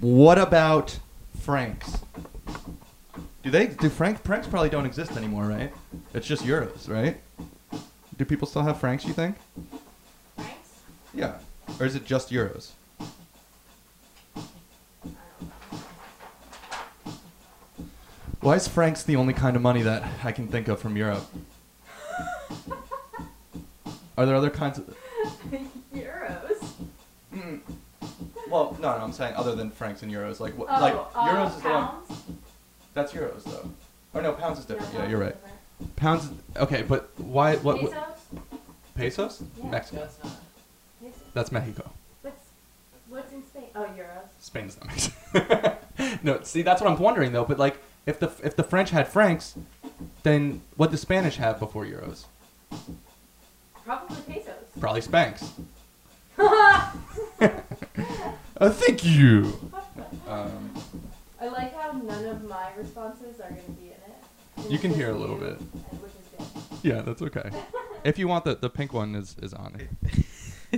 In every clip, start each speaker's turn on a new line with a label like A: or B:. A: What about francs? Do they do franc francs probably don't exist anymore, right? It's just euros, right? Do people still have francs, you think?
B: Thanks.
A: Yeah. Or is it just euros? Why is francs the only kind of money that I can think of from Europe? Are there other kinds of
B: Euros.
A: Mm. Well, no, no, I'm saying other than francs and euros, like what,
B: Oh,
A: like
B: uh,
A: euros is the one
B: pounds?
A: that's euros though. Or no, pounds is different.
B: No,
A: Yeah, you're right.
B: pounds is different.
A: Pounds. Okay, but why? What? what
B: Pesos?
A: pesos?
B: Yeah.
A: Mexico.
C: That's not.
B: Pesos.
A: That's Mexico.
B: What's, what's in Spain? Oh, euros.
A: Spain's not Mexico. no, see, that's what I'm wondering though. But like, if the if the French had francs, then what the Spanish have before euros?
B: Probably pesos.
A: Probably spanks.
B: I
A: Uh, thank you. Um,
B: like how none of my responses are going to be in it. It's
A: You can
B: just
A: hear a little
B: you,
A: bit.
B: and- Which is good.
A: yeah, that's okay. If you want the the pink one is is on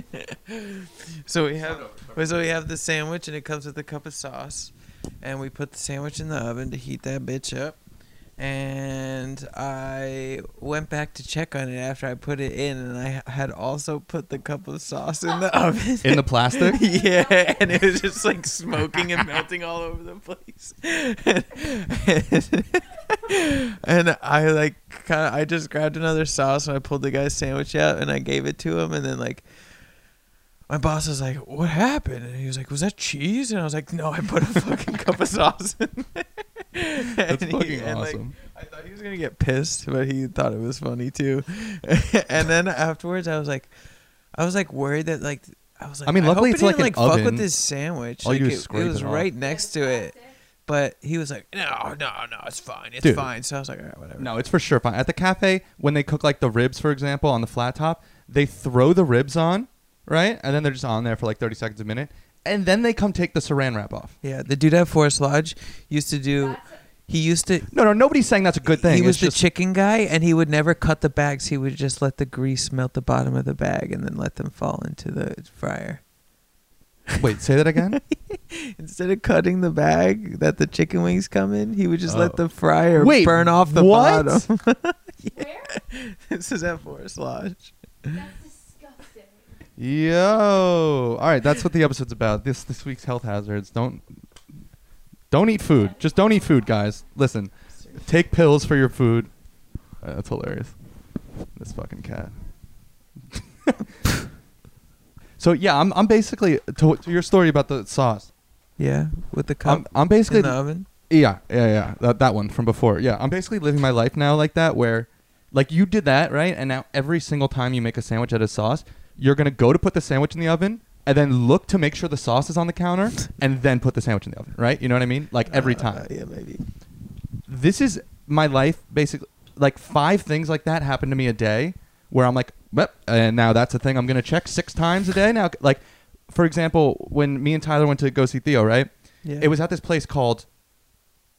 A: it.
C: so we have so we have the sandwich and it comes with a cup of sauce and we put the sandwich in the oven to heat that bitch up and i went back to check on it after i put it in and i had also put the cup of sauce in the oven
A: In the plastic?
C: yeah and it was just like smoking and melting all over the place and i like kind of i just grabbed another sauce and i pulled the guy's sandwich out and i gave it to him and then like my boss was like, "What happened?" And he was like, "Was that cheese?" And I was like, "No, I put a fucking cup of sauce in there."
A: That's
C: And he-
A: fucking
C: and, like,
A: awesome.
C: I thought he was gonna get pissed, but he thought it was funny too. and then afterwards, I was like, I was like worried that like I was like,
A: I mean,
C: hope
A: luckily
C: it
A: it's like
C: didn't,
A: an
C: like fuck
A: oven.
C: with this sandwich.
A: All you
C: Like,
A: do is
C: it-
A: scrape
C: it was
A: it off.
C: right next to it, but he was like, "No, no, no, it's fine, it's
A: Dude.
C: fine." So I was like, "All right, whatever."
A: No, it's for sure fine. At the cafe, when they cook like the ribs, for example, on the flat top, they throw the ribs on, right? And then they're just on there for like 30 seconds a minute. And then they come take the saran wrap off.
C: Yeah, the dude at Forest Lodge used to do.
B: That's-
C: He used to
A: No, no, nobody's saying that's a good thing.
C: He was
A: It's
C: the
A: just-
C: chicken guy, and he would never cut the bags. He would just let the grease melt the bottom of the bag, and then let them fall into the fryer.
A: Wait, say that again?
C: Instead of cutting the bag that the chicken wings come in, he would just let
A: Oh.
C: the fryer
A: Wait,
C: burn off the
A: what?
C: bottom.
B: Where?
C: this is at Forest Lodge.
B: That's disgusting.
A: Yo. All right, that's what the episode's about. This this week's health hazards. Don't don't eat food. Just don't eat food, guys. Listen. Take pills for your food. Uh, that's hilarious. This fucking cat. so yeah, I'm I'm basically to, to your story about the sauce.
C: Yeah, with the
A: I'm
C: cup
A: I'm
C: in
A: basically
C: the oven.
A: yeah yeah yeah that that one from before. Yeah, I'm basically living my life now like that where like you did that right, and now every single time you make a sandwich out of sauce, you're gonna go to put the sandwich in the oven. And then look to make sure the sauce is on the counter, and then put the sandwich in the oven, right? You know what I mean? Like every
C: Uh,
A: time
C: yeah, maybe.
A: this is my life basically like five things like that happen to me a day where i'm like "Yep, and now that's a thing i'm gonna check six times a day now like for example when me and tyler went to go see theo right
C: Yeah.
A: it was at this place called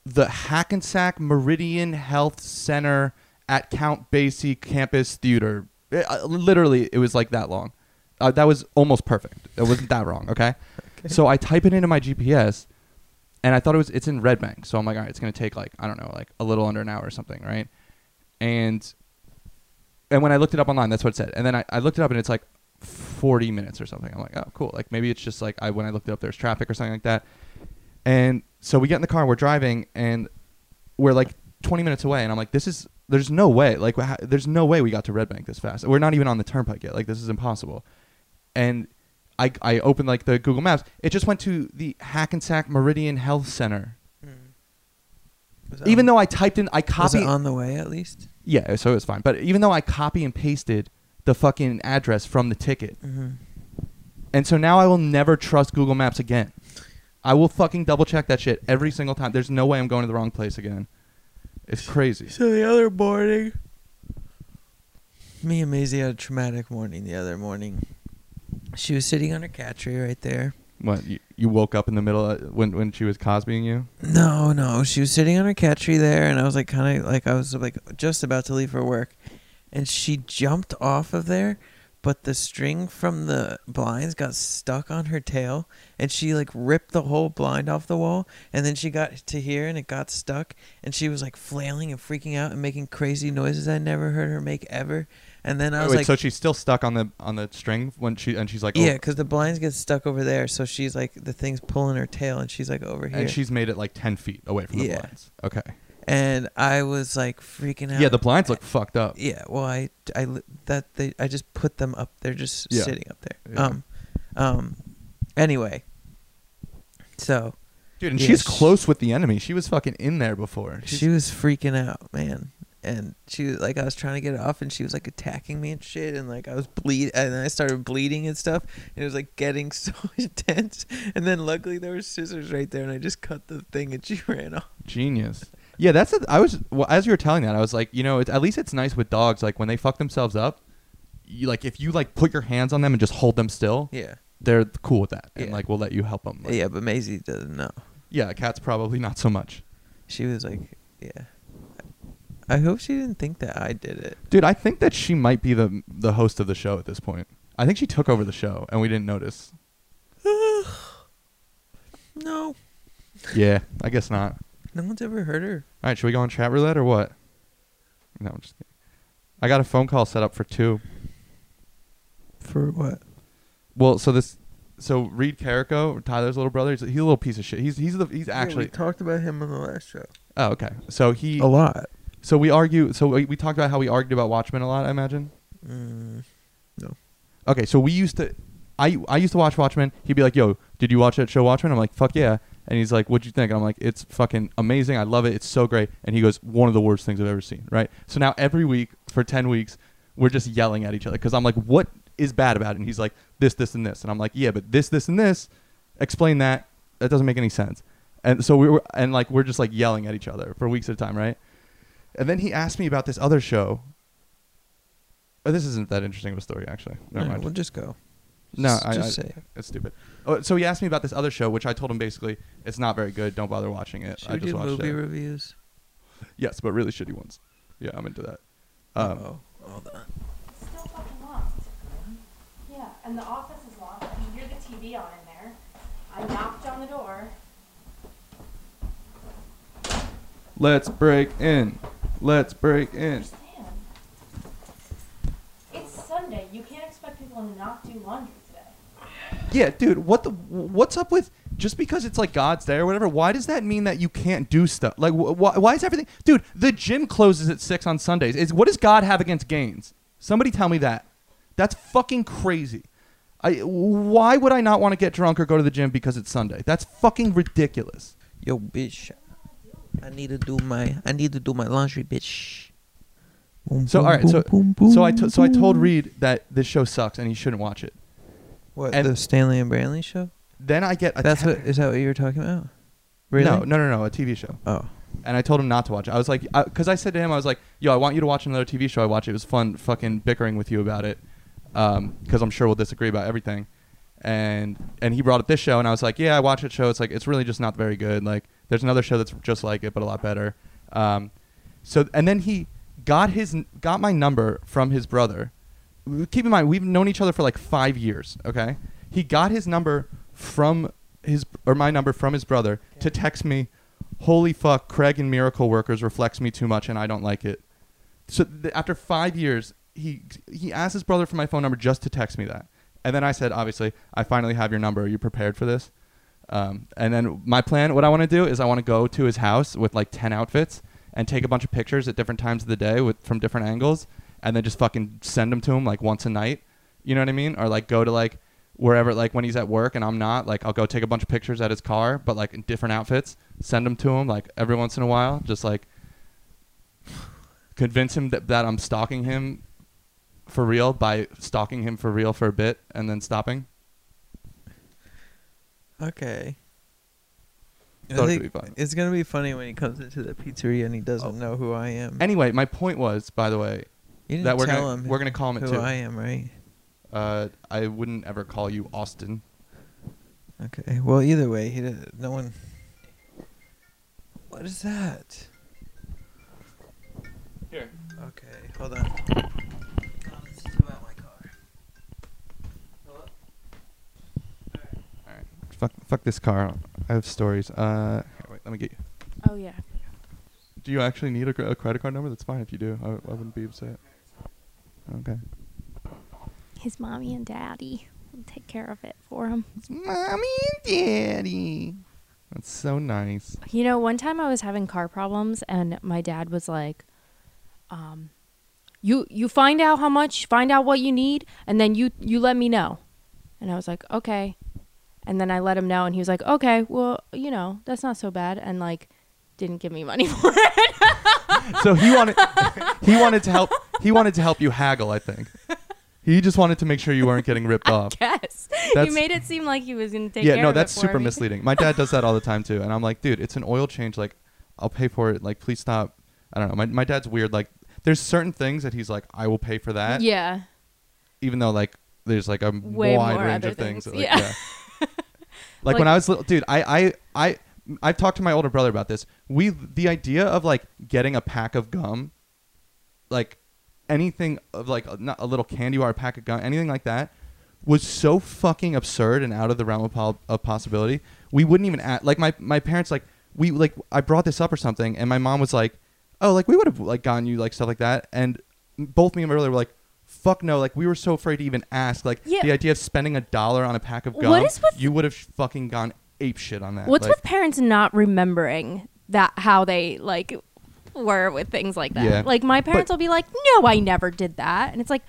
A: the hackensack meridian health center at count basie campus theater It- uh, literally it was like that long uh, that was almost perfect it wasn't that wrong okay? so i type it into my gps and I thought it was it's in Red Bank, so I'm like, all right, it's gonna take like I don't know, like a little under an hour or something, right? And and when I looked it up online, that's what it said. And then I, I looked it up and it's like 40 minutes or something. I'm like, oh, cool. Like maybe it's just like I when I looked it up, there's traffic or something like that. And so we get in the car, we're driving, and we're like 20 minutes away, and I'm like, this is there's no way, like wha- there's no way we got to Red Bank this fast. We're not even on the turnpike yet. Like this is impossible. And I I opened like the Google Maps. It just went to the Hackensack Meridian Health Center.
C: Hmm. Was it
A: Even
C: on-
A: though I typed in, I
C: was
A: copied.
C: it on the way at least.
A: Yeah, so it was fine. But even though I copy and pasted the fucking address from the ticket,
C: hmm
A: and so now I will never trust Google Maps again. I will fucking double check that shit every single time. There's no way I'm going to the wrong place again. It's crazy.
C: So the other morning, me and Maisie had a traumatic morning. The other morning, she was sitting on her cat tree right there.
A: What you, you woke up in the middle of, when when she was Cosbying you?
C: No, no, she was sitting on her cat tree there, and I was like, kind of like I was like just about to leave for work, and she jumped off of there, but the string from the blinds got stuck on her tail and she like ripped the whole blind off the wall and then she got to here and it got stuck and she was like flailing and freaking out and making crazy noises I never heard her make ever. And then I was
A: Wait,
C: like
A: so she's still stuck on the on the string when she and she's like, oh,
C: yeah, because the blinds get stuck over there, so she's like the thing's pulling her tail, and she's like over here.
A: and she's made it like ten feet away from the
C: Yeah.
A: blinds. Okay.
C: And I was like freaking out.
A: Yeah, the blinds look fucked up.
C: yeah. Well, I, I li- that they I just put them up. They're just
A: Yeah.
C: sitting up there.
A: Yeah.
C: Um, um. Anyway, so
A: Dude, and
C: Yeah,
A: she's
C: she-
A: close with the enemy. She was fucking in there before. She's-
C: she was freaking out, man. And she was like, I was trying to get it off, and she was like attacking me and shit, and like I was bleed, and then I started bleeding and stuff, and it was like getting so intense. And then luckily there were scissors right there, and I just cut the thing, and she ran off.
A: Genius. Yeah, that's. A, I was well, as you were telling that, I was like, you know, it's, at least it's nice with dogs. Like when they fuck themselves up, you like if you like put your hands on them and just hold them still,
C: Yeah,
A: they're cool with that, and
C: Yeah.
A: like we'll let you help them.
C: yeah, but Maisie doesn't know.
A: yeah, cats probably not so much.
C: She was like, yeah. I hope she didn't think that I did it.
A: Dude, I think that she might be the the host of the show at this point. I think she took over the show and we didn't notice.
C: no,
A: Yeah, I guess not. All
C: no one's ever heard her.
A: right, should we go on chat roulette or what? No, I'm just kidding. I got a phone call set up for two.
C: For what?
A: Well, so this, so Reed Carrico, Tyler's little brother, he's, he's a little piece of shit. He's he's the he's actually.
C: talked about him on the last show.
A: oh, okay. So he.
C: A lot.
A: So we argue. So we, we talked about how we argued about Watchmen a lot. I imagine.
C: Mm, no.
A: Okay, so we used to. I, I used to watch Watchmen. He'd be like, "Yo, did you watch that show Watchmen?" I'm like, "Fuck yeah!" And he's like, "What'd you think?" And I'm like, "It's fucking amazing. I love it. It's so great." And he goes, "One of the worst things I've ever seen." Right. So now every week for ten weeks, we're just yelling at each other because I'm like, "What is bad about it?" And he's like, "This, this, and this." And I'm like, "Yeah, but this, this, and this. Explain that. That doesn't make any sense." And so we were and like we're just like yelling at each other for weeks at a time, right? And then he asked me about this other show. Oh, this isn't that interesting of a story, actually. Never
C: No,
A: mind.
C: we'll just go.
A: No,
C: just,
A: I-
C: just
A: I-
C: say it.
A: It's stupid. Oh, so he asked me about this other show, which I told him basically it's not very good. Don't bother watching it.
C: Should
A: I
C: we
A: just
C: do
A: watched
C: movie
A: it.
C: reviews?
A: yes, but really shitty ones. Yeah, I'm into that. Um,
C: oh, hold on.
B: It's still fucking locked. Yeah, and the office is locked. I can hear the TV on in there. I knocked on the door.
A: let's break in. Let's break in.
B: Understand? It's Sunday. You can't expect people to not do laundry today.
A: Yeah, dude, what the what's up with just because it's like God's day or whatever? Why does that mean that you can't do stuff? Like, wh- wh- why is everything? Dude, the gym closes at six on Sundays. Is what does God have against gains? Somebody tell me that. That's fucking crazy. I why would I not want to get drunk or go to the gym because it's Sunday? That's fucking ridiculous.
C: Yo, bitch. I need to do my I need to do my laundry, bitch. Boom,
A: So
C: boom,
A: all right,
C: boom,
A: so
C: boom, boom,
A: so I to, so I told
C: boom.
A: Reed that this show sucks and he shouldn't watch it.
C: what
A: and-
C: the Stanley and Branley show.
A: Then I get a
C: That's
A: te-
C: what is that what you were talking about? Really?
A: no no no no a TV show.
C: Oh,
A: and I told him not to watch it. I was like, because I, said to him, I was like, "Yo, I want you to watch another TV show. I watch it. It was fun, fucking bickering with you about it, because I'm sure we'll disagree about everything." And and he brought up this show, and I was like, "Yeah, I watch that show. It's like it's really just not very good. Like there's another show that's just like it, but a lot better." Um, so and then he got his got my number from his brother. Keep in mind, we've known each other for like five years. Okay, he got his number from his or my number from his brother to text me holy fuck, Craig and Miracle Workers reflects me too much, and I don't like it. So th- after five years, he he asked his brother for my phone number just to text me that, and then I said, obviously, I finally have your number. Are you prepared for this? Um, and then my plan, what I want to do is I want to go to his house with like ten outfits and take a bunch of pictures at different times of the day with from different angles, and then just fucking send them to him like once a night. You know what I mean? Or like go to like wherever like when he's at work and I'm not, like I'll go take a bunch of pictures at his car, but like in different outfits, send them to him like every once in a while, just like convince him that, that I'm stalking him for real by stalking him for real for a bit and then stopping.
C: okay. I
A: Thought it
C: think
A: could be Oh. fun.
C: It's gonna be funny when he comes into the pizzeria and he doesn't know who I am.
A: Anyway, my point was, by the way,
C: you didn't
A: that we're
C: tell
A: gonna,
C: him
A: we're gonna call him it
C: who
A: too.
C: I am, right?
A: Uh, I wouldn't ever call you Austin.
C: Okay. Well, either way, he did, no one. What is that?
A: Here.
C: Okay, hold on.
A: Fuck, fuck this car. I have stories. Uh, here, wait, let me get you.
B: Oh yeah.
A: Do you actually need a, cre- a credit card number? That's fine if you do. I, I wouldn't be upset. Okay.
D: His mommy and daddy will take care of it for him.
A: Mommy and daddy. That's so nice.
D: You know, one time I was having car problems, and my dad was like, um, "You you find out how much, find out what you need, and then you you let me know." And I was like, "Okay," and then I let him know, and he was like, "Okay, well, you know, that's not so bad," and like, didn't give me money for it.
A: So he wanted he wanted to help he wanted to help you haggle, I think. He just wanted to make sure you weren't getting ripped off.
D: yes, you
A: That's-
D: made it seem like he was gonna take
A: yeah,
D: care
A: no,
D: of it
A: that's
D: for
A: super
D: me.
A: misleading. My dad does that all the time too, and I'm like, dude, it's an oil change. Like, I'll pay for it. Like, please stop. I don't know. My my dad's weird. Like, there's certain things that he's like, I will pay for that.
D: Yeah,
A: Even though like there's like a
D: Way
A: wide
D: more
A: range
D: other
A: of things.
D: things.
A: that, like,
D: Yeah.
A: like, when
D: Like-
A: I was little, dude, I I I I've talked to my older brother about this. We the idea of like getting a pack of gum, like anything of like a, not a little candy bar, a pack of gum, anything like that, was so fucking absurd and out of the realm of, po- of possibility. We wouldn't even act like my my parents like we like I brought this up or something, and my mom was like, "Oh, like we would have like gotten you like stuff like that," and both me and my brother were like. Fuck no! Like we were so afraid to even ask. Like
D: Yeah.
A: the idea of spending a dollar on a pack of
D: What
A: gum,
D: is with-
A: you would have fucking gone ape shit on that.
D: What's
A: like,
D: with parents not remembering that how they like were with things like that?
A: Yeah.
D: Like my parents
A: But-
D: will be like, "No, I never did that," and it's like,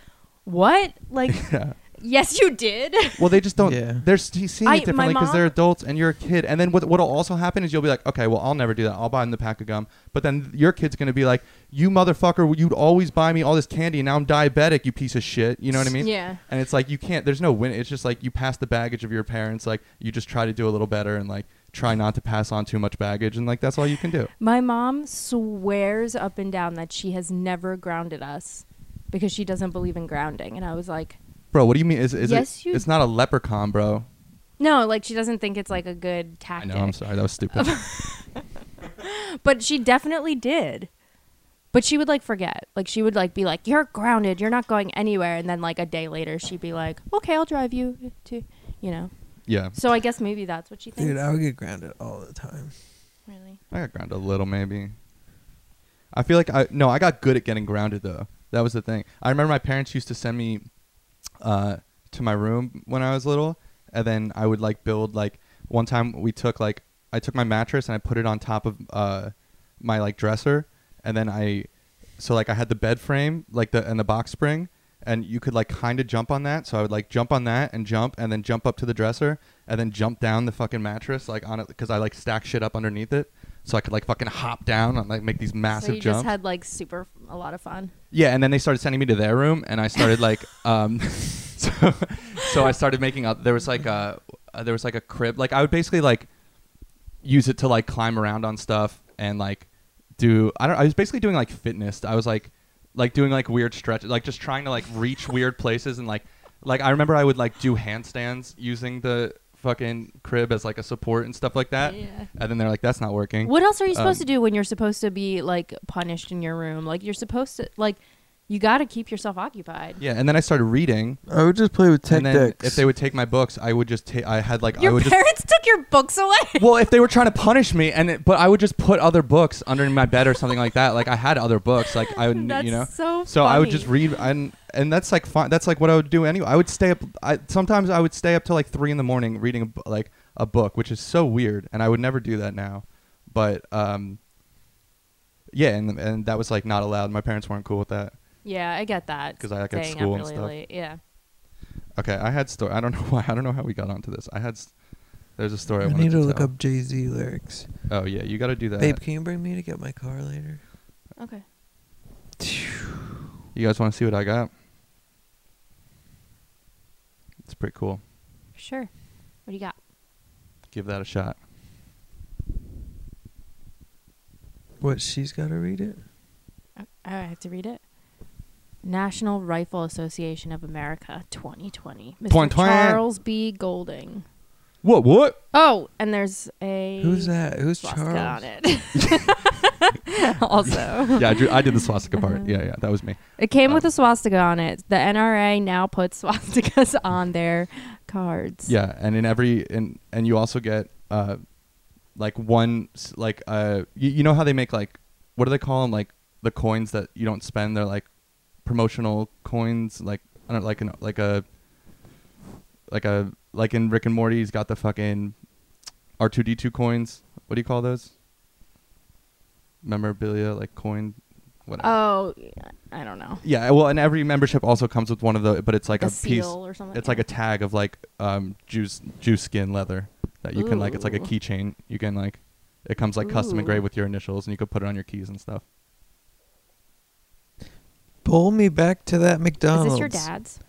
D: "What? Like,
A: Yeah.
D: yes, you did."
A: Well, they just don't.
C: Yeah.
A: They're st- seeing
D: I-
A: it
D: my
A: differently because they're
D: mom-
A: adults and you're a kid. And then what what'll also happen is you'll be like, okay, well, I'll never do that. I'll buy them the pack of gum. But then your kid's gonna be like, you motherfucker, you'd always buy me all this candy, and now I'm diabetic. You piece of shit. You know what I mean?
D: Yeah.
A: And it's like you can't. There's no win. It's just like you pass the baggage of your parents. Like you just try to do a little better and like try not to pass on too much baggage. And like that's all you can do.
D: My mom swears up and down that she has never grounded us because she doesn't believe in grounding, and I was like,
A: Bro, what do you mean? Is is
D: Yes,
A: it?
D: you-
A: It's not a leprechaun, bro.
D: "No, like she doesn't think it's like a good
A: I
D: tactic."
A: know. I'm sorry. That was stupid.
D: But she definitely did. But she would like forget. Like she would like be like, "You're grounded. You're not going anywhere." And then like a day later, she'd be like, "Okay, I'll drive you to," you know.
A: yeah.
D: So I guess maybe that's what she thinks.
C: Dude, I would get grounded all the time.
D: really.
A: I got grounded a little, maybe. I feel like I no, I got good at getting grounded though. That was the thing. I remember my parents used to send me uh, to my room when I was little, and then I would like build like one time we took like I took my mattress and I put it on top of uh, my like dresser, and then I so like I had the bed frame like the and the box spring, and you could like kind of jump on that. So I would like jump on that and jump and then jump up to the dresser and then jump down the fucking mattress like on it because I like stack shit up underneath it. So I could like fucking hop down and like make these massive
D: so you
A: jumps.
D: just had like super a lot of fun.
A: Yeah, and then they started sending me to their room, and I started like, um, so, so I started making up. There was like a, uh, there was like a crib. Like I would basically like use it to like climb around on stuff and like do. I don't. I was basically doing like fitness. I was like, like doing like weird stretches, like just trying to like reach weird places and like, like I remember I would like do handstands using the fucking crib as like a support and stuff like that.
D: Yeah.
A: And then they're like, that's not working.
D: What else are you supposed
A: Um,
D: to do when you're supposed to be like punished in your room? Like you're supposed to like you got to keep yourself occupied.
A: Yeah, and then I started reading.
C: I would just play with tech
A: and then
C: decks.
A: if they would take my books, I would just take. I had like I
D: Your
A: would
D: parents took your books away.
A: just. Well, if they were trying to punish me, and it, but I would just put other books under my bed or something like that. Like I had other books, like I would,
D: That's
A: you know.
D: so
A: I would just
D: funny.
A: read, and and that's like fine. That's like what I would do anyway. I would stay up. I sometimes I would stay up till like three in the morning reading a, bu- like a book, which is so weird, and I would never do that now. But um, yeah, and and that was like not allowed. My parents weren't cool with that.
D: Yeah, I get that.
A: 'Cause I, like, at
D: Staying up
A: school and
D: really
A: stuff.
D: late. Yeah.
A: Okay, I had story. I don't know why. I don't know how we got onto this. I had. s- There's a story I,
C: I
A: wanted
C: need to
A: to
C: look
A: tell.
C: up Jay Z lyrics.
A: Oh yeah, you got to do that.
C: Babe, can you bring me to get my car later?
D: Okay.
A: You guys want to see what I got? It's pretty cool.
D: Sure. What do you got?
A: Give that a shot.
C: What? She's got to read it.
D: Oh, I have to read it. National Rifle Association of America, 2020. Mr.
A: 2020.
D: Charles B. Golding.
A: What? What?
D: Oh, and there's a
C: Who's that? Who's
D: swastika on
C: Charles?
D: it. also,
A: Yeah, I, drew, I did the swastika part. Yeah, yeah, that was me.
D: it came with
A: Um,
D: a swastika on it. The NRA now puts swastikas on their cards.
A: Yeah, and in every and and you also get uh, like one s- like uh, you, you know how they make like what do they call them like the coins that you don't spend? They're like promotional coins, like I don't like an like a like a like in Rick and Morty, he's got the fucking R two D two coins. What do you call those? Memorabilia, like coin, whatever.
D: Oh, I don't know.
A: Yeah, well, and every membership also comes with one of the, but it's like
D: A
A: a, piece,
D: seal or something,
A: It's
D: yeah.
A: like a tag of like um juice juice skin leather that you can like. It's like a
D: Ooh.
A: keychain. You can like, it comes like custom
D: Ooh.
A: engraved with your initials, and you could put it on your keys and stuff.
C: Pull me back to that McDonald's.
D: Is this your dad's?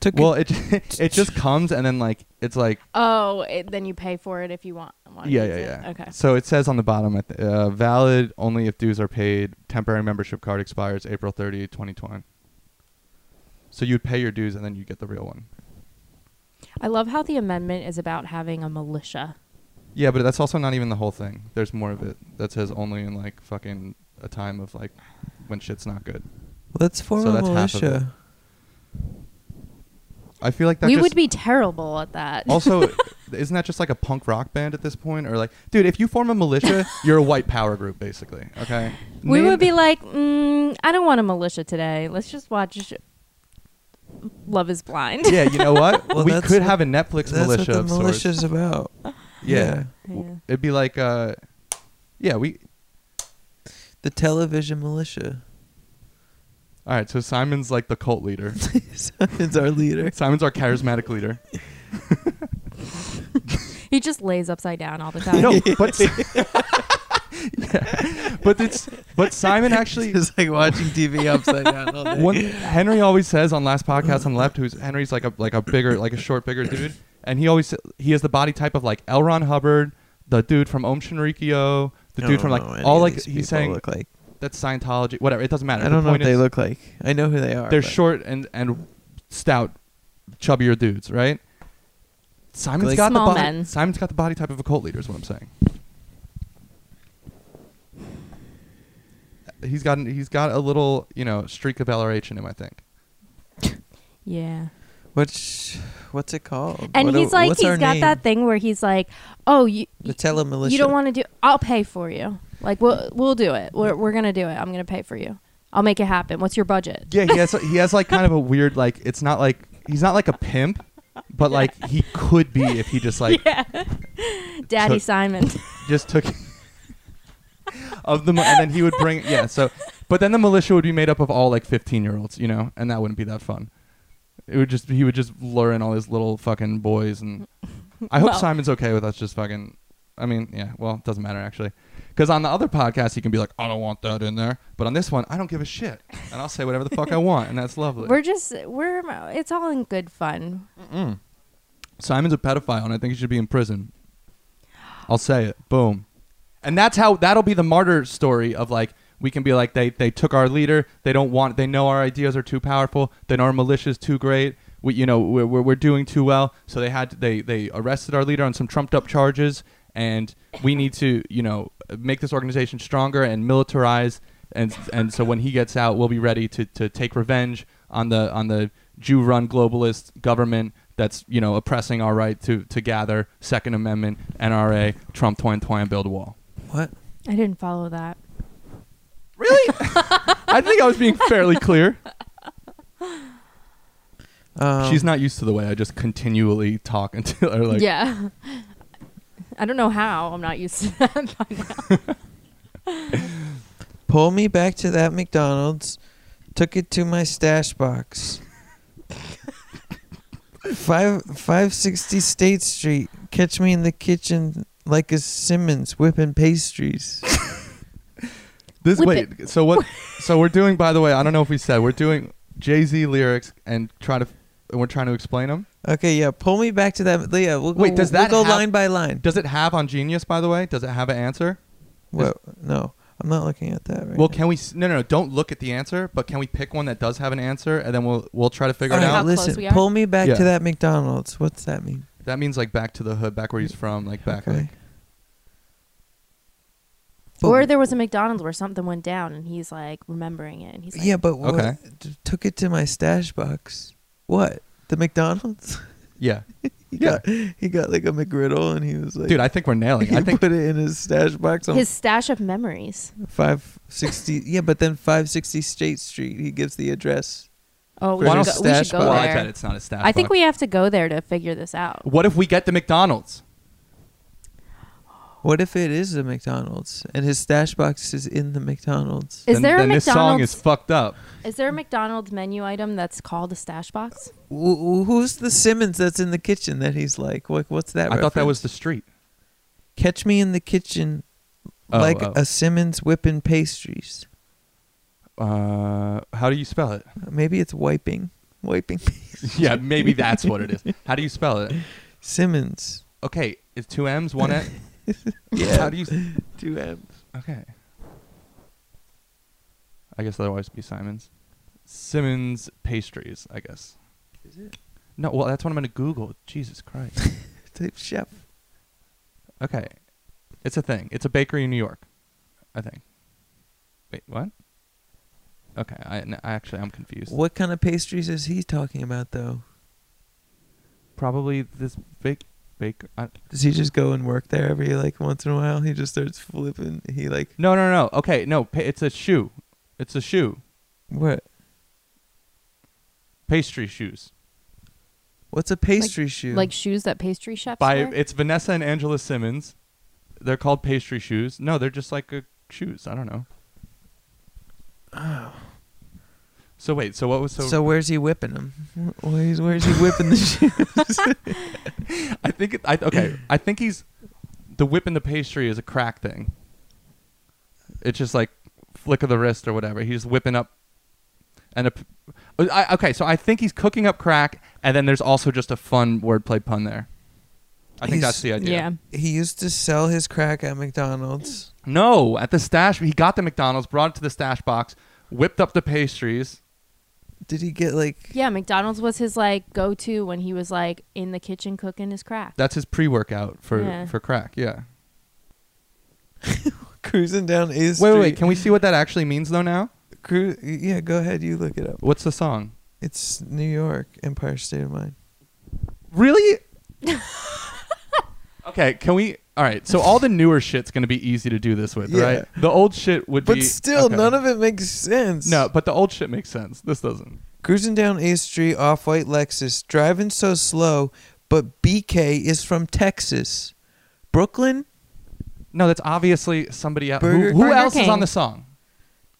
C: Took
A: Well,
C: a,
A: it it just comes and then like it's like
D: Oh, it, then you pay for it if you want. want
A: yeah yeah yeah.
D: Okay.
A: So it says on the bottom, I th- uh, valid only if dues are paid. Temporary membership card expires April 30, 2020. So you'd pay your dues and then you get the real one.
D: I love how the amendment is about having a militia.
A: Yeah, but that's also not even the whole thing. There's more of it that says only in like fucking a time of like when shit's not good.
C: let's form
A: so
C: a
A: that's half of it.
C: militia.
A: I feel like that.
D: we
A: just-
D: would be terrible at that.
A: also. isn't that just like a punk rock band at this point? Or like, dude, if you form a militia, you're a white power group basically. Okay.
D: we
A: Name-
D: would be like, mm, I don't want a militia today. Let's just watch Love Is Blind.
A: Yeah, you know what?
C: Well,
A: we
C: that's
A: could
C: what-
A: have a Netflix
C: That's
A: militia
C: what
A: of
C: the
A: sorts.
C: militia's about.
A: Yeah.
D: Yeah.
A: It'd be like, uh, yeah, we.
C: The television militia.
A: All right, so Simon's like the cult leader.
C: Simon's our leader.
A: Simon's our charismatic leader.
D: He just lays upside down all the time.
A: no, but Yeah. but it's but Simon actually
C: Just like watching TV upside down all day.
A: one Henry always says on last podcast on the left who's Henry's like a like a bigger like a short bigger dude and he always he has the body type of like L. Ron Hubbard, the dude from Om Shinrikyo, the
C: I
A: dude from
C: don't
A: like
C: know what any
A: all
C: of
A: like
C: these
A: he's
C: people
A: saying
C: look like.
A: that's Scientology, whatever. It doesn't matter.
C: I
A: The
C: don't know what
A: point
C: they
A: is,
C: look like. I know who they are.
A: They're
C: but
A: short and and stout, chubbier dudes, right? Simon's
C: Like-
A: got
D: Small
A: the body.
D: men.
A: Simon's got the body type of a cult leader. Is what I'm saying. He's got he's got a little you know streak of LRH in him. I think.
D: Yeah.
C: Which, what's it called?
D: And
C: What do-
D: he's like,
C: what's
D: he's
C: our
D: got
C: name?
D: that thing where he's like, oh, you,
C: The telemilitia.
D: you don't want to do, I'll pay for you. Like, we'll, we'll do it. We're, we're going to do it. I'm going to pay for you. I'll make it happen. What's your budget?
A: Yeah, he has he has like kind of a weird like it's not like he's not like a pimp, but like he could be if he just like
D: Yeah. Daddy
A: So-
D: Simon.
A: just took of the mi- and then he would bring yeah so but then the militia would be made up of all like 15 year olds you know and that wouldn't be that fun it would just he would just lure in all his little fucking boys and i hope
D: Well-
A: simon's okay with us just fucking i mean yeah well it doesn't matter actually because on the other podcast he can be like i don't want that in there but on this one i don't give a shit and i'll say whatever the fuck i want and that's lovely
D: we're just, we're, it's all in good fun.
A: Mm. Simon's a pedophile, and I think he should be in prison. I'll say it. Boom. And that's how that'll be the martyr story of like we can be like they they took our leader. They don't want. They know our ideas are too powerful. They know our militia's too great. We you know we're we're, we're doing too well. So they had they they arrested our leader on some trumped up charges, and we need to you know make this organization stronger and militarize. And and so when he gets out, we'll be ready to to take revenge on the on the Jew run globalist government that's you know oppressing our right to to gather Second Amendment NRA Trump twine twine build a wall.
C: What?
D: I didn't follow that.
A: Really? I think I was being fairly clear.
C: Um,
A: She's not used to the way I just continually talk until or like
D: yeah. I don't know how. I'm not used to that by now.
C: Pull me back to that McDonald's. Took it to my stash box. five five sixty State Street. Catch me in the kitchen like a Simmons whipping pastries.
A: this.
D: Whip
A: Wait, so what? so we're doing. By the way, I don't know if we said we're doing Jay Z lyrics and try to. And we're trying to explain them.
C: Okay, yeah. Pull me back to that. Yeah, we'll
A: Wait,
C: go,
A: does
C: we'll
A: that
C: go
A: have-
C: line by line?
A: Does it have on Genius? By the way, does it have an answer?
C: What? No, I'm not looking at that right
A: Well,
C: now.
A: can we? s- No, no, no. Don't look at the answer, but can we pick one that does have an answer, and then we'll we'll try to figure
C: All
A: it
C: right,
A: out.
D: How close
C: listen,
D: we are?
C: pull me back
A: Yeah.
C: to that McDonald's. What's that mean?
A: That means like back to the hood, back where he's from, like back.
C: Okay.
A: Like,
D: Or there was a McDonald's where something went down and he's like remembering it. And he's like,
C: yeah, but what,
A: Okay.
C: t- took it to my stash box. What? The McDonald's?
A: Yeah.
C: He
A: Yeah.
C: got he got like a McGriddle and he was like
A: Dude, I think we're nailing.
C: he
A: it. I think
C: put it in his stash box on
D: His stash of memories.
C: five sixty yeah, but then five sixty State Street he gives the address.
D: Oh, we
C: For
D: should
C: his
D: go, we
C: stash
D: should go
A: well,
D: there.
A: I bet it's not a staff.
D: I think
A: box.
D: we have to go there to figure this out.
A: What if we get the McDonald's?
C: What if it is a McDonald's and his stash box is in the McDonald's?
D: Is
A: then,
D: there a
A: then this song is
D: McDonald's?
A: fucked up.
D: Is there a McDonald's menu item that's called a stash box?
C: Wh- wh- who's the Simmons that's in the kitchen that he's like? What, what's that?
A: I thought that was
C: reference?
A: the street.
C: Catch me in the kitchen,
A: Oh,
C: like
A: oh.
C: a Simmons whipping pastries.
A: Uh, how do you spell it?
C: Maybe it's wiping, wiping
A: yeah, maybe that's what it is. How do you spell it?
C: Simmons.
A: Okay, it's two M's, one N.
C: Yeah.
A: How do you? s-
C: Two M's.
A: Okay. I guess otherwise it'd be Simon's. Simmons pastries, I guess.
C: Is it?
A: No, well that's what I'm gonna Google. Jesus Christ.
C: Type chef.
A: okay, it's a thing. It's a bakery in New York, I think. Wait, what? Okay, I, n- I actually I'm confused.
C: What kind of pastries is he talking about though?
A: Probably this big baker. I,
C: Does he just go and work there every like once in a while? He just starts flipping. He like
A: no, no, no. Okay, no. Pa- it's a shoe. It's a shoe.
C: what?
A: Pastry shoes.
C: What's a pastry shoe?
D: Like shoes that pastry chefs
A: by
D: wear?
A: it's Vanessa and Angela Simmons. They're called pastry shoes. No, they're just like uh, shoes. I don't know.
C: Oh.
A: So wait, so what was so?
C: So, where's he whipping them? Where's where's he whipping the shoes?
A: I think it, I okay. I think he's the whip in the pastry is a crack thing. It's just like flick of the wrist or whatever. He's whipping up, and a. p- I, okay, so I think he's cooking up crack, and then there's also just a fun wordplay pun there. I think
C: He's-
A: that's the idea.
D: yeah.
C: he used to sell his crack at McDonald's.
A: No, at the stash, he got the McDonald's, brought it to the stash box, whipped up the pastries.
C: Did he get like?
D: Yeah, McDonald's was his like go to when he was like in the kitchen cooking his crack.
A: That's his pre-workout for
D: Yeah.
A: for crack. Yeah.
C: cruising down A Street.
A: Wait, wait, wait. Can we see what that actually means though? Now,
C: Cru- yeah, go ahead. You look it up.
A: what's the song?
C: It's New York, Empire State of Mind.
A: Really? okay. Can we? All right. So all the newer shit's gonna be easy to do this with,
C: Yeah.
A: right? The old shit would
C: But
A: be.
C: still,
A: okay.
C: none of it makes sense.
A: No, but the old shit makes sense. This doesn't.
C: Cruising down A Street, off white Lexus, driving so slow, but BK is from Texas. Brooklyn?
A: No, that's obviously somebody else. Who,
C: Burger-
A: who
D: Burger
A: else is
D: King.
A: on the song?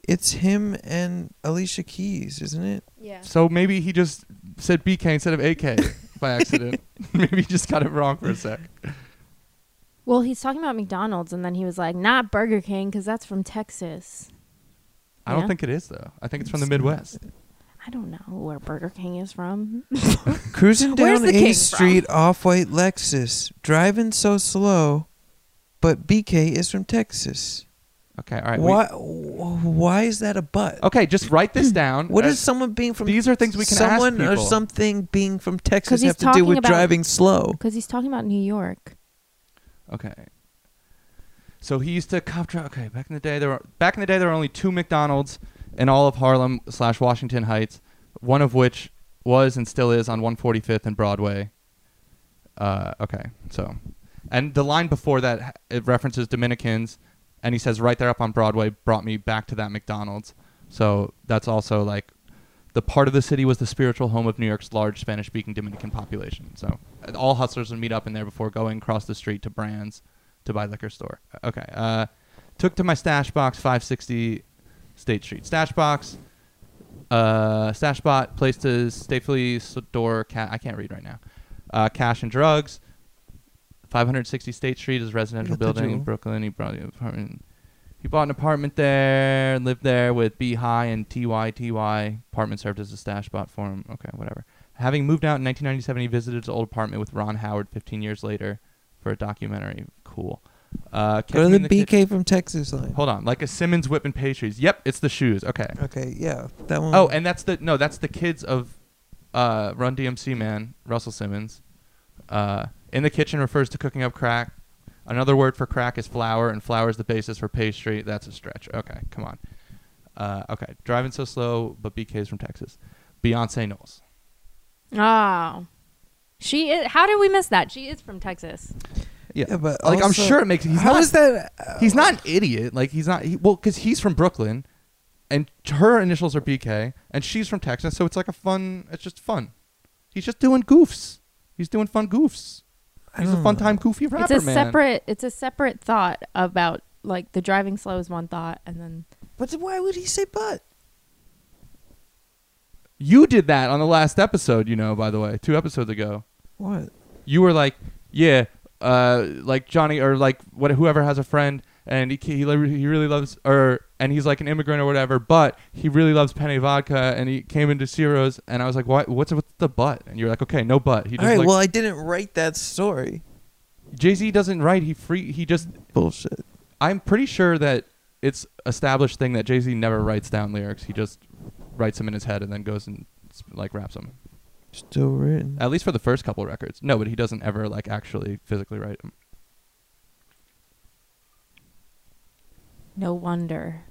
C: It's him and Alicia Keys, isn't it?
D: Yeah.
A: So maybe he just said BK instead of AK by accident. maybe he just got it wrong for a sec.
D: Well, he's talking about McDonald's, and then he was like, "Not Burger King, because that's from Texas."
A: I don't
D: Yeah.
A: think it is though. I think it's from the
C: It's not.
A: Midwest.
D: I don't know where Burger King is from.
C: Cruising
D: Where's
C: down
D: the king
C: A
D: from?
C: Street, off white Lexus, driving so slow, but BK is from Texas.
A: Okay, all right. we-
C: why? wh- Why is that a but?
A: okay, just write this down.
C: What
A: Uh,
C: does someone being from
A: These are things we can ask
C: someone or
A: people.
C: something being from Texas
D: 'Cause he's
C: have to do
D: talking
C: with
D: about-
C: driving slow?
D: Because he's talking about New York.
A: Okay. So he used to cop drive. Okay, back in the day there were back in the day there were only two McDonald's in all of Harlem slash Washington Heights, one of which was and still is on 145th and Broadway. Uh, okay, so, and the line before that ha- it references Dominicans, and he says right there up on Broadway brought me back to that McDonald's. So that's also like the part of the city was the spiritual home of New York's large Spanish speaking Dominican population. So uh, all hustlers would meet up in there before going across the street to Brands to buy liquor store. Okay. Uh, took to my stash box 560 State Street. Stash box. Uh, stash bot place to safely store ca- I can't read right now. Uh, cash and drugs. 560 State Street is a residential
C: Look at
A: building in
C: you.
A: Brooklyn. He bought an apartment. He bought an apartment there and lived there with B High and TY TY. Apartment served as a stash spot for him. Okay, whatever. Having moved out in 1997, he visited his old apartment with Ron Howard 15 years later for a documentary. Cool. Uh, kept
C: Go
A: me
C: to
A: in
C: the
A: the kit-
C: BK from Texas line.
A: Hold on, like a Simmons whip and pastries. Yep, it's the shoes. Okay.
C: Okay, yeah, that one.
A: Oh, and that's the no, that's the kids of uh, Run DMC man Russell Simmons. Uh, in the kitchen refers to cooking up crack. Another word for crack is flour, and flour is the basis for pastry. That's a stretch. Okay, come on. Uh, okay, driving so slow, but BK's from Texas. Beyonce Knowles.
D: Oh, She is. How did we miss that? She is from Texas.
A: Yeah,
C: Yeah, but
A: like I'm
C: also-
A: sure it makes. He's
C: How
A: not,
C: is that? uh,
A: He's not an idiot. Like he's not. He, well, because he's from Brooklyn, and her initials are BK, and she's from Texas, so it's like a fun. It's just fun. He's just doing goofs. He's doing fun goofs.
C: I
A: He's a
C: don't
A: fun
C: know.
A: time goofy rapper
D: Oh. it's a
A: man.
D: separate. It's a separate thought about like the driving slow is one thought, and then
C: But why would he say but?
A: You did that on the last episode, you know. By the way, two episodes ago,
C: What?
A: you were like, yeah, uh, like Johnny or like what whoever has a friend and he he, li- he really loves or and he's like an immigrant or whatever, but he really loves penny vodka and he came into Ciro's and I was like, why? What's what's the butt? And you're like, okay, no butt. He
C: All
A: just
C: right.
A: like
C: well, I didn't write that story.
A: Jay Z doesn't write. He free. He just.
C: Bullshit.
A: I'm pretty sure that it's established thing that Jay Z never writes down lyrics. He just writes them in his head and then goes and like raps them.
C: Still written.
A: At least for the first couple records. No, but he doesn't ever like actually physically write them.
D: no wonder.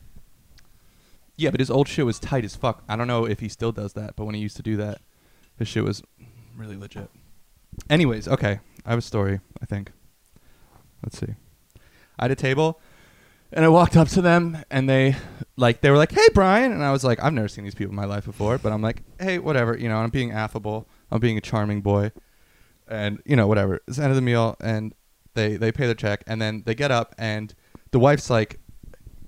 A: Yeah, but his old shit was tight as fuck. I don't know if he still does that, but when he used to do that, his shit was really legit. Anyways, okay. I have a story, I think. Let's see. I had a table and I walked up to them and they like they were like, "Hey, Brian." And I was like, "I've never seen these people in my life before," but I'm like, "Hey, whatever, you know, I'm being affable. I'm being a charming boy." And, you know, whatever. It's the end of the meal and they they pay their check and then they get up and the wife's like,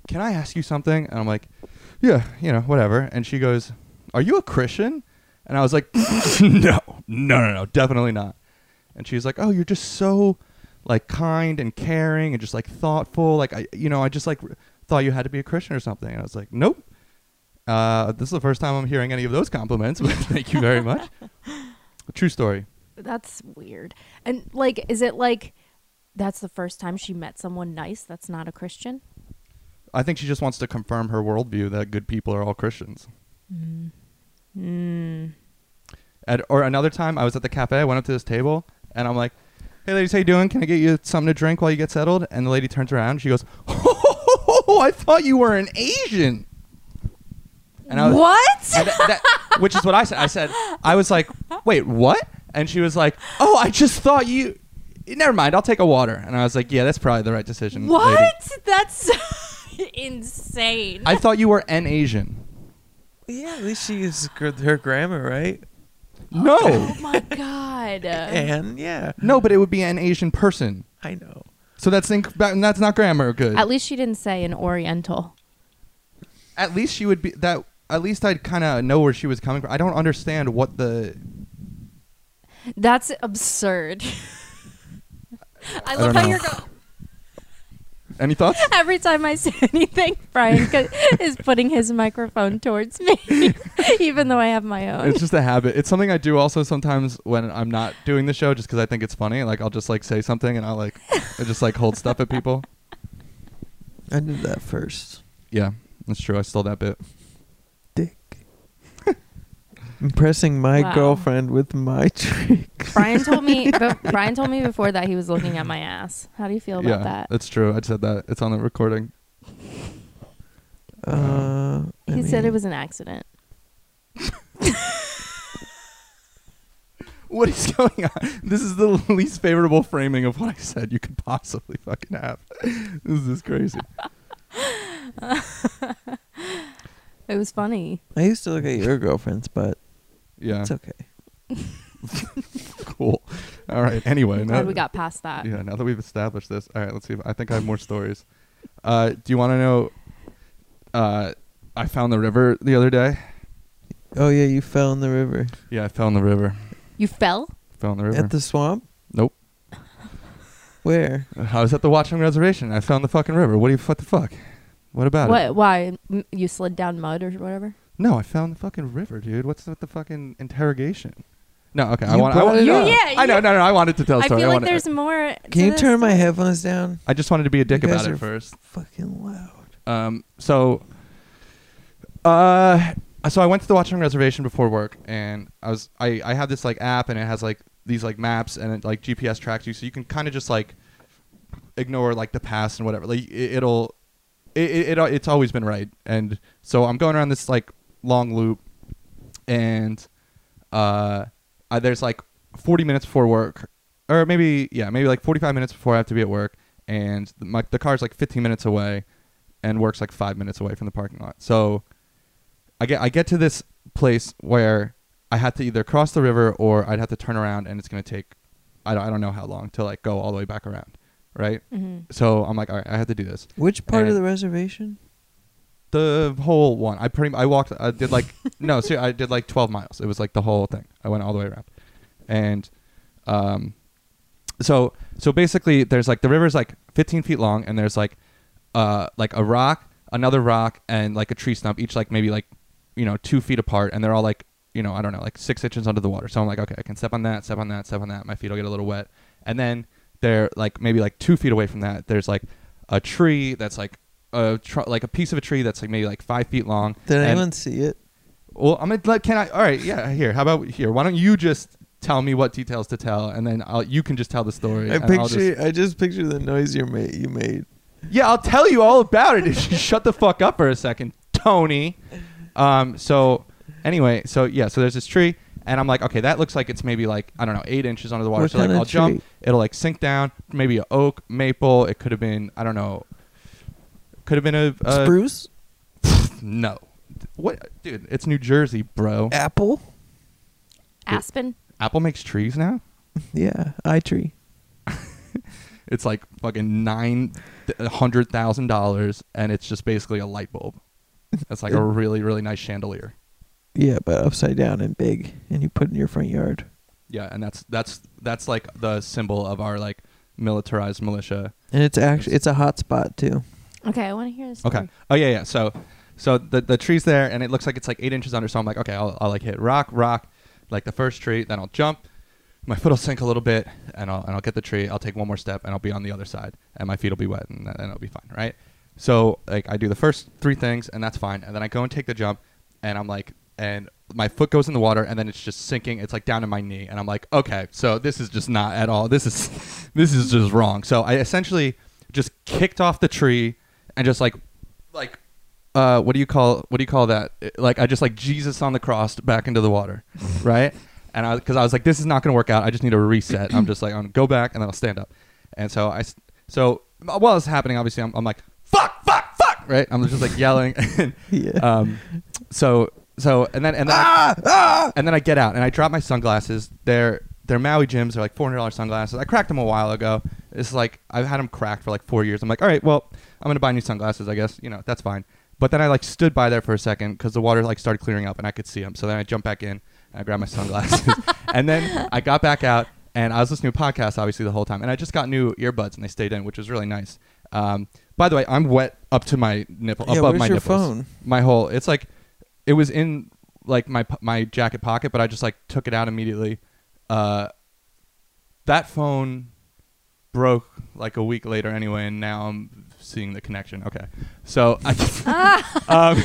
A: "Can I ask you something?" And I'm like, "Yeah, you know, whatever." And she goes, "Are you a Christian?" And I was like, "No. No, no, no, definitely not." And she's like, "Oh, you're just so like kind and caring and just like thoughtful. Like I, you know, I just like r- thought you had to be a Christian or something." And I was like, "Nope." Uh, this is the first time I'm hearing any of those compliments, but thank you very much. True story.
D: That's weird. And like, is it like that's the first time she met someone nice that's not a Christian?
A: I think she just wants to confirm her worldview that good people are all Christians.
D: Mm.
A: At, or another time, I was at the cafe. I went up to this table, and I'm like, "Hey, ladies, how you doing? Can I get you something to drink while you get settled?" And the lady turns around. And she goes, "Oh, I thought you were an Asian." And I was,
D: what?
A: and that- that- which is what I said. I said I was like, "Wait, what?" And she was like, "Oh, I just thought you." Never mind. I'll take a water. And I was like, "Yeah, that's probably the right decision."
D: what?
A: lady."
D: That's insane.
A: I thought you were an Asian.
C: Yeah, at least she used gr- her grammar right.
A: No,
D: oh my god.
C: and yeah,
A: Uh-huh. no, but it would be an Asian person.
C: I know.
A: So that's inc- that's not grammar good.
D: At least she didn't say an Oriental.
A: at least she would be that at least i'd kind of know where she was coming from i don't understand what the
D: That's absurd. I love
A: don't
D: how
A: know.
D: you're going.
A: any thoughts
D: Every time I say anything, Brian co- is putting his microphone towards me, even though I have my own.
A: it's just a habit it's something i do also sometimes when i'm not doing the show just because i think it's funny like i'll just like say something and i'll like I just like hold stuff at people
C: I did that first.
A: yeah that's true i stole that bit
C: Dick. Impressing my
D: Wow.
C: girlfriend with my tricks.
D: Brian told me, but Brian told me before that he was looking at my ass. How do you feel about
A: yeah
D: that?
A: that's true i said that it's on the recording
C: Uh,
D: He said it was an accident.
A: what is going on this is the least favorable framing of what i said you could possibly fucking have this is crazy
D: It was funny.
C: I used to look at your girlfriend's butt.
A: yeah
C: It's okay.
A: cool all right anyway
D: Glad
A: now-
D: we got past that.
A: Yeah, now that we've established this, all right, let's see. If, I think I have more stories. Uh, do you want to know? Uh, I found the river the other day.
C: Oh yeah, you fell in the river
A: Yeah, I fell in the river.
D: You fell?
A: Fell in the river.
C: at the swamp.
A: nope.
C: Where?
A: I was at the Watchung Reservation. I found the fucking river. What do you what the fuck? What about it?
D: What? Why? M- You slid down mud or whatever?
A: No, I found the fucking river, dude. What's with the fucking interrogation? No, okay. I
C: You
A: want. I
C: brought
A: want
C: it You- up.
D: yeah,
A: I know.
D: you-
A: No, no. I uh, wanted to tell a
D: I
A: story.
D: feel like
A: wanted-
D: there's more.
C: Can you turn my headphones down?
A: I just wanted to be a dick
C: You guys
A: about it
C: are-
A: first.
C: Fucking loud.
A: Um, so, uh, so I went to the Watchung Reservation before work, and I was I I have this like app, and it has like these like maps, and it like GPS tracks you, so you can kind of just like ignore like the past and whatever. Like it, it'll it, it it it's always been right, and so I'm going around this like long loop, and uh, I, there's like 40 minutes before work, or maybe yeah, maybe like 45 minutes before I have to be at work, and the, my, the car's like 15 minutes away, and work's like five minutes away from the parking lot. So I get I get to this place where I had to either cross the river or I'd have to turn around, and it's gonna take I don't, I don't know how long to like go all the way back around, right?
D: Mhm.
A: So I'm like, all right, I have to do this.
C: Hmm. Which part of
A: And-
C: the reservation?
A: The whole one. I pretty. I walked. I did like no. See, I did like twelve miles. It was like the whole thing. I went all the way around, and um, so so basically, there's like the river's like fifteen feet long, and there's like uh like a rock, another rock, and like a tree stump, each like maybe like you know two feet apart, and they're all like you know I don't know like six inches under the water. So I'm like, okay, I can step on that, step on that, step on that. My feet will get a little wet, and then they're like maybe like two feet away from that. There's like a tree that's like a tr- like a piece of a tree that's like maybe like five feet long.
C: Did
A: and-
C: anyone see it?
A: well, I'm gonna let. Can I? All right. Yeah. Here. How about here? Why don't you just tell me what details to tell, and then I'll, you can just tell the story.
C: I
A: and I'll
C: picture. I just picture the noise you made. You made.
A: just- yeah, I'll tell you all about it if you shut the fuck up for a second, Tony. Um. So, anyway. So yeah. So there's this tree, and I'm like, okay, that looks like it's maybe like I don't know, eight inches under the water.
C: What
A: so like,
C: kinda
A: I'll jump.
C: tree?
A: It'll like sink down. Maybe a oak, maple. It could have been I don't know. Could have been a, a
C: Spruce,
A: No. What, dude? It's New Jersey, bro.
C: apple.
D: Aspen.
A: Apple makes trees now.
C: Yeah, eye tree.
A: It's like fucking nine hundred thousand dollars, and it's just basically a light bulb. That's like a really really nice chandelier.
C: Yeah, but upside down and big, and you put it in your front yard.
A: Yeah, and that's that's that's like the symbol of our like militarized militia.
C: And it's actually it's a hot spot too.
D: Okay, I want to hear this.
A: Okay.
D: story.
A: Oh yeah yeah. So so the the tree's there, and it looks like it's like eight inches under. So I'm like, okay, I'll, I'll like hit rock rock, like the first tree, then I'll jump. My foot will sink a little bit, and I'll and I'll get the tree. I'll take one more step, and I'll be on the other side, and my feet will be wet, and then and I'll be fine, right? So like I do the first three things, and that's fine, and then I go and take the jump, and I'm like, and my foot goes in the water, and then it's just sinking. It's like down to my knee, and I'm like, okay, so this is just not at all. This is this is just wrong. So I essentially just kicked off the tree and just like like uh, what do you call what do you call that? It- Like I just like Jesus on the cross back into the water, right? And I because I was like, this is not going to work out. I just need a reset. I'm just like, I'm gonna go back and then I'll stand up. And so I s- so while it's happening, obviously I'm, I'm like, fuck, fuck, fuck, right? I'm just like yelling. and,
C: Yeah.
A: Um, so so and then and then
C: ah, ah!
A: and then I get out and I drop my sunglasses. They're they're Maui Jims. They're like four hundred dollars sunglasses. I cracked them a while ago. It's like I've had them cracked for like four years. I'm like, all right, well, I'm gonna buy new sunglasses. I guess you know that's fine. But then I like stood by there for a second because the water like started clearing up and I could see them. So then I jumped back in and I grabbed my sunglasses and then I got back out and I was listening to podcasts obviously the whole time and I just got new earbuds and they stayed in, which was really nice. Um, by the way, I'm wet up to my nipple,
C: Yeah,
A: above
C: where's
A: my
C: your
A: nipples
C: phone?
A: my whole it's like it was in like my po- my jacket pocket but i just like took it out immediately uh that phone broke like a week later anyway and now i'm seeing the connection okay so i um,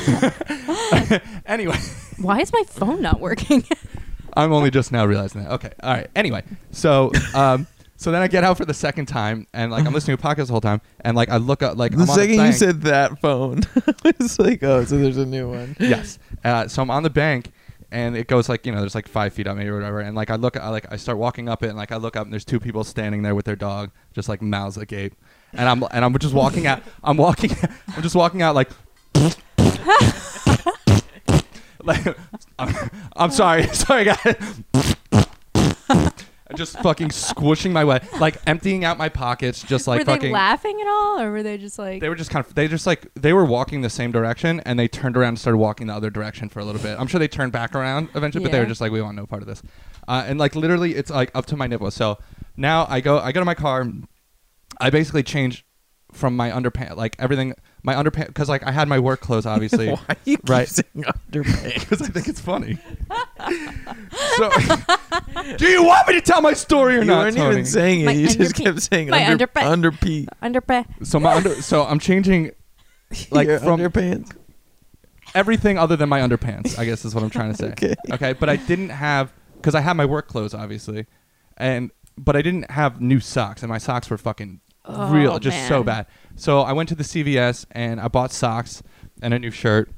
A: anyway
D: Why is my phone not working?
A: I'm only just now realizing that. Okay. All right. Anyway, so um, so then I get out for the second time, and like I'm listening to podcasts the whole time, and like I look up, like
C: The
A: I'm on
C: second you
A: thing.
C: said that phone, it's like oh, so there's a new one.
A: yes. Uh, so I'm on the bank, and it goes like you know, there's like five feet up maybe or whatever, and like I look, I like I start walking up it, and like I look up, and there's two people standing there with their dog, just like mouths agape, and I'm and I'm just walking out, I'm walking, I'm just walking out like. like I'm, I'm sorry sorry guys just fucking squishing my way like emptying out my pockets just like
D: were
A: fucking
D: they laughing at all, or were they just like?
A: they were just kind of they just like they were walking the same direction and they turned around and started walking the other direction for a little bit i'm sure they turned back around eventually but they were
D: Yeah.
A: just like we want no part of this uh, and like literally it's like up to my nipples so now i go i go to my car i basically change from my underpants like everything my underpants because like i had my work clothes obviously
C: Why you keep
A: Right.
C: saying underpants?
A: because i think it's funny so do you want me to tell my story or
C: You
A: not
C: weren't
A: Tony?
C: even saying it.
D: My
C: you just
D: underpee.
C: kept saying
D: My
C: under
D: underpa-
C: underpee.
D: underpa-
A: so my under so i'm changing Like,
C: Your
A: from-
C: underpants.
A: everything other than my underpants. I guess is what I'm trying to say.
C: Okay.
A: but I didn't have because I had my work clothes obviously, and but I didn't have new socks, and my socks were fucking
D: Oh,
A: real, just so
D: man.
A: bad. So I went to the CVS and I bought socks and a new shirt.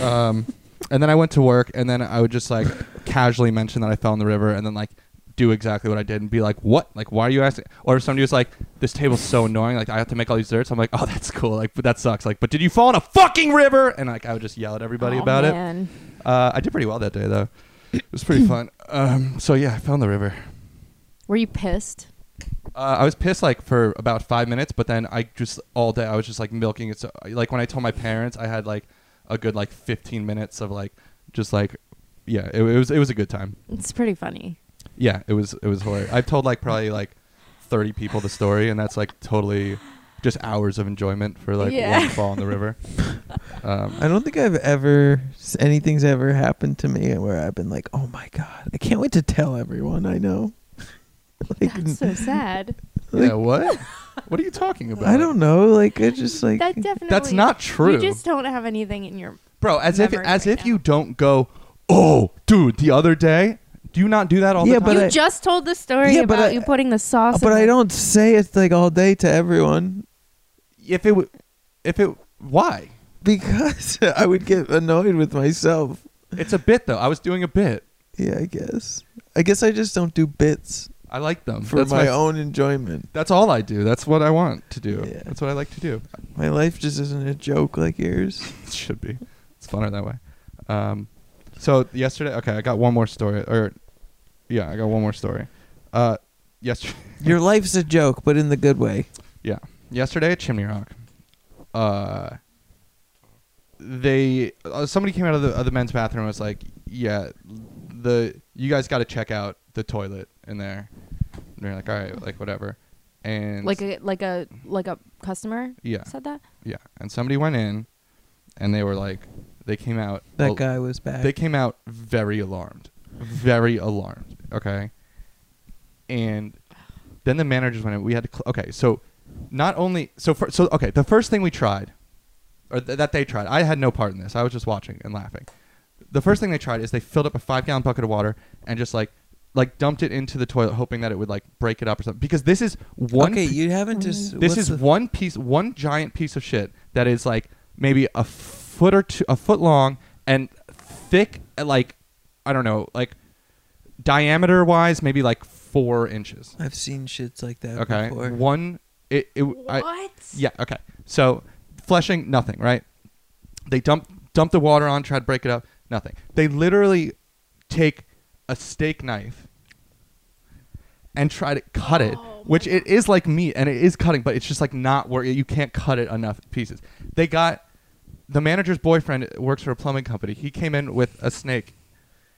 A: Um, and then I went to work, and then I would just like casually mention that I fell in the river, and then like do exactly what I did and be like, "What? Like, why are you asking?" Or if somebody was like, "This table's so annoying. Like, I have to make all these desserts." I'm like, "Oh, that's cool. Like, but that sucks. Like, but did you fall in a fucking river?" And like, I would just yell at everybody
D: Aw,
A: about it.
D: Oh, man.
A: Uh, I did pretty well that day though. It was pretty fun. Um, so yeah, I fell in the river.
D: Were you pissed?
A: Uh, I was pissed like for about five minutes, but then I just all day I was just like milking it. So like when I told my parents, I had like a good like 15 minutes of like just like yeah, it, it was it was a good time.
D: It's pretty funny.
A: Yeah, it was it was horrible. I've told like probably like 30 people the story, and that's like totally just hours of enjoyment for like
D: Yeah.
A: one fall in the river. Um,
C: I don't think I've ever s- anything's ever happened to me where I've been like, "Oh my god, I can't wait to tell everyone I know." like,
D: That's so sad.
A: yeah, what? What are you talking about?
C: I don't know. Like, I just like
D: That definitely.
A: That's not true.
D: You just don't have anything in your.
A: bro as if
D: memory
A: as
D: right
A: if
D: now.
A: you don't go oh dude the other day do you not do that all
C: Yeah,
A: the
C: But
A: time
D: you
C: I-
D: just told the story
C: Yeah, but
D: about
C: I-
D: you putting the sauce.
C: uh, but
D: in
C: I
D: the-
C: don't say it like all day to everyone
A: if it w- if it why
C: because I would get annoyed with myself.
A: it's a bit though i was doing a bit
C: Yeah, I guess. I guess I just don't do bits
A: i like them
C: for
A: that's
C: Mm, my own enjoyment.
A: that's all i do that's what i want to do
C: Yeah.
A: that's what i like to do
C: My life just isn't a joke like yours.
A: it should be it's funner that way um so yesterday okay i got one more story or yeah i got one more story uh yesterday
C: Your life's a joke, but in the good way.
A: Yeah. Yesterday at Chimney Rock, uh, they uh, somebody came out of the, of the men's bathroom and was like, "Yeah, the you guys got to check out the toilet in there." And they're like, "All right, like whatever." And
D: Like a like a like a customer
A: yeah,
D: said that.
A: yeah. And somebody went in, and they were like, they came out.
C: That
A: al-
C: guy was back.
A: They came out very alarmed, very alarmed. Okay, and then the managers went in. We had to cl- okay. So not only so fir- so okay. The first thing we tried, or th- that they tried, I had no part in this. I was just watching and laughing. The first thing they tried is they filled up a five gallon bucket of water and just like like dumped it into the toilet, hoping that it would like break it up or something. Because this is one.
C: okay,
A: pi-
C: you haven't just.
A: this
C: what's
A: is
C: the-
A: one piece, one giant piece of shit that is like maybe a foot or two, a foot long and thick, uh, like I don't know, like diameter wise, maybe like four inches.
C: I've seen shits like that
A: Okay,
C: before.
A: one. It. it I-
D: what?
A: yeah. Okay. So Flushing, nothing. Right. They dump dump the water on, try to break it up, nothing. They literally take a steak knife and try to cut it,
D: Oh
A: which
D: my
A: it is like meat and it is cutting, but it's just like not where you can't cut it enough pieces. They got the manager's boyfriend works for a plumbing company. He came in with a snake.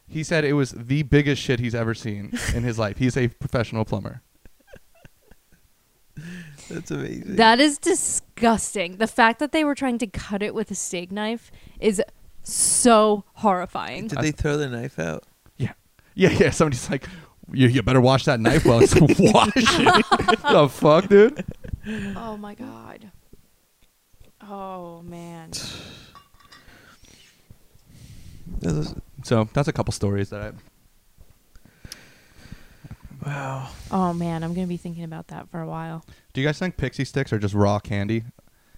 A: He said it was the biggest shit he's ever seen in his life. He's a professional plumber.
C: That's amazing.
D: That is disgusting. The fact that they were trying to cut it with a steak knife is so horrifying.
C: Did they throw the knife out?
A: Yeah. Yeah, yeah. Somebody's like, you, you better wash that knife well. It's like, wash it. the fuck, dude?
D: Oh my god. Oh man.
C: That was-
A: So that's a couple stories that I.
C: wow.
D: Oh man, I'm gonna be thinking about that for a while.
A: Do you guys think pixie sticks are just raw candy?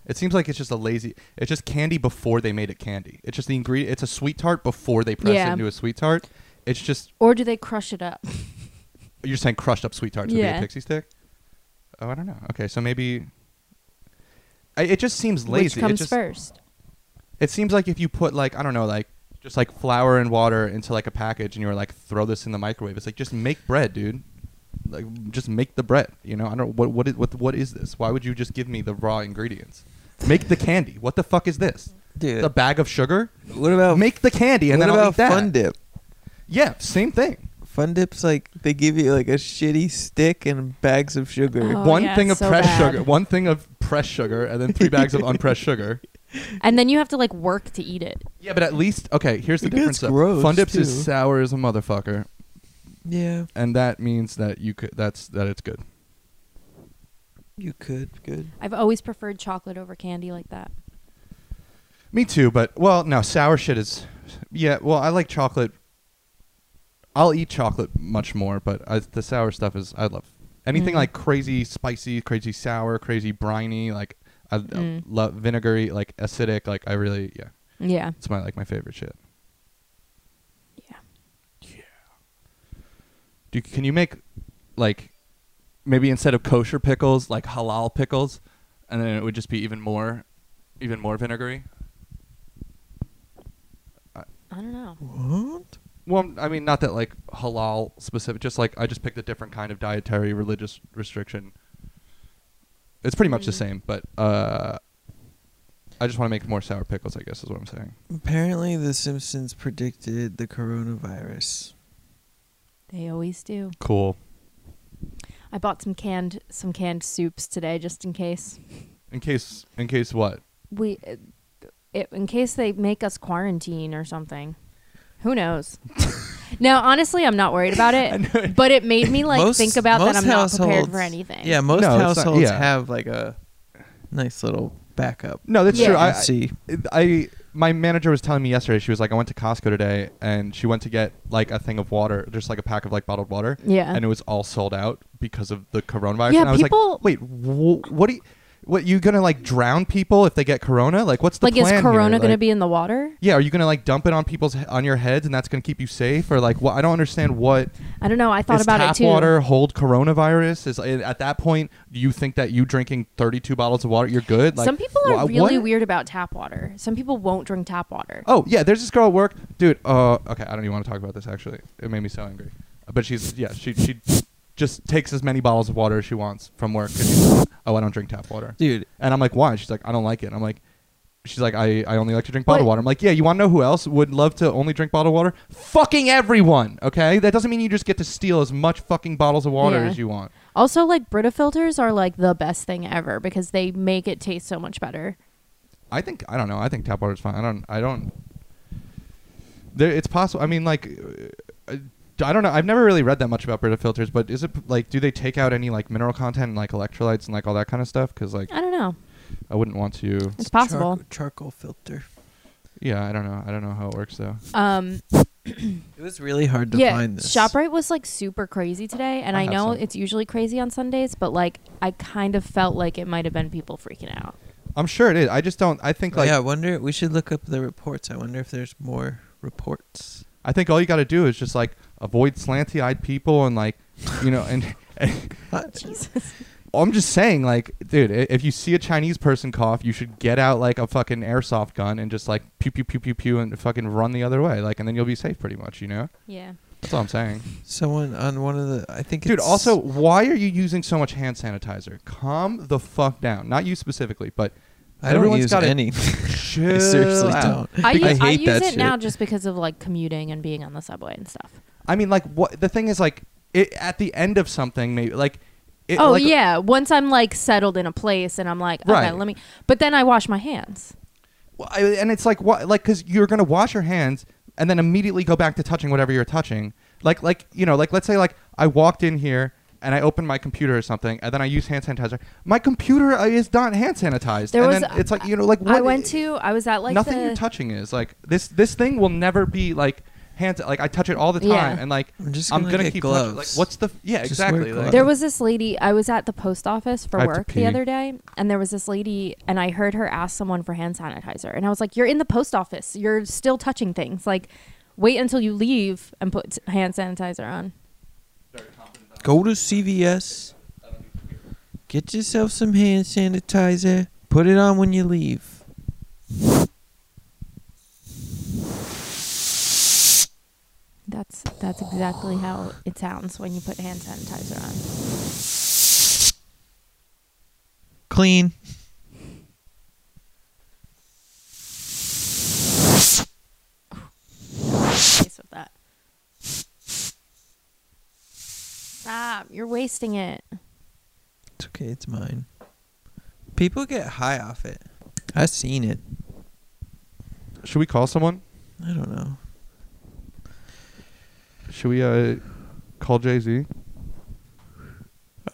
A: It seems like it's just a lazy. It's just candy before they made it candy. It's just the ingredient. It's a sweet tart before they press
D: Yeah.
A: it into a sweet tart. It's just
D: Or do they crush it up?
A: you're saying crushed up sweet tarts would be
D: Yeah.
A: a pixie stick. Oh, I don't know. Okay, so maybe. I, it just seems lazy.
D: Which
A: It
D: comes
A: just-
D: first?
A: It seems like if you put like I don't know like just like flour and water into like a package and you were like throw this in the microwave. It's like just make bread, dude. Like just make the bread. You know I don't what what is what what is this? Why would you just give me the raw ingredients? Make the candy. What the fuck is this?
C: Dude.
A: A bag of sugar?
C: what about
A: Make the candy and
C: what
A: then
C: about
A: I'll eat that.
C: fun dip?
A: Yeah, same thing.
C: Fun dip's like they give you like a shitty stick and bags of sugar.
D: Oh,
A: One
D: yeah,
A: thing
D: it's
A: of
D: so
A: pressed
D: bad.
A: sugar, one thing of pressed sugar, and then three bags of unpressed sugar.
D: And then you have to like work to eat it.
A: Yeah, but at least okay. Here's the
C: It
A: difference.
C: gets
A: though.
C: gross,
A: fun dips
C: too.
A: is sour as a motherfucker,
C: Yeah,
A: and that means that you could. That's that it's good.
C: you could. Good.
D: I've always preferred chocolate over candy like that.
A: Me too, but well, no, sour shit is yeah, well, I like chocolate. I'll eat chocolate much more, but I, the sour stuff is I love. Anything
D: Mm.
A: like crazy spicy, crazy sour, crazy briny, like I,
D: Mm.
A: love vinegary, like acidic, like I really yeah.
D: Yeah.
A: It's my like my favorite shit.
D: Yeah.
A: do, can you make like maybe instead of kosher pickles, like halal pickles, and then it would just be even more, even more vinegary?
D: I don't know.
C: What?
A: Well, I'm- I mean, not that like halal specific, just like I just picked a different kind of dietary religious restriction. It's pretty much the
D: Mm.
A: same, but uh, I just want to make more sour pickles. I guess is what I'm saying.
C: Apparently, The Simpsons predicted the coronavirus.
D: They always do.
A: Cool.
D: I bought some canned some canned soups today just in case.
A: In case, in case what?
D: We it, in case they make us quarantine or something. Who knows? now, honestly, I'm not worried about it, but it made me like
C: Most-
D: think about that
C: most
D: I'm not prepared for
C: households-
D: anything.
C: Yeah, most
A: No, it's not-
C: households
A: yeah.
C: have like a nice little backup.
A: No, that's
D: Yeah.
A: true. I,
C: I see.
A: I, I- my manager was telling me yesterday. She was like, I went to Costco today, and she went to get like a thing of water, just like a pack of like bottled water.
D: Yeah.
A: And it was all sold out because of the coronavirus.
D: Yeah,
A: and I was
D: people-
A: like, wait, wh- what? Are you, what you gonna like drown people if they get corona? Like, what's the
D: like, is
A: plan here?
D: Corona going to
A: Like,
D: be in the water?
A: Yeah, are you gonna like dump it on people's he- on your heads, and that's gonna keep you safe, or like what? I don't understand what
D: I don't know. I thought
A: is
D: about
A: tap
D: it too.
A: water hold coronavirus? Is eh, at that point do you think that you drinking thirty two bottles of water you're good? Like,
D: Some people are
A: wha-
D: really
A: what?
D: weird about tap water. Some people won't drink tap water.
A: Oh yeah, there's this girl at work, dude. Uh, okay, I don't even want to talk about this. Actually, it made me so angry. Uh, But she's yeah, she she just takes as many bottles of water as she wants from work. 'cause she's like, oh, I don't drink tap water,
C: Dude,
A: And I'm like, why? And she's like, I don't like it. And I'm like, she's like, I I only like to drink bottled
D: What-
A: water. I'm like, yeah, you want to know who else would love to only drink bottled water? Fucking everyone. Okay, that doesn't mean you just get to steal as much fucking bottles of water
D: Yeah.
A: as you want.
D: Also, like Brita filters are like the best thing ever because they make it taste so much better.
A: I think I don't know. I think tap water is fine. I don't. I don't. There, it's possible. I mean, like, uh, I don't know. I've never really read that much about Brita filters, but is it p- like, do they take out any like mineral content and like electrolytes and like all that kind of stuff? Because like,
D: I don't know.
A: I wouldn't want to.
D: It's possible.
C: Charcoal, charcoal filter.
A: Yeah, I don't know. I don't know how it works though.
D: Um,
C: It was really hard to
D: yeah,
C: find this.
D: Shoprite was like super crazy today, and
A: I
D: I,
A: have
D: know
A: some.
D: it's usually crazy on Sundays, but like I kind of felt like it might have been people freaking out.
A: I'm sure it is. I just don't. I think like,
C: yeah, I wonder. We should look up the reports. I wonder if there's more reports.
A: I think all you got to do is just like avoid slanty-eyed people and like, you know, and. and
D: Jesus,
A: I'm just saying, like, dude, i- if you see a Chinese person cough, you should get out like a fucking airsoft gun and just like pew pew pew pew pew and fucking run the other way, like, and then you'll be safe pretty much, you know.
D: yeah.
A: That's all I'm saying,
C: Someone on one of the. I think.
A: dude.
C: it's-
A: Also, why are you using so much hand sanitizer? Calm the fuck down. Not you specifically, but
C: I don't
A: everyone's
C: use
A: gotta
C: any.
A: chill
C: I seriously
A: out.
C: don't.
D: I, u-
C: I
D: I
C: hate
D: use
C: that
D: it
C: shit.
D: now just because of like commuting and being on the subway and stuff.
A: I mean, like, what the thing is, like, it, at the end of something, maybe like, it,
D: oh
A: like,
D: yeah, once I'm like settled in a place and I'm like, okay,
A: Right.
D: let me. But then I wash my hands.
A: Well, I, and it's like what, like, because you're gonna wash your hands and then immediately go back to touching whatever you're touching. Like, like you know, like let's say like I walked in here and I opened my computer or something, and then I use hand sanitizer. My computer uh, is not hand sanitized.
D: There
A: and
D: was
A: then
D: a-
A: it's like you know, like what
D: I went to. I was at like
A: nothing
D: the,
A: you're touching is like this. This thing will never be like hand. Like I touch it all the time,
D: Yeah.
A: and like
C: I'm just
A: I'm
C: gonna
A: gonna
C: get
A: keep Touching. Like
C: gloves.
A: what's the yeah
C: Just wear
A: exactly? Like,
D: There was this lady. I was at the post office
A: I
D: for
A: have to
D: work
A: pee.
D: the other day, and there was this lady, and I heard her ask someone for hand sanitizer, and I was like, "You're in the post office. You're still touching things. Like, wait until you leave and put s- hand sanitizer on."
C: Go to CVS. Get yourself some hand sanitizer. Put it on when you leave.
D: That's that's exactly how it sounds when you put hand sanitizer on.
C: Clean.
D: Face of that. Stop! You're wasting it.
C: It's okay. It's mine. People get high off it. I've seen it.
A: Should we call someone?
C: I don't know.
A: Should we uh call Jay Z?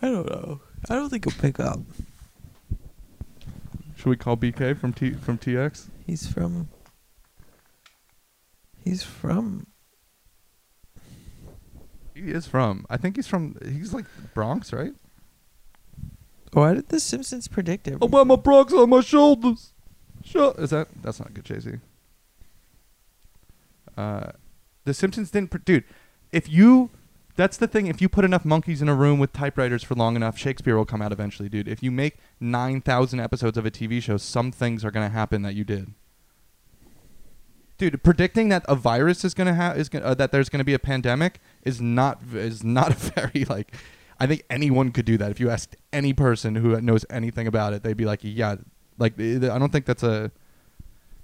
C: I don't know. I don't think he'll pick up.
A: Should we call BK from T from TX?
C: He's from. He's from.
A: He is from. I think he's from. He's like Bronx, right?
C: Why did The Simpsons predict it?
A: got my Bronx on my shoulders. Shut. Is that? That's not good, Jay Z. Uh, the Simpsons didn't. Pr- Dude, if you, That's the thing. If you put enough monkeys in a room with typewriters for long enough, Shakespeare will come out eventually, dude. If you make 9,000 episodes of a TV show, some things are going to happen that you did. Dude, predicting that a virus is going to have is gonna, uh, that there's going to be a pandemic is not is not very like I think anyone could do that. If you asked any person who knows anything about it, they'd be like, "Yeah, like eh, I don't think that's a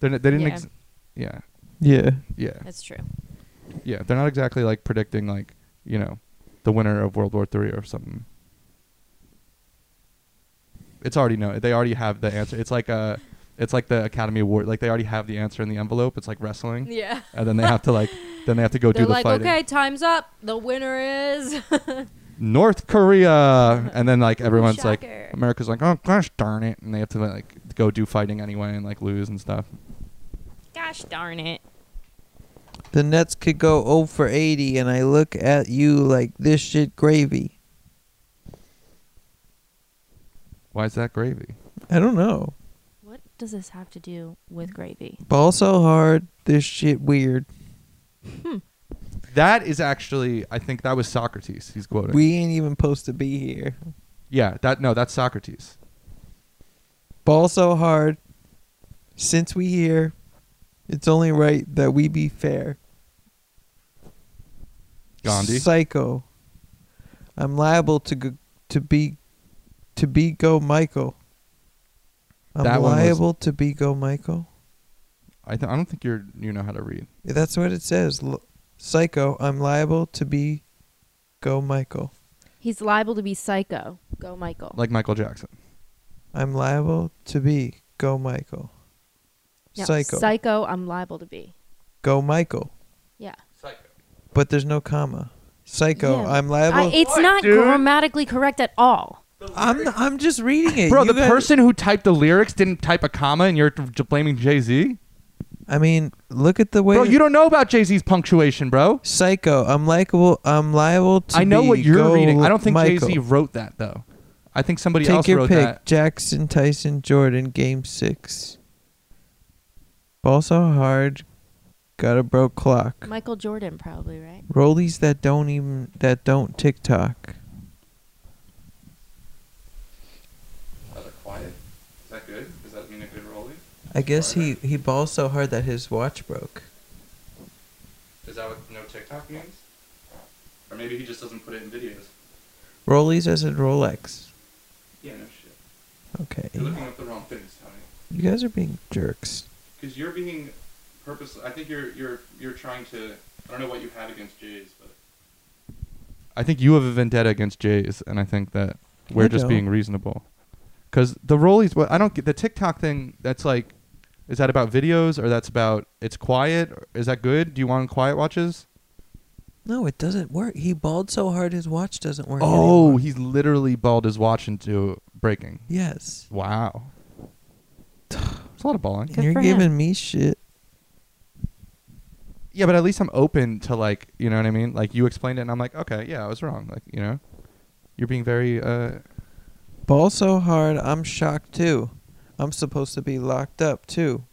A: they're, n- they didn't
D: Yeah.
A: ex- yeah.
C: Yeah.
A: Yeah.
D: That's true.
A: Yeah, they're not exactly like predicting like you know the winner of World War Three or something. It's already known. They already have the answer. It's like a, it's like the Academy Award. Like they already have the answer in the envelope. It's like wrestling,
D: Yeah.
A: and then they have to like, then they have to go
D: They're
A: do the
D: like,
A: fighting.
D: okay, time's up. The winner is.
A: North Korea, and then like everyone's like,
D: Shocker.
A: America's like, oh gosh darn it, and they have to like go do fighting anyway and like lose and stuff.
D: Gosh darn it.
C: The Nets could go 0 for 80, and I look at you like this shit gravy.
A: Why is that gravy?
C: I don't know.
D: What does this have to do with gravy?
C: Ball so hard, this shit weird.
A: That is actually, I think that was Socrates. He's quoting.
C: We ain't even supposed to be here.
A: yeah, that no, that's Socrates.
C: Ball so hard, since we here, it's only right that we be fair.
A: Gandhi.
C: Psycho. I'm liable to go, to be to be go Michael. I'm
A: That one was-
C: liable to be go Michael.
A: I, th- I don't think you're you know how to read.
C: Yeah, That's what it says. L- Psycho. I'm liable to be go Michael.
D: He's liable to be psycho. Go, Michael.
A: Like Michael Jackson.
C: I'm liable to be go Michael.
D: No,
C: Psycho.
D: Psycho, I'm liable to be.
C: go Michael.
D: Yeah.
C: But there's no comma. Psycho.
D: Yeah.
C: I'm
D: I,
C: liable.
D: it's not grammatically correct at all.
C: I'm I'm just reading it.
A: Bro,
C: You
A: the
C: guys-
A: person who typed the lyrics didn't type a comma and you're j- blaming Jay Z?
C: I mean, look at the way.
A: Bro, you don't know about Jay Z's punctuation, bro.
C: Psycho. I'm likable. I'm liable to.
A: I know
C: be
A: what you're
C: go
A: reading. I don't think Jay
C: Michael.
A: Z wrote that, though. I think somebody
C: Take
A: else
C: your
A: wrote
C: pick.
A: that.
C: Jackson, Tyson, Jordan, Game Six. Ball so hard, got a broke clock.
D: Michael Jordan, probably, right?
C: Rollies that don't even that don't tick tock.
A: Uh, quiet. Is that good? Does that mean a good rolling?
C: I guess he he balls so hard that his watch broke.
A: Is that what no TikTok means? Or maybe he just doesn't put it in videos.
C: Rollies as in Rolex.
A: Yeah, no shit.
C: Okay.
A: up the wrong things, Tony.
C: You guys are being jerks.
A: Because you're being purposely. I think you're you're you're trying to. I don't know what you have against Jays, but I think you have a vendetta against Jays, and I think that we're
C: I
A: just
C: don't.
A: being reasonable. Because the Rollies, what I don't get the TikTok thing. That's like, is that about videos or that's about it's quiet? Or Is that good? Do you want quiet watches?
C: No, it doesn't work. He balled so hard his watch doesn't work.
A: Oh,
C: anymore.
A: he's literally balled his watch into breaking.
C: yes.
A: Wow, it's a lot of balling.
D: Good
C: You're
D: for
C: giving
D: him.
C: me shit.
A: Yeah, but at least I'm open to like, you know what I mean? Like you explained it and I'm like, okay, yeah, I was wrong. Like, you know. You're being very uh
C: Ball so hard, I'm shocked too. I'm supposed to be locked up too.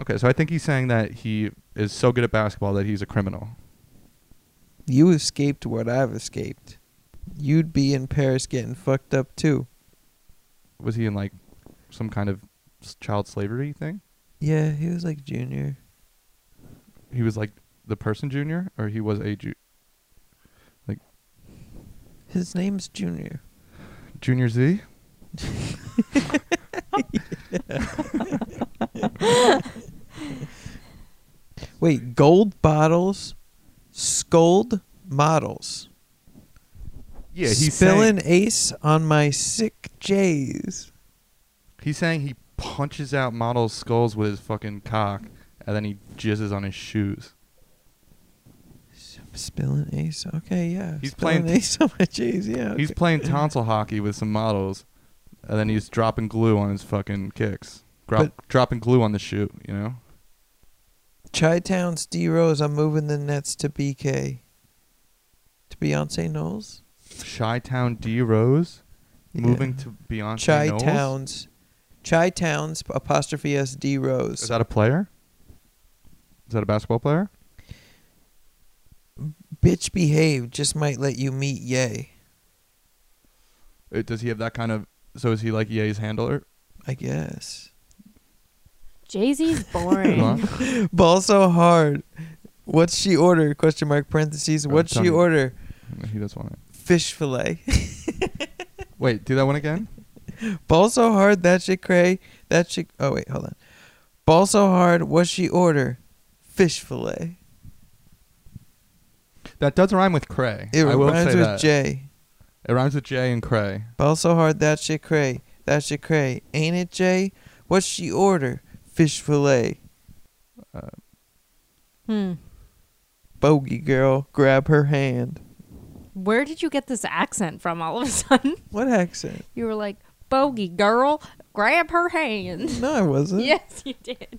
A: Okay, so I think he's saying that he is so good at basketball that he's a criminal.
C: You escaped what I've escaped. You'd be in Paris getting fucked up too.
A: Was he in like some kind of s- child slavery thing?
C: Yeah, he was like junior.
A: He was like the person junior or he was a ju-
C: His name's Junior.
A: junior Z?
C: Wait, gold bottles, scold models.
A: Yeah, he's
C: spilling
A: saying
C: ace on my sick J's.
A: he's saying he punches out models' skulls with his fucking cock and then he jizzes on his shoes.
C: Spilling ace. Okay, yeah.
A: He's
C: spilling
A: playing-
C: ace on my J's. Yeah.
A: He's
C: okay.
A: playing tonsil hockey with some models, and then he's dropping glue on his fucking kicks. Drop, dropping glue on the shoe, you know?
C: Chi Town's D Rose, I'm moving the Nets to BK. To Beyonce Knowles?
A: Chi Town D Rose moving
C: Yeah.
A: to Beyonce.
C: Chi
A: Knowles?
C: Towns. Chi Towns apostrophe S D
A: Is
C: Rose.
A: that a player? Is that a basketball player?
C: bitch behave just might let you meet Yay.
A: Uh, Does he have that kind of? So is he like Ye's handler?
C: I guess.
D: Jay Z's boring.
A: Huh?
C: Ball so hard. What's she order? Question mark parentheses.
A: Oh,
C: What's she
A: tongue.
C: order?
A: he does want it.
C: Fish fillet.
A: Wait, do that one again.
C: Ball so hard that shit cray. That shit. Oh wait, hold on. Ball so hard. What she order? Fish fillet.
A: That does rhyme with cray.
C: It
A: I will
C: rhymes
A: say
C: with
A: that.
C: J.
A: It rhymes with J and cray.
C: Ball so hard that shit cray. That shit cray. Ain't it Jay? What she order? Fish fillet.
D: hmm.
C: Bogey girl, grab her hand.
D: Where did you get this accent from all of a sudden?
C: What accent?
D: You were like, bogey girl, grab her hand.
C: No, I wasn't.
D: yes, you did.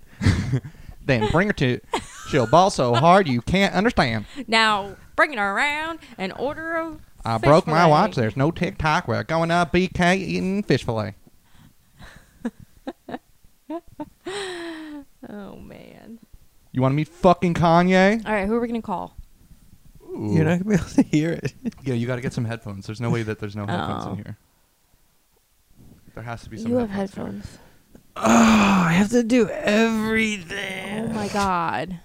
A: Then bring her to. She'll ball so hard you can't understand.
D: Now, bringing her around and order a.
A: I
D: fish
A: broke my
D: fillet.
A: watch. There's no TikTok. We're going up BK eating fish fillet.
D: Oh, man.
A: You want to meet fucking Kanye?
D: All right, who are we going to call?
C: You're not gonna be able to hear it.
A: Yeah, you got to get some headphones. There's no way that there's no headphones
D: Oh.
A: in here. There has to be some.
D: You have
A: headphones.
D: headphones.
C: Oh, I have to do everything.
D: Oh, my God.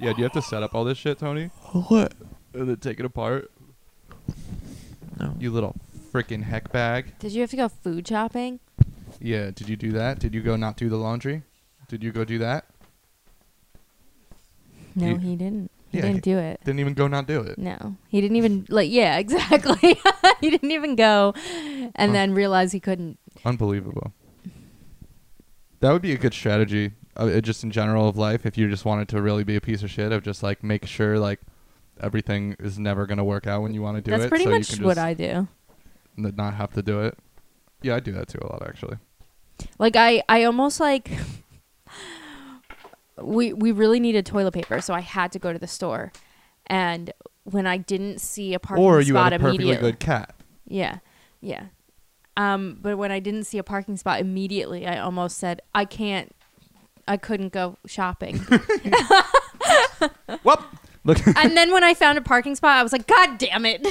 A: Yeah, do you have to set up all this shit, Tony?
C: What?
A: And then take it apart?
C: No.
A: You little freaking heck bag.
D: Did you have to go food shopping?
A: Yeah, did you do that? Did you go not do the laundry? Did you go do that?
D: No,
A: You-
D: he didn't. He
A: Yeah,
D: didn't do it.
A: Didn't even go not do it.
D: No, he didn't even like. Yeah, exactly. he didn't even go, and
A: Huh.
D: then realize he couldn't.
A: Unbelievable. That would be a good strategy, uh, uh, just in general of life. If you just wanted to really be a piece of shit, of just like make sure like everything is never gonna work out when you want to do
D: That's
A: it.
D: pretty
A: so you
D: much
A: can
D: what
A: just
D: I do.
A: n- not have to do it. Yeah, I do that too a lot actually.
D: Like I, I almost like. We we really needed toilet paper, so I had to go to the store, and when I didn't see a parking
A: Or you had
D: spot
A: a perfectly
D: immediately,
A: good cat.
D: yeah, yeah. Um, but when I didn't see a parking spot immediately, I almost said I can't, I couldn't go shopping.
A: Whoop! Look,
D: and then when I found a parking spot, I was like, God damn it!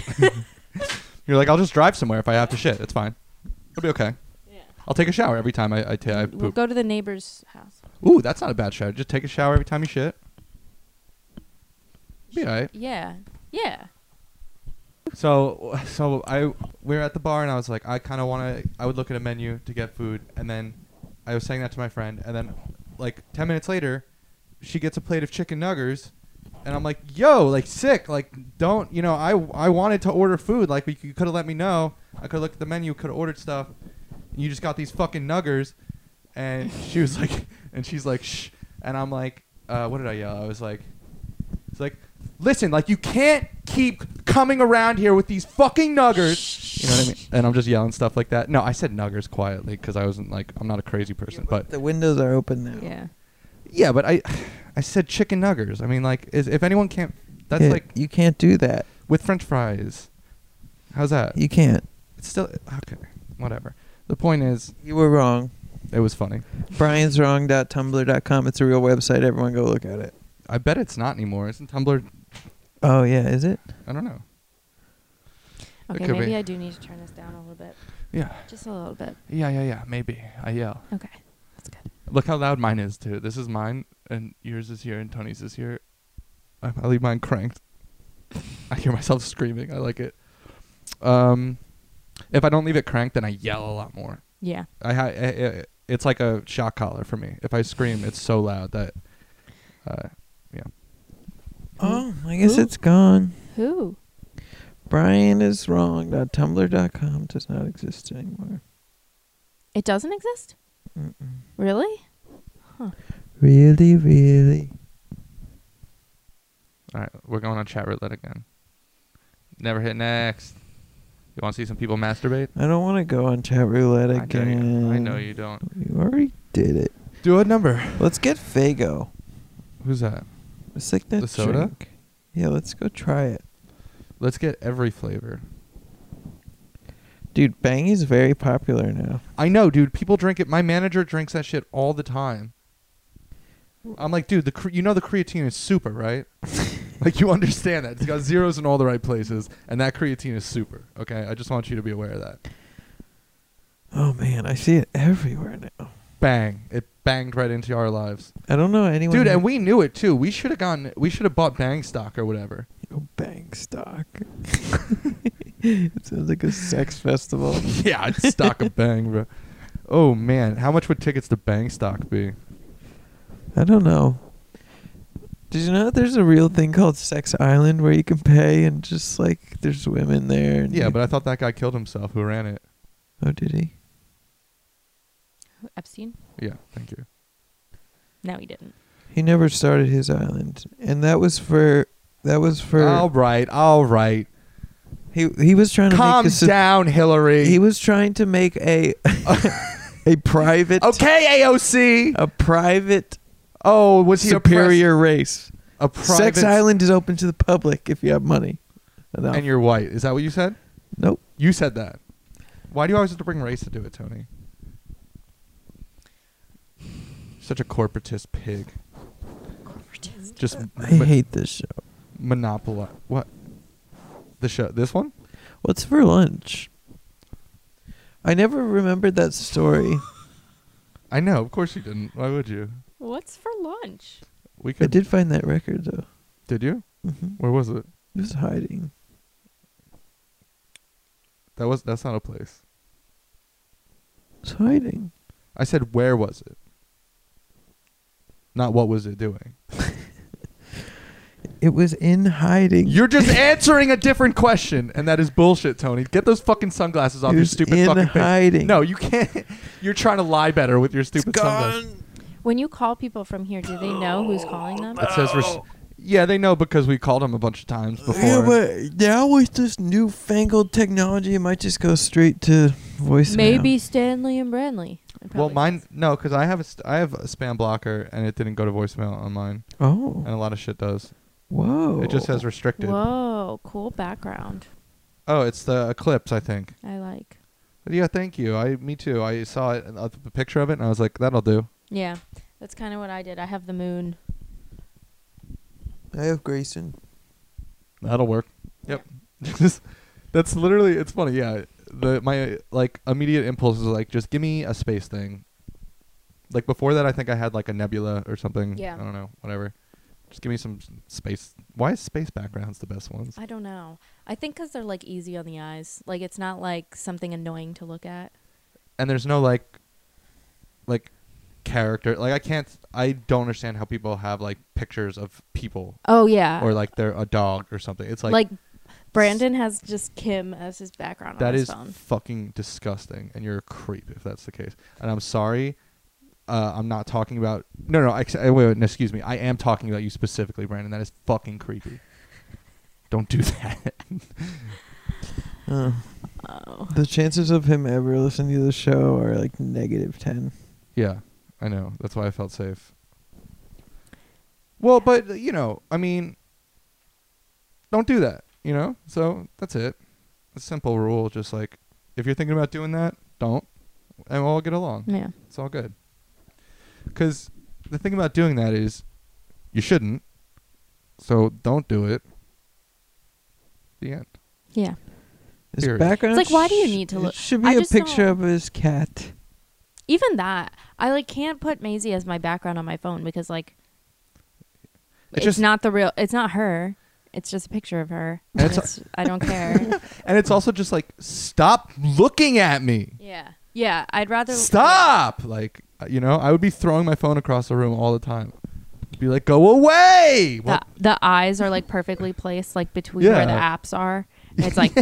A: you're like I'll just drive somewhere if I have to shit. It's fine. It'll be okay.
D: Yeah.
A: I'll take a shower every time I I, ta- I
D: We'll
A: poop.
D: go to the neighbor's house.
A: Ooh, that's not a bad shower. Just take a shower every time you shit. Be alright.
D: Yeah. Yeah.
A: So, so I we were at the bar and I was like, I kind of want to. I would look at a menu to get food, and then I was saying that to my friend, and then like ten minutes later, she gets a plate of chicken nuggers, and I'm like, Yo, like sick, like don't you know? I I wanted to order food, like you could have let me know. I could have looked at the menu, could have ordered stuff. You just got these fucking nuggers, and she was like, and she's like, shh, and I'm like, uh, what did I yell? I was like, it's like, listen, like you can't keep coming around here with these fucking nuggers. You know what I mean? And I'm just yelling stuff like that. No, I said nuggers quietly because I wasn't like I'm not a crazy person, but
C: the windows are open now.
D: Yeah.
A: yeah, but I, I said chicken nuggers. I mean, like is, if anyone can't, that's
C: Yeah,
A: like
C: you can't do that.
A: with French fries. How's that?
C: You can't.
A: It's still okay. Whatever. The point is,
C: You were wrong.
A: it was funny.
C: Brian's wrong.tumblr.com. It's a real website. Everyone go look at it.
A: I bet it's not anymore. Isn't Tumblr?
C: Oh yeah, is it?
A: I don't know.
D: Okay,
A: could
D: maybe
A: be.
D: I do need to turn this down a little bit.
A: Yeah.
D: Just a little bit.
A: Yeah, yeah, yeah. Maybe I yell.
D: Okay. That's good.
A: Look how loud mine is too. This is mine, and yours is here, and Tony's is here. I, I leave mine cranked. I hear myself screaming. I like it. Um, if I don't leave it cranked, then I yell a lot more.
D: Yeah.
A: I, ha- I, I it's like a shock collar for me. If I scream, it's so loud that. Uh, yeah.
C: Oh, I guess
D: Who?
C: it's gone.
D: Who?
C: Brian is wrong.tumblr.com does not exist anymore.
D: It doesn't exist?
C: Mm-mm.
D: Really?
C: Really, really.
A: All right, we're going on chat roulette again. Never hit next. You want to see some people masturbate?
C: I don't want to go on chat roulette
A: I know you-
C: again.
A: I know you don't.
C: You already did it.
A: Do a number.
C: Let's get Fago.
A: Who's that?
C: It's like that
A: The soda?
C: drink. Yeah, let's go try it.
A: Let's get every flavor.
C: Dude, Bang is very popular now.
A: I know, dude. People drink it. My manager drinks that shit all the time. I'm like, dude, the cre- you know the creatine is super, right? like you understand that it's got zeros in all the right places, and that creatine is super. Okay, I just want you to be aware of that.
C: Oh man, I see it everywhere now.
A: Bang! It banged right into our lives,
C: I don't know anyone.
A: dude.
C: who-
A: And we knew it too. We should have gotten, we should have bought Bang stock or whatever.
C: Oh, bang stock. it sounds like a sex festival.
A: yeah, I'd stock a Bang, bro. Oh man, how much would tickets to Bang stock be?
C: I don't know. Did you know that there's a real thing called Sex Island where you can pay and just like there's women there? And
A: Yeah,
C: you-
A: but I thought that guy killed himself who ran it.
C: oh, did he?
D: Epstein?
A: Yeah, thank you.
D: No, he didn't.
C: He never started his island, and that was for that was for
A: all right, all right.
C: he he was trying to
A: Calm
C: make a, so-
A: down, Hillary.
C: He was trying to make a a private
A: okay, AOC.
C: a private
A: Oh, was he a pres-
C: superior race.
A: A private
C: Sex Island is open to the public if you have money. Enough.
A: and you're white. Is that what you said?
C: nope.
A: You said that. Why do you always have to bring race to do it, Tony? Such a corporatist pig. Just
C: I
A: mo-
C: hate this show.
A: monopolize what? The show. This one?
C: What's for lunch? I never remembered that story.
A: I know. Of course you didn't. Why would you?
D: What's for lunch?
A: We could.
C: I did find that record though.
A: Did you?
C: Mm-hmm.
A: Where was it?
C: It was hiding.
A: That was. That's not a place.
C: It's hiding.
A: I said where was it? Not what was it doing.
C: It was in hiding.
A: You're just answering a different question, and that is bullshit, Tony. Get those fucking sunglasses off
C: It
A: your
C: was
A: stupid
C: in
A: fucking face.
C: hiding.
A: No, you can't. You're trying to lie better with your stupid sunglasses.
D: When you call people from here, do they know who's calling them?
A: It says, res- yeah, they know because we called them a bunch of times before.
C: Yeah, but now with this newfangled technology, it might just go straight to voicemail.
D: Maybe Stanley and Branley. It
A: well,
D: probably
A: mine
D: does.
A: no, because I have a st- I have a spam blocker, and it didn't go to voicemail on mine, and
C: Oh.
A: a lot of shit does.
C: Whoa.
A: It just says restricted.
D: Whoa, cool background.
A: Oh, it's the Eclipse, I think.
D: I like.
A: Yeah, thank you. I me too. I saw it, a a picture of it, and I was like, that'll do.
D: Yeah, that's kind of what I did. I have the moon.
C: I have Grayson.
A: That'll work. Yep. Just- that's literally it's funny, yeah. The my like immediate impulse is like just give me a space thing. Like before that I think I had like a nebula or something.
D: Yeah.
A: I don't know, whatever. Just give me some s- space. Why is space backgrounds the best ones?
D: I don't know. I think because they're like easy on the eyes. Like it's not like something annoying to look at.
A: And there's no like like character. Like I can't I don't understand how people have like pictures of people
D: Oh yeah.
A: or like they're a dog or something. It's like,
D: like, Brandon has just Kim as his background
A: That
D: on his
A: is
D: phone.
A: fucking disgusting, and you're a creep if that's the case. And I'm sorry. Uh, I'm not talking about. No, no. Ex- uh, wait, wait, no, excuse me. I am talking about you specifically, Brandon. That is fucking creepy. Don't do that.
C: Oh.
D: Oh.
C: The chances of him ever listening to the show are like negative 10.
A: yeah, I know. That's why I felt safe. Well, but uh, you know, I mean, don't do that. You know. So that's it. A simple rule. Just like if you're thinking about doing that, don't, and we'll all get along.
D: Yeah.
A: It's all good. Because the thing about doing that is you shouldn't. So don't do it. The end.
D: Yeah.
C: His
A: Period.
C: background
D: It's like, why do you
C: sh-
D: need to look-
C: It should be
D: I
C: a
D: just don't-
C: picture of his cat.
D: Even that, I like can't put Maisie as my background on my phone because like
A: It
D: it's
A: just-
D: not the real. It's not her. It's just a picture of her.
A: And
D: And
A: it's-
D: it's, I don't care.
A: And it's also just like, stop looking at me.
D: yeah. Yeah. I'd rather
A: Stop. Like, uh, you know, I would be throwing my phone across the room all the time. Be like, go away.
D: The,
A: What?
D: the eyes are like perfectly placed, like between where the
A: Yeah.
D: apps are. And it's like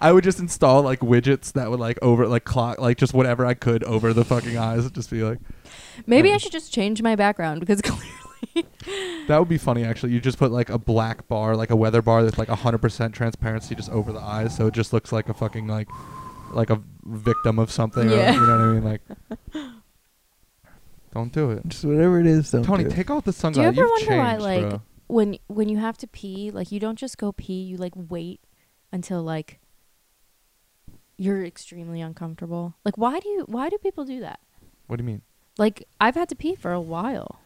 A: I would just install like widgets that would like over, like clock, like just whatever I could over the fucking eyes. It'd Just be like,
D: maybe I
A: Right.
D: should just change my background because clearly
A: That would be funny, actually. You just put like a black bar, like a weather bar that's like 100% transparency just over the eyes, so it just looks like a fucking like, like a victim of something. Or,
D: Yeah.
A: you know what I mean? Like, don't do it.
C: Just whatever it is, don't
A: Tony,
C: do it.
A: take off the
D: Do you
A: sunglasses.
D: ever
A: You've
D: wonder why,
A: changed,
D: like,
A: bro.
D: when when you have to pee, like you don't just go pee, you like wait until like you're extremely uncomfortable. Like why do you why do people do that?
A: What do you mean?
D: Like I've had to pee for a while,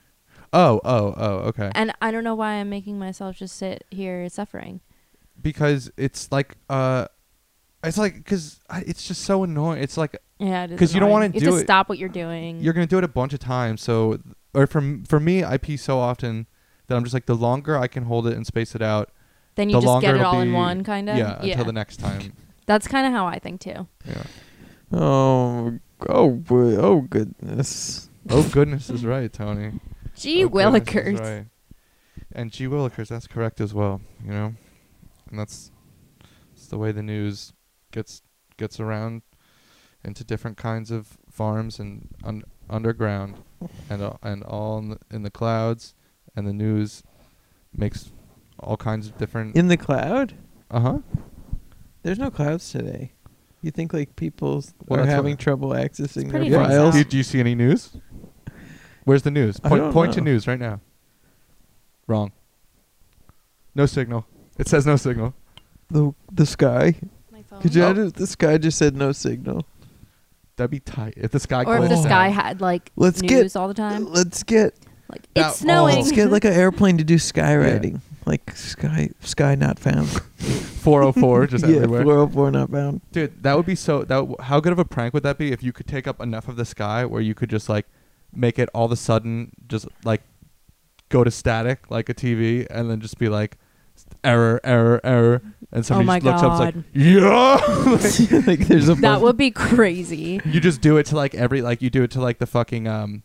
A: Oh, oh, oh, okay.
D: and I don't know why I'm making myself just sit here suffering.
A: Because it's like uh it's like cuz it's just so annoying. It's like
D: Yeah, it is
A: 'Cause you don't
D: annoying.
A: wanna
D: You have
A: do
D: to
A: it.
D: stop what you're doing.
A: you're going to do it a bunch of times. So or for for me, I pee so often that I'm just like the longer I can hold it and space it out,
D: then you
A: the
D: just
A: longer
D: get it
A: it'll
D: all
A: be,
D: in one kind of.
A: Yeah, until the next time.
D: That's kind of how I think too.
A: Yeah.
C: Oh, oh, boy, oh goodness.
A: Oh goodness is right, Tony.
D: Gee
A: Oh, goodness is
D: willikers.
A: right. And G Willikers, that's correct as well, you know? And that's, that's the way the news gets gets around into different kinds of farms and un- underground and uh, and all in the, in the clouds and the news makes all kinds of different
C: In the cloud?
A: uh-huh
C: There's no clouds today. You think like people
A: Well,
C: are
A: that's
C: having
A: what-
C: trouble accessing their
D: pretty nice
C: files?
D: out.
A: Do, do you see any news? Where's the news?
C: I
A: Point
C: don't
A: point to
C: know.
A: news right now. Wrong. No signal. It says no signal.
C: The the sky.
D: My phone.
C: Could you
A: Oh.
C: edit if the sky just said no signal?
A: That'd be tight. If the sky
D: or if the
A: glitched
D: sky
A: out.
D: had like
C: oh. Let's get-
D: news all the time,
C: Let's get
D: like
A: That-
D: it's snowing.
A: Oh.
C: let's get like an airplane to do skywriting. Like sky sky not found.
A: 404 just
C: yeah,
A: everywhere.
C: 404 not found.
A: Dude, that would be so that w- how good of a prank would that be if you could take up enough of the sky where you could just like make it all of a sudden just like go to static like a TV and then just be like error error error and somebody
D: Oh my
A: just looks up and
D: God.
A: is like yeah
C: like there's a
D: that
C: bunch-
D: would be crazy.
A: you just do it to like every like you do it to like the fucking um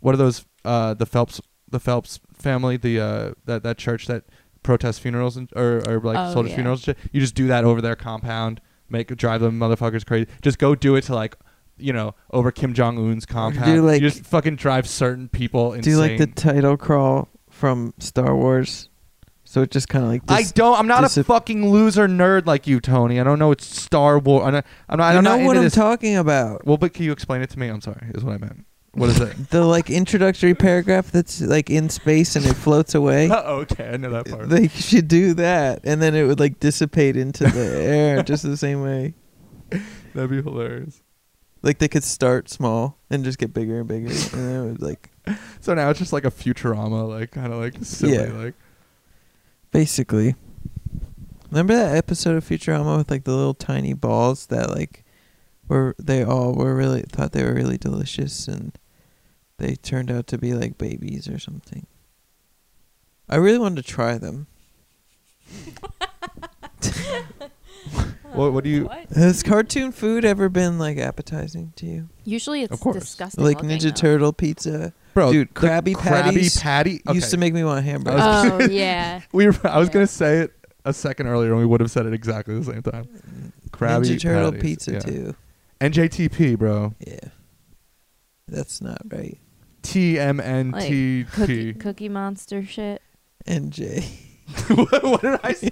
A: what are those uh the Phelps the Phelps family the uh that that church that protests funerals and or, or like
D: Oh,
A: soldiers
D: yeah.
A: funerals and shit. you just do that over their compound make drive them motherfuckers crazy just go do it to like you know over Kim Jong Un's compound
C: like-
A: you just fucking drive certain people
C: do
A: insane
C: you like the title crawl from Star Wars? So it just kind of like
A: I
C: dis-
A: don't. I'm not a
C: disap-
A: fucking loser nerd like you, Tony. I don't know. It's Star Wars. I'm not. I'm not,
C: I
A: I'm
C: don't
A: not
C: know
A: into
C: what I'm
A: this.
C: talking about.
A: Well, but can you explain it to me? I'm sorry. Is what I meant. What is it?
C: The like introductory paragraph that's like in space and it floats away.
A: Oh, okay, I know that part.
C: They should do that, and then it would like dissipate into the air just the same way.
A: That'd be hilarious.
C: Like they could start small and just get bigger and bigger, and then it would like
A: So now it's just like a Futurama, like kind of like silly,
C: Yeah.
A: like
C: basically. Remember that episode of Futurama with like the little tiny balls that like were they all were really thought they were really delicious and they turned out to be like babies or something. I really wanted to try them.
A: what? What do you?
C: Has cartoon food ever been like appetizing to you?
D: Usually it's
A: Of course.
D: disgusting.
C: like
D: looking,
C: Ninja
D: though.
C: Turtle pizza.
A: Bro,
C: Dude,
A: Oh, the
C: Krabby Patties
A: Krabby Patty okay.
C: used to make me want hamburgers.
A: Uh,
D: Oh yeah.
A: we. Were, I was
D: Yeah.
A: gonna say it a second earlier, and we would have said it exactly the same time. Krabby
C: Ninja Turtle
A: Patties,
C: pizza
A: yeah.
C: too.
A: NJTP, bro.
C: Yeah. That's not right.
D: Cookie,
A: TMNTP.
D: cookie monster shit.
C: NJ.
A: what, what did I say?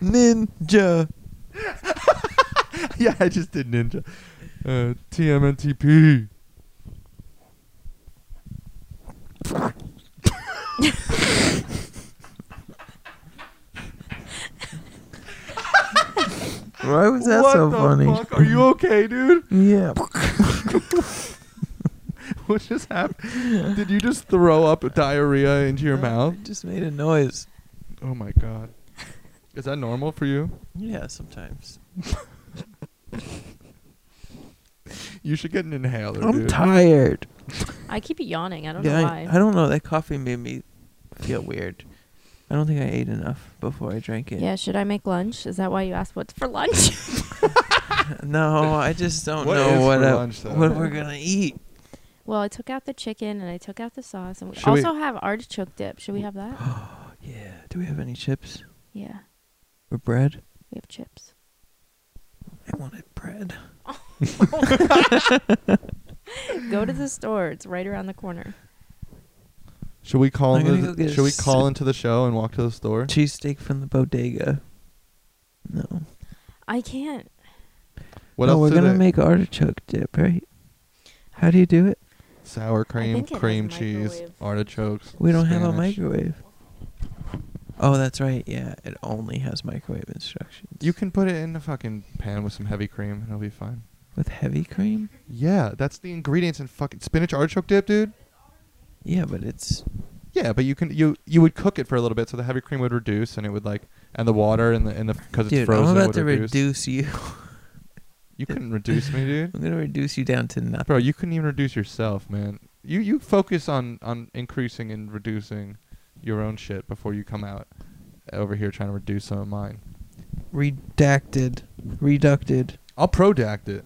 C: Ninja.
A: yeah, I just did ninja. Uh, TMNTP.
C: Why was that
A: what
C: so
A: the
C: funny?
A: fuck? Are you okay, dude?
C: Yeah.
A: what just happened? Did you just throw up diarrhea into your mouth?
C: I just made a noise.
A: Oh my god. Is that normal for you?
C: Yeah, sometimes.
A: You should get an inhaler,
C: I'm
A: dude.
C: tired.
D: I keep yawning. I don't
C: yeah,
D: know
C: I,
D: why.
C: I don't know. That coffee made me feel weird. I don't think I ate enough before I drank it.
D: yeah, should I make lunch? Is that why you asked what's for lunch?
C: No, I just don't
A: What is
C: know what
A: for
C: I-
A: lunch, though?
C: what we're gonna eat.
D: well, I took out the chicken and I took out the sauce, and we
A: Should we-
D: also have artichoke dip. Should we have that?
C: Yeah. Do we have any chips
D: Yeah,
C: or bread?
D: we have chips.
C: I wanted bread.
D: Go to the store. It's right around the corner.
A: Should we call
C: I'm
A: into
C: gonna go
A: the,
C: get a
A: Should we call
C: s-
A: into the show and walk to the store?
C: Cheesesteak from the bodega. No.
D: I can't.
A: What
C: no,
A: else
C: we're
A: do
C: gonna
A: they-
C: make artichoke dip, right? How do you do it?
A: sour cream,
D: think it has
A: cream
D: a
A: cheese,
D: microwave.
A: artichokes.
C: We don't have a
A: Spanish.
C: microwave. Oh, that's right. Yeah, it only has microwave instructions.
A: You can put it in a fucking pan with some heavy cream and it'll be fine.
C: with heavy cream.
A: Yeah, that's the ingredients in fucking spinach artichoke dip, dude.
C: Yeah, but it's
A: Yeah, but you can you you would cook it for a little bit so the heavy cream would reduce and it would like and the water and the and the because it's
C: dude.
A: frozen
C: I'm about
A: would
C: to
A: reduce.
C: reduce you.
A: You couldn't reduce me, dude.
C: I'm gonna reduce you down to nothing.
A: Bro, you couldn't even reduce yourself, man. You you focus on on increasing and reducing your own shit before you come out over here trying to reduce some of mine.
C: Redacted, reducted.
A: I'll prodact it.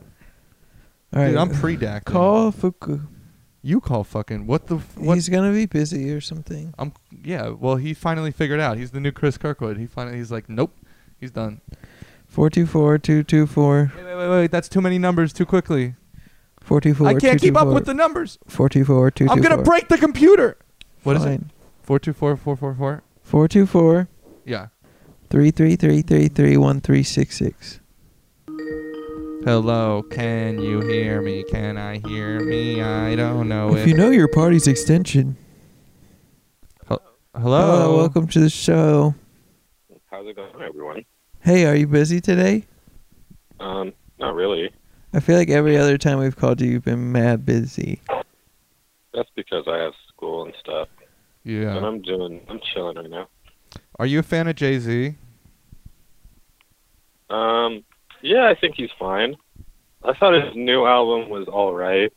C: All right,
A: Dude, I'm predacting.
C: Call Fuku.
A: You call fucking what the f- what?
C: He's gonna be busy or something.
A: I'm yeah. Well, he finally figured out. He's the new Chris Kirkwood. He finally he's like, nope, he's done.
C: Four two four two two four
A: Wait, wait, wait, wait. That's too many numbers too quickly.
C: four two four.
A: I can't keep up with the numbers.
C: four two four two two four.
A: I'm gonna break the computer. What is it?
C: Fine.
A: Four two four four four four.
C: Four two four
A: Yeah.
C: three three three three three one three six six.
A: Hello, can you hear me? Can I hear me? I don't know
C: If you know your party's extension.
A: Hello.
C: welcome to the show.
E: How's it going, everyone?
C: Hey, are you busy today?
E: Um, not really.
C: I feel like every other time we've called you, you've been mad busy.
E: That's because I have school and stuff, and
A: Yeah.
E: I'm doing. I'm chilling right now.
A: Are you a fan of Jay Z?
E: Um, yeah, I think he's fine. I thought his new album was all right.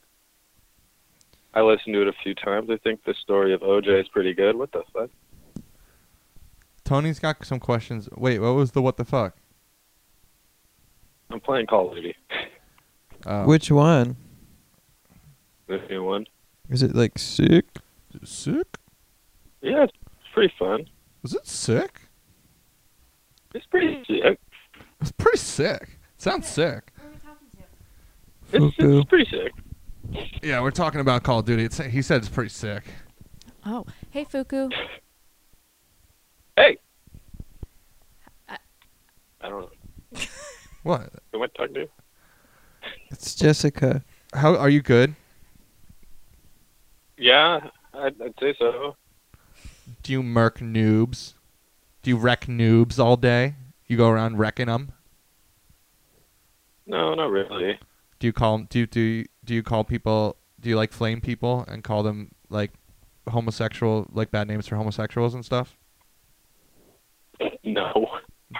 E: I listened to it a few times. I think the story of OJ is pretty good. What the fuck?
A: Tony's got some questions. Wait, what was the what the fuck?
E: I'm playing Call of Duty,
A: Uh,
C: Which one?
E: the new one.
C: Is it like sick?
A: sick?
E: Yeah, it's pretty fun.
A: Was it sick?
E: It's pretty sick.
A: It's pretty sick. Sounds sick.
B: Who are we talking to?
E: It's,
C: Fuku.
E: it's pretty sick.
A: Yeah, we're talking about Call of Duty. It's, he said it's pretty sick.
D: Oh, hey Fuku.
E: Hey. I don't know.
A: What?
E: Who am I talking to?
C: It's Jessica.
A: How are you good?
E: Yeah, I'd, I'd say so.
A: Do you murk noobs? Do you wreck noobs all day? You go around wrecking them.
E: No, not really.
A: Do you call do you- do you- do you call people? Do you like flame people and call them like homosexual, like bad names for homosexuals and stuff?
E: No.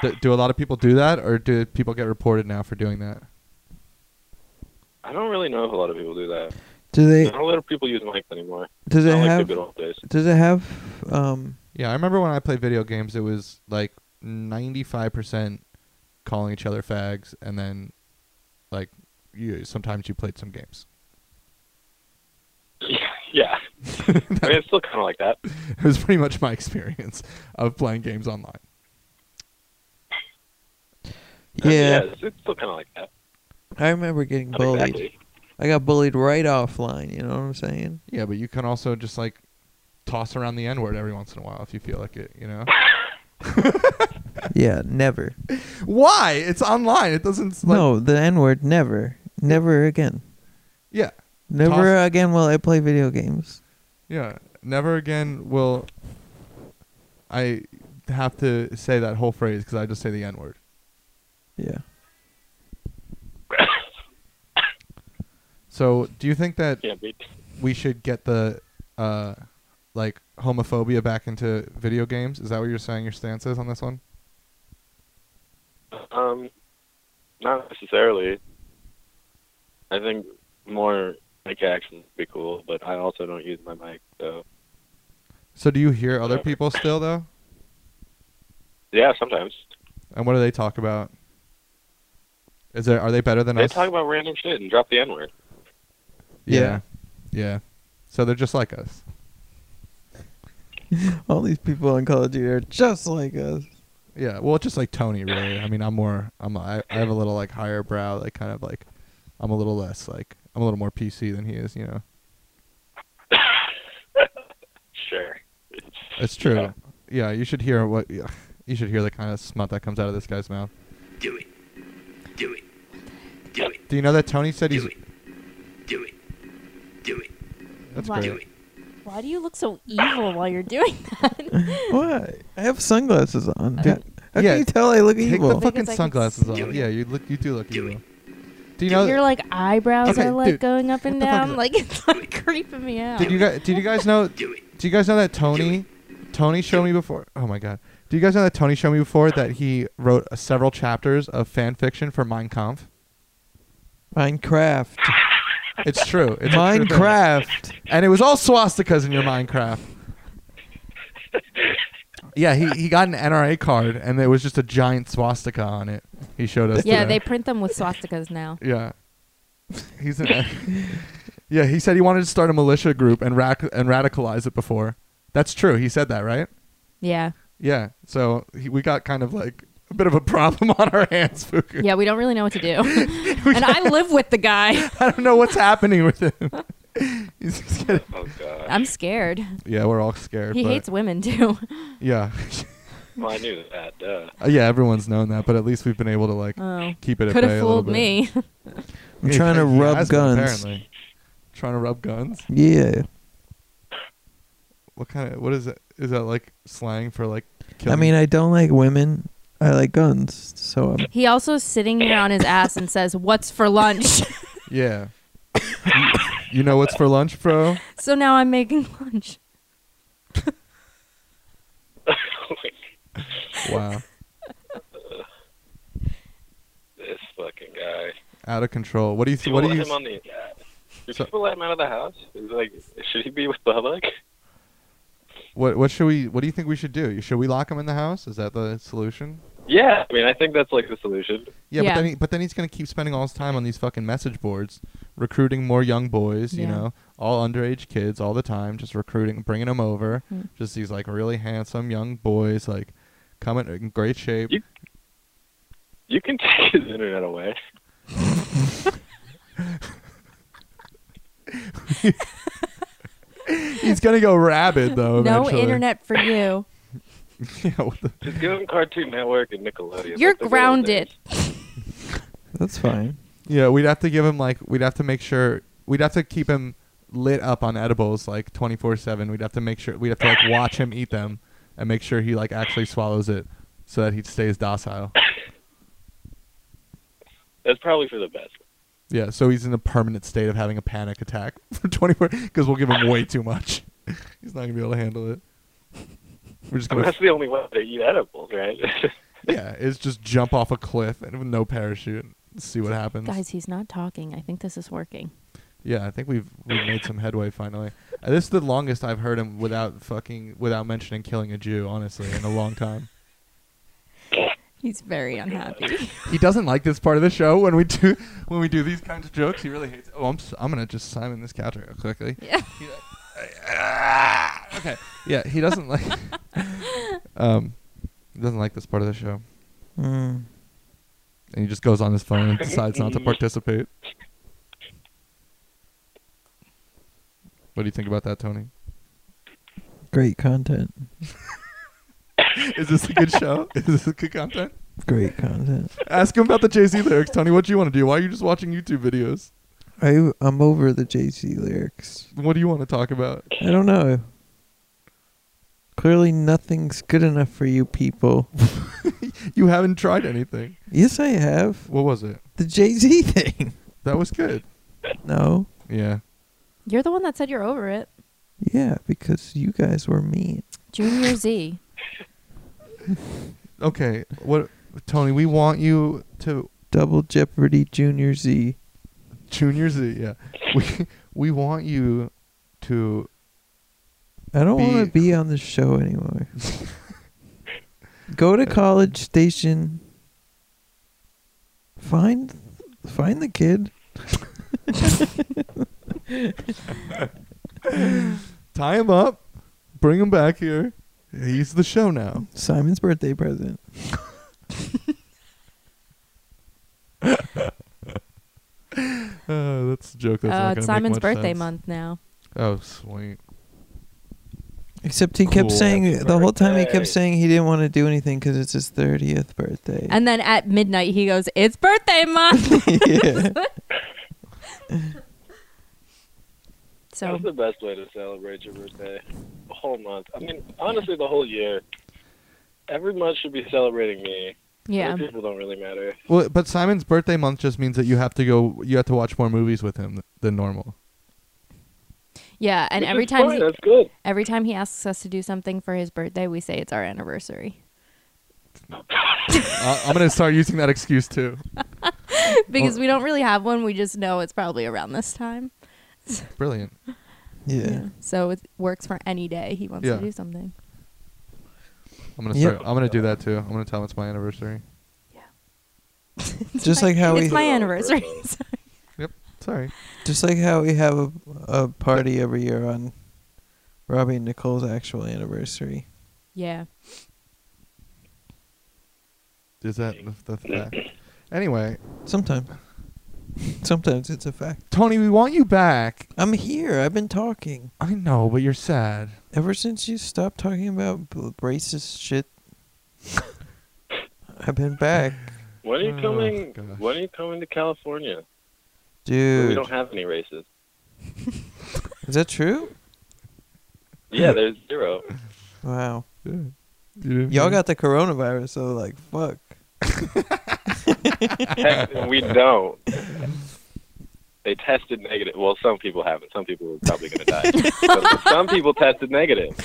A: Do, do a lot of people do that, or do people get reported now for doing that?
E: I don't really know if a lot of people do that.
C: Do they?
E: Not a lot of people use mics anymore.
C: Does it
E: Not like the
C: have?
E: good old days.
C: Does it have? Um.
A: Yeah, I remember when I played video games, it was like ninety five percent calling each other fags, and then like you sometimes you played some games.
E: Yeah, I mean, it's still kind of like that.
A: it was pretty much my experience of playing games online.
E: I mean,
C: Yeah.
E: it's, it's still kind of like that.
C: I remember getting
E: Uh, Not
C: bullied.
E: exactly.
C: I got bullied right offline. You know what I'm saying?
A: Yeah, but you can also just like toss around the N word every once in a while if you feel like it, you know?
C: yeah. Never.
A: Why? It's online. It doesn't like
C: no, the N word. Never. Never again.
A: Yeah.
C: Never again will I play video games.
A: Yeah. Never again will I have to say that whole phrase cuz I just say the N word.
C: Yeah.
A: So, do you think that
E: Can't beat.
A: we should get the uh like homophobia back into video games? Is that what you're saying your stance is on this one?
E: Um, not necessarily. I think more mic action would be cool, but I also don't use my mic, so
A: So, do you hear other people still though?
E: yeah, sometimes
A: And what do they talk about? Is there are they better than
E: they
A: us?
E: talk about random shit and drop the N word.
A: yeah. Yeah. So they're just like us.
C: All these people on Call of Duty are just like us.
A: Yeah, well, just like Tony, really. I mean, I'm more, I'm, I, I have a little like higher brow, like kind of like, I'm a little less like, I'm a little more PC than he is, you know.
E: Sure.
A: It's true. Yeah,
E: Yeah.
A: you should hear what, yeah, you should hear the kind of smut that comes out of this guy's mouth.
F: Do it. Do it. Do it.
A: Do you know that Tony said he's?
F: Do it. Do it. Do it.
A: That's
D: Why?
A: great.
D: Why do you look so evil while you're doing that?
C: What? I have sunglasses on. How, how
A: yeah.
C: can you tell I look
A: Take
C: evil?
A: the fucking
D: I can
A: sunglasses
D: see
A: off.
F: it.
A: Yeah, you look, you do look
F: Do
A: evil. Do you know?
D: Your like eyebrows
A: Okay,
D: are like
A: dude.
D: going up and
A: the fuck is
D: down,
A: it?
D: like it's like creeping me out.
A: Did you guys? Did you guys know?
F: Do it.
A: Do you guys know that Tony, Tony showed me before? Oh my god! Do you guys know that Tony showed me before that he wrote uh, several chapters of fan fiction for Mein Kampf?
C: Minecraft.
A: It's true. It's a true thing.
C: Minecraft.
A: and it was all swastikas in your Minecraft. Yeah, he, he got an NRA card and there was just a giant swastika on it. He showed us.
D: yeah, they
A: today.
D: print them with swastikas now.
A: Yeah. He's an. yeah, he said he wanted to start a militia group and rac- and radicalize it before. That's true. He said that, right?
D: Yeah,
A: Yeah. So he, we got kind of like a bit of a problem on our hands, Fuku.
D: yeah, we don't really know what to do, and I live with the guy.
A: I don't know what's happening with him. He's just getting,
E: Oh god.
D: I'm scared.
A: yeah, we're all scared.
D: He
A: but-
D: hates women too.
A: Yeah.
E: Well, I knew that. Duh.
A: Uh, yeah, everyone's known that, but at least we've been able to like
D: Oh,
A: keep it at
D: could
A: bay
D: have
A: a little bit.
D: fooled me.
C: I'm trying to
A: He
C: rub
A: has been,
C: guns.
A: apparently. Trying to rub guns.
C: Yeah.
A: What kind of? What is that? Is that like slang for like?
C: I
A: Killing?
C: mean, I don't like women. I like guns. So I'm
D: He also is sitting here on his ass and says, "What's for lunch?"
A: yeah. you, you know what's for lunch, bro?
D: so now I'm making lunch.
E: Oh
A: Wow,
E: This fucking guy.
A: out of control. What do you?
E: Do
A: Th-
E: you
A: what do
E: let
A: you?
E: him on the? Do
A: So-
E: people let him out of the house? Is like, should he be with Bubba?
A: What what should we? What do you think we should do? Should we lock him in the house? Is that the solution?
E: Yeah, I mean, I think that's like the solution.
A: Yeah,
D: Yeah.
A: but then he, but then he's gonna keep spending all his time on these fucking message boards, recruiting more young boys. You
D: Yeah.
A: know, all underage kids all the time, just recruiting, bringing them over.
D: Mm.
A: Just these like really handsome young boys, like coming in great shape.
E: You- You can take his internet away.
A: he's gonna go rabid though.
D: No
A: Oh, eventually.
D: internet for you.
A: yeah, what the-
E: Just give him Cartoon Network and Nickelodeon.
D: You're
E: like the good old
D: grounded.
E: days.
C: that's fine.
A: Yeah, we'd have to give him like we'd have to make sure we'd have to keep him lit up on edibles like 24/7. We'd have to make sure we'd have to like watch him eat them and make sure he like actually swallows it so that he stays docile.
E: That's probably for the best.
A: Yeah, so he's in a permanent state of having a panic attack for 24 cuz we'll give him way too much. he's not going to be able to handle it. We're just
E: I mean,
A: going
E: that's
A: to
E: the only way to eat edibles, right?
A: Yeah, it's just jump off a cliff and with no parachute. See what happens.
D: Guys, he's not talking. I think this is working.
A: Yeah, I think we've we've made some headway finally. Uh, this is the longest I've heard him without fucking without mentioning killing a Jew, honestly, in a long time.
D: He's very unhappy.
A: He doesn't like this part of the show when we do when we do these kinds of jokes. He really hates. It. Oh, I'm s- I'm gonna just Simon this couch real quickly.
D: yeah.
A: Ah, okay. Yeah, he doesn't like. um, he doesn't like this part of the show,
C: Mm.
A: and he just goes on his phone and decides not to participate. What do you think about that, Tony?
C: Great content.
A: Is this a good show? Is this good content?
C: Great content.
A: Ask him about the Jay Z lyrics, Tony. What do you want to do? Why are you just watching YouTube videos?
C: I I'm over the JC lyrics.
A: What do you want to talk about?
C: I don't know. Clearly, nothing's good enough for you people.
A: You haven't tried anything.
C: Yes, I have
A: What was it?
C: the Jay Z thing.
A: That was good.
C: No,
A: Yeah.
D: You're the one that said you're over it.
C: yeah, because you guys were mean.
D: Junior Z.
A: Okay. What, Tony? We want you to
C: Double Jeopardy Junior Z.
A: Junior Z. Yeah. We we want you to.
C: I don't
A: Be-
C: want to be on the show anymore. Go to College Station. Find find the kid.
A: Tie him up. Bring him back here. He's the show now.
C: Simon's birthday present.
A: Uh, that's a joke. That's
D: Uh,
A: not gonna
D: it's
A: make
D: Simon's
A: much
D: birthday
A: sense.
D: month now.
A: Oh, sweet.
C: Except he
A: Cool.
C: kept saying the whole time he kept
E: Birthday.
C: saying he didn't want to do anything because it's his thirtieth birthday.
D: And then at midnight, he goes, It's birthday month.
C: yeah.
D: so,
E: That's the best way to celebrate your birthday. The whole month. I mean, honestly, the whole year. Every month should be celebrating me
D: Yeah.
E: Other people don't really matter.
A: Well, but Simon's birthday month just means that you have to go. You have to watch more movies with him th- than normal.
D: Yeah, and
E: Which
D: every
E: is
D: time
E: fine,
D: he,
E: that's good.
D: every time he asks us to do something for his birthday, we say it's our anniversary.
A: I Uh, I'm gonna start using that excuse too.
D: because we don't really have one, we just know it's probably around this time.
A: Brilliant.
C: Yeah.
D: So it works for any day he wants
A: Yeah.
D: to do something.
A: I'm gonna
C: Yep.
A: start. I'm gonna do that too. I'm gonna tell him it's my anniversary.
D: It's
C: Just
D: my-
C: like how
D: it's
C: we-
D: my anniversary.
A: Sorry.
C: Just like how we have a, a party every year on Robbie and Nicole's actual anniversary.
D: yeah.
A: Is that the fact? Anyway,
C: Sometimes. Sometimes it's a fact.
A: Tony, we want you back.
C: I'm here. I've been talking.
A: I know, but you're sad.
C: Ever since you stopped talking about b- racist shit, I've been back.
E: When are
A: Oh,
E: you coming?
A: gosh.
E: when are you coming to California? We
C: Dude.
E: don't have any races.
C: Is that true?
E: Yeah, there's zero.
C: Wow.
A: You-
C: Y'all got the coronavirus, so like, fuck.
E: Heck, we don't. They tested negative. Well, some people haven't. Some people are probably going to die. But some people tested negative.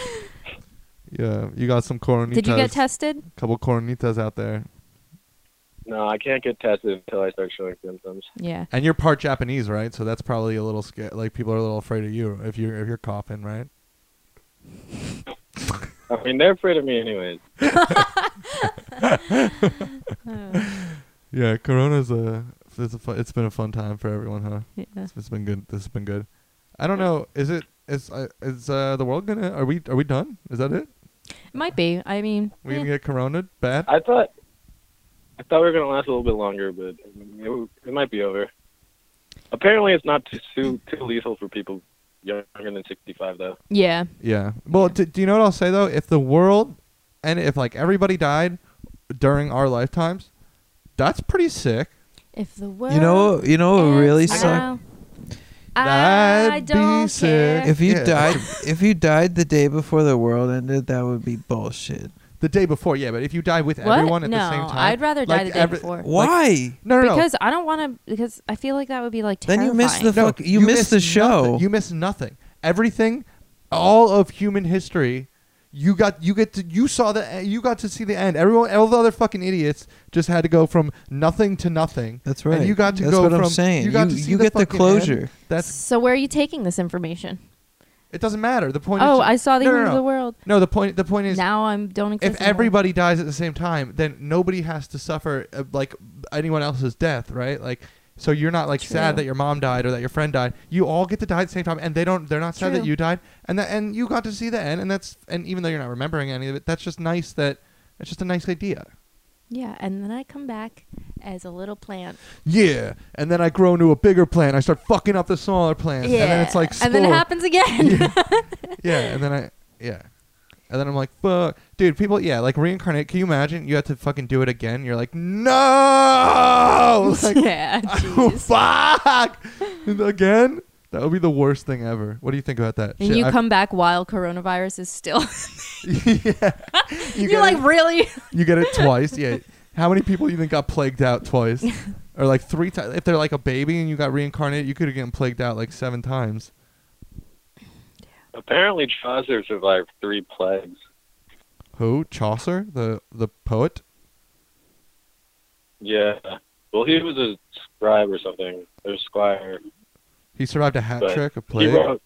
A: Yeah, you got some coronitas.
D: Did you get tested?
A: Couple coronitas out there,
E: No, I can't get tested until I start showing symptoms.
D: Yeah.
A: and you're part Japanese, right? So that's probably a little scared. Like people are a little afraid of you if you're if you're coughing, right?
E: I mean, they're afraid of me anyways.
D: Oh,
A: Yeah, Corona's a it's a fun, it's been a fun time for everyone, huh?
D: yeah.
A: It's- it's been good. This has been good. I don't know. Is it is uh, is uh, the world gonna? Are we are we done? Is that it?
D: It might be. I mean,
A: We
D: eh.
A: gonna get corona bad?
E: I thought, I thought we were going to last a little bit longer, but it, it might be over. Apparently, it's not too too, too lethal for people younger than 65, though.
D: yeah.
A: Yeah. Well, d- do you know what I'll say though? If the world and if like everybody died during our lifetimes, that's pretty sick.
D: If the world
C: You know, you know what really
D: ends
C: sucked?
D: now, I
A: That'd be
D: don't
A: sick.
D: care.
A: If-
C: If you
A: Yeah.
C: died, if you died the day before the world ended, that would be bullshit.
A: The day before, yeah. But if you die with
D: what?
A: everyone at
D: no,
A: the same time,
D: I'd rather die
A: like
D: the day
A: every-
D: before.
C: Why?
A: No, no, no.
D: Because I don't want to. Because I feel like that would be like
C: Then
D: terrifying.
C: you miss the
A: No,
C: fuck. You, miss, the show.
A: nothing. You miss nothing. Everything, all of human history, you got. You get to. You saw the. eh, You got to see the end. Everyone, all the other fucking idiots, just had to go from nothing to nothing.
C: That's right.
A: And you got to
C: That's
A: go
C: what
A: from.
C: I'm saying.
A: You got to see the
C: get the
A: fucking
C: closure.
A: end. That's.
D: So where are you taking this information?
A: It doesn't matter. The point. is,
D: Oh, I saw the
A: no,
D: end
A: no, no.
D: of the world.
A: No, the point. The point is,
D: Now I'm don't exist.
A: if
D: anymore.
A: everybody dies at the same time, then nobody has to suffer uh, like anyone else's death, right? Like, so you're not like sad
D: True.
A: that your mom died or that your friend died. You all get to die at the same time, and they don't. They're not sad that
D: True.
A: you died, and that and you got to see the end, and that's and even though you're not remembering any of it, that's just nice. That that's just a nice idea.
D: Yeah, and then I come back as a little plant.
A: Yeah, and then I grow into a bigger plant. I start fucking up the smaller plant,
D: yeah.
A: and then it's like
D: And then it
A: spore.
D: happens again.
A: yeah, and then I yeah. And then I'm like, fuck, dude, people, yeah, like reincarnate. Can you imagine? You have to fucking do it again. You're like, no, like,
D: yeah. Jeez.
A: fuck, again. That would be the worst thing ever. What do you think about that?
D: And
A: Shit,
D: you
A: I-
D: come back while coronavirus is still.
A: yeah, you
D: You're
A: get
D: like
A: it,
D: really.
A: you get it twice. Yeah, how many people you think got plagued out twice, or like three times? If they're like a baby and you got reincarnated, you could have gotten plagued out like seven times.
E: Apparently, Chaucer survived three plagues.
A: Who? Chaucer, the the poet.
E: Yeah. Well, he was a scribe or something, or squire.
A: He survived a hat
E: Right.
A: trick, a
E: He
A: plague.
E: wrote,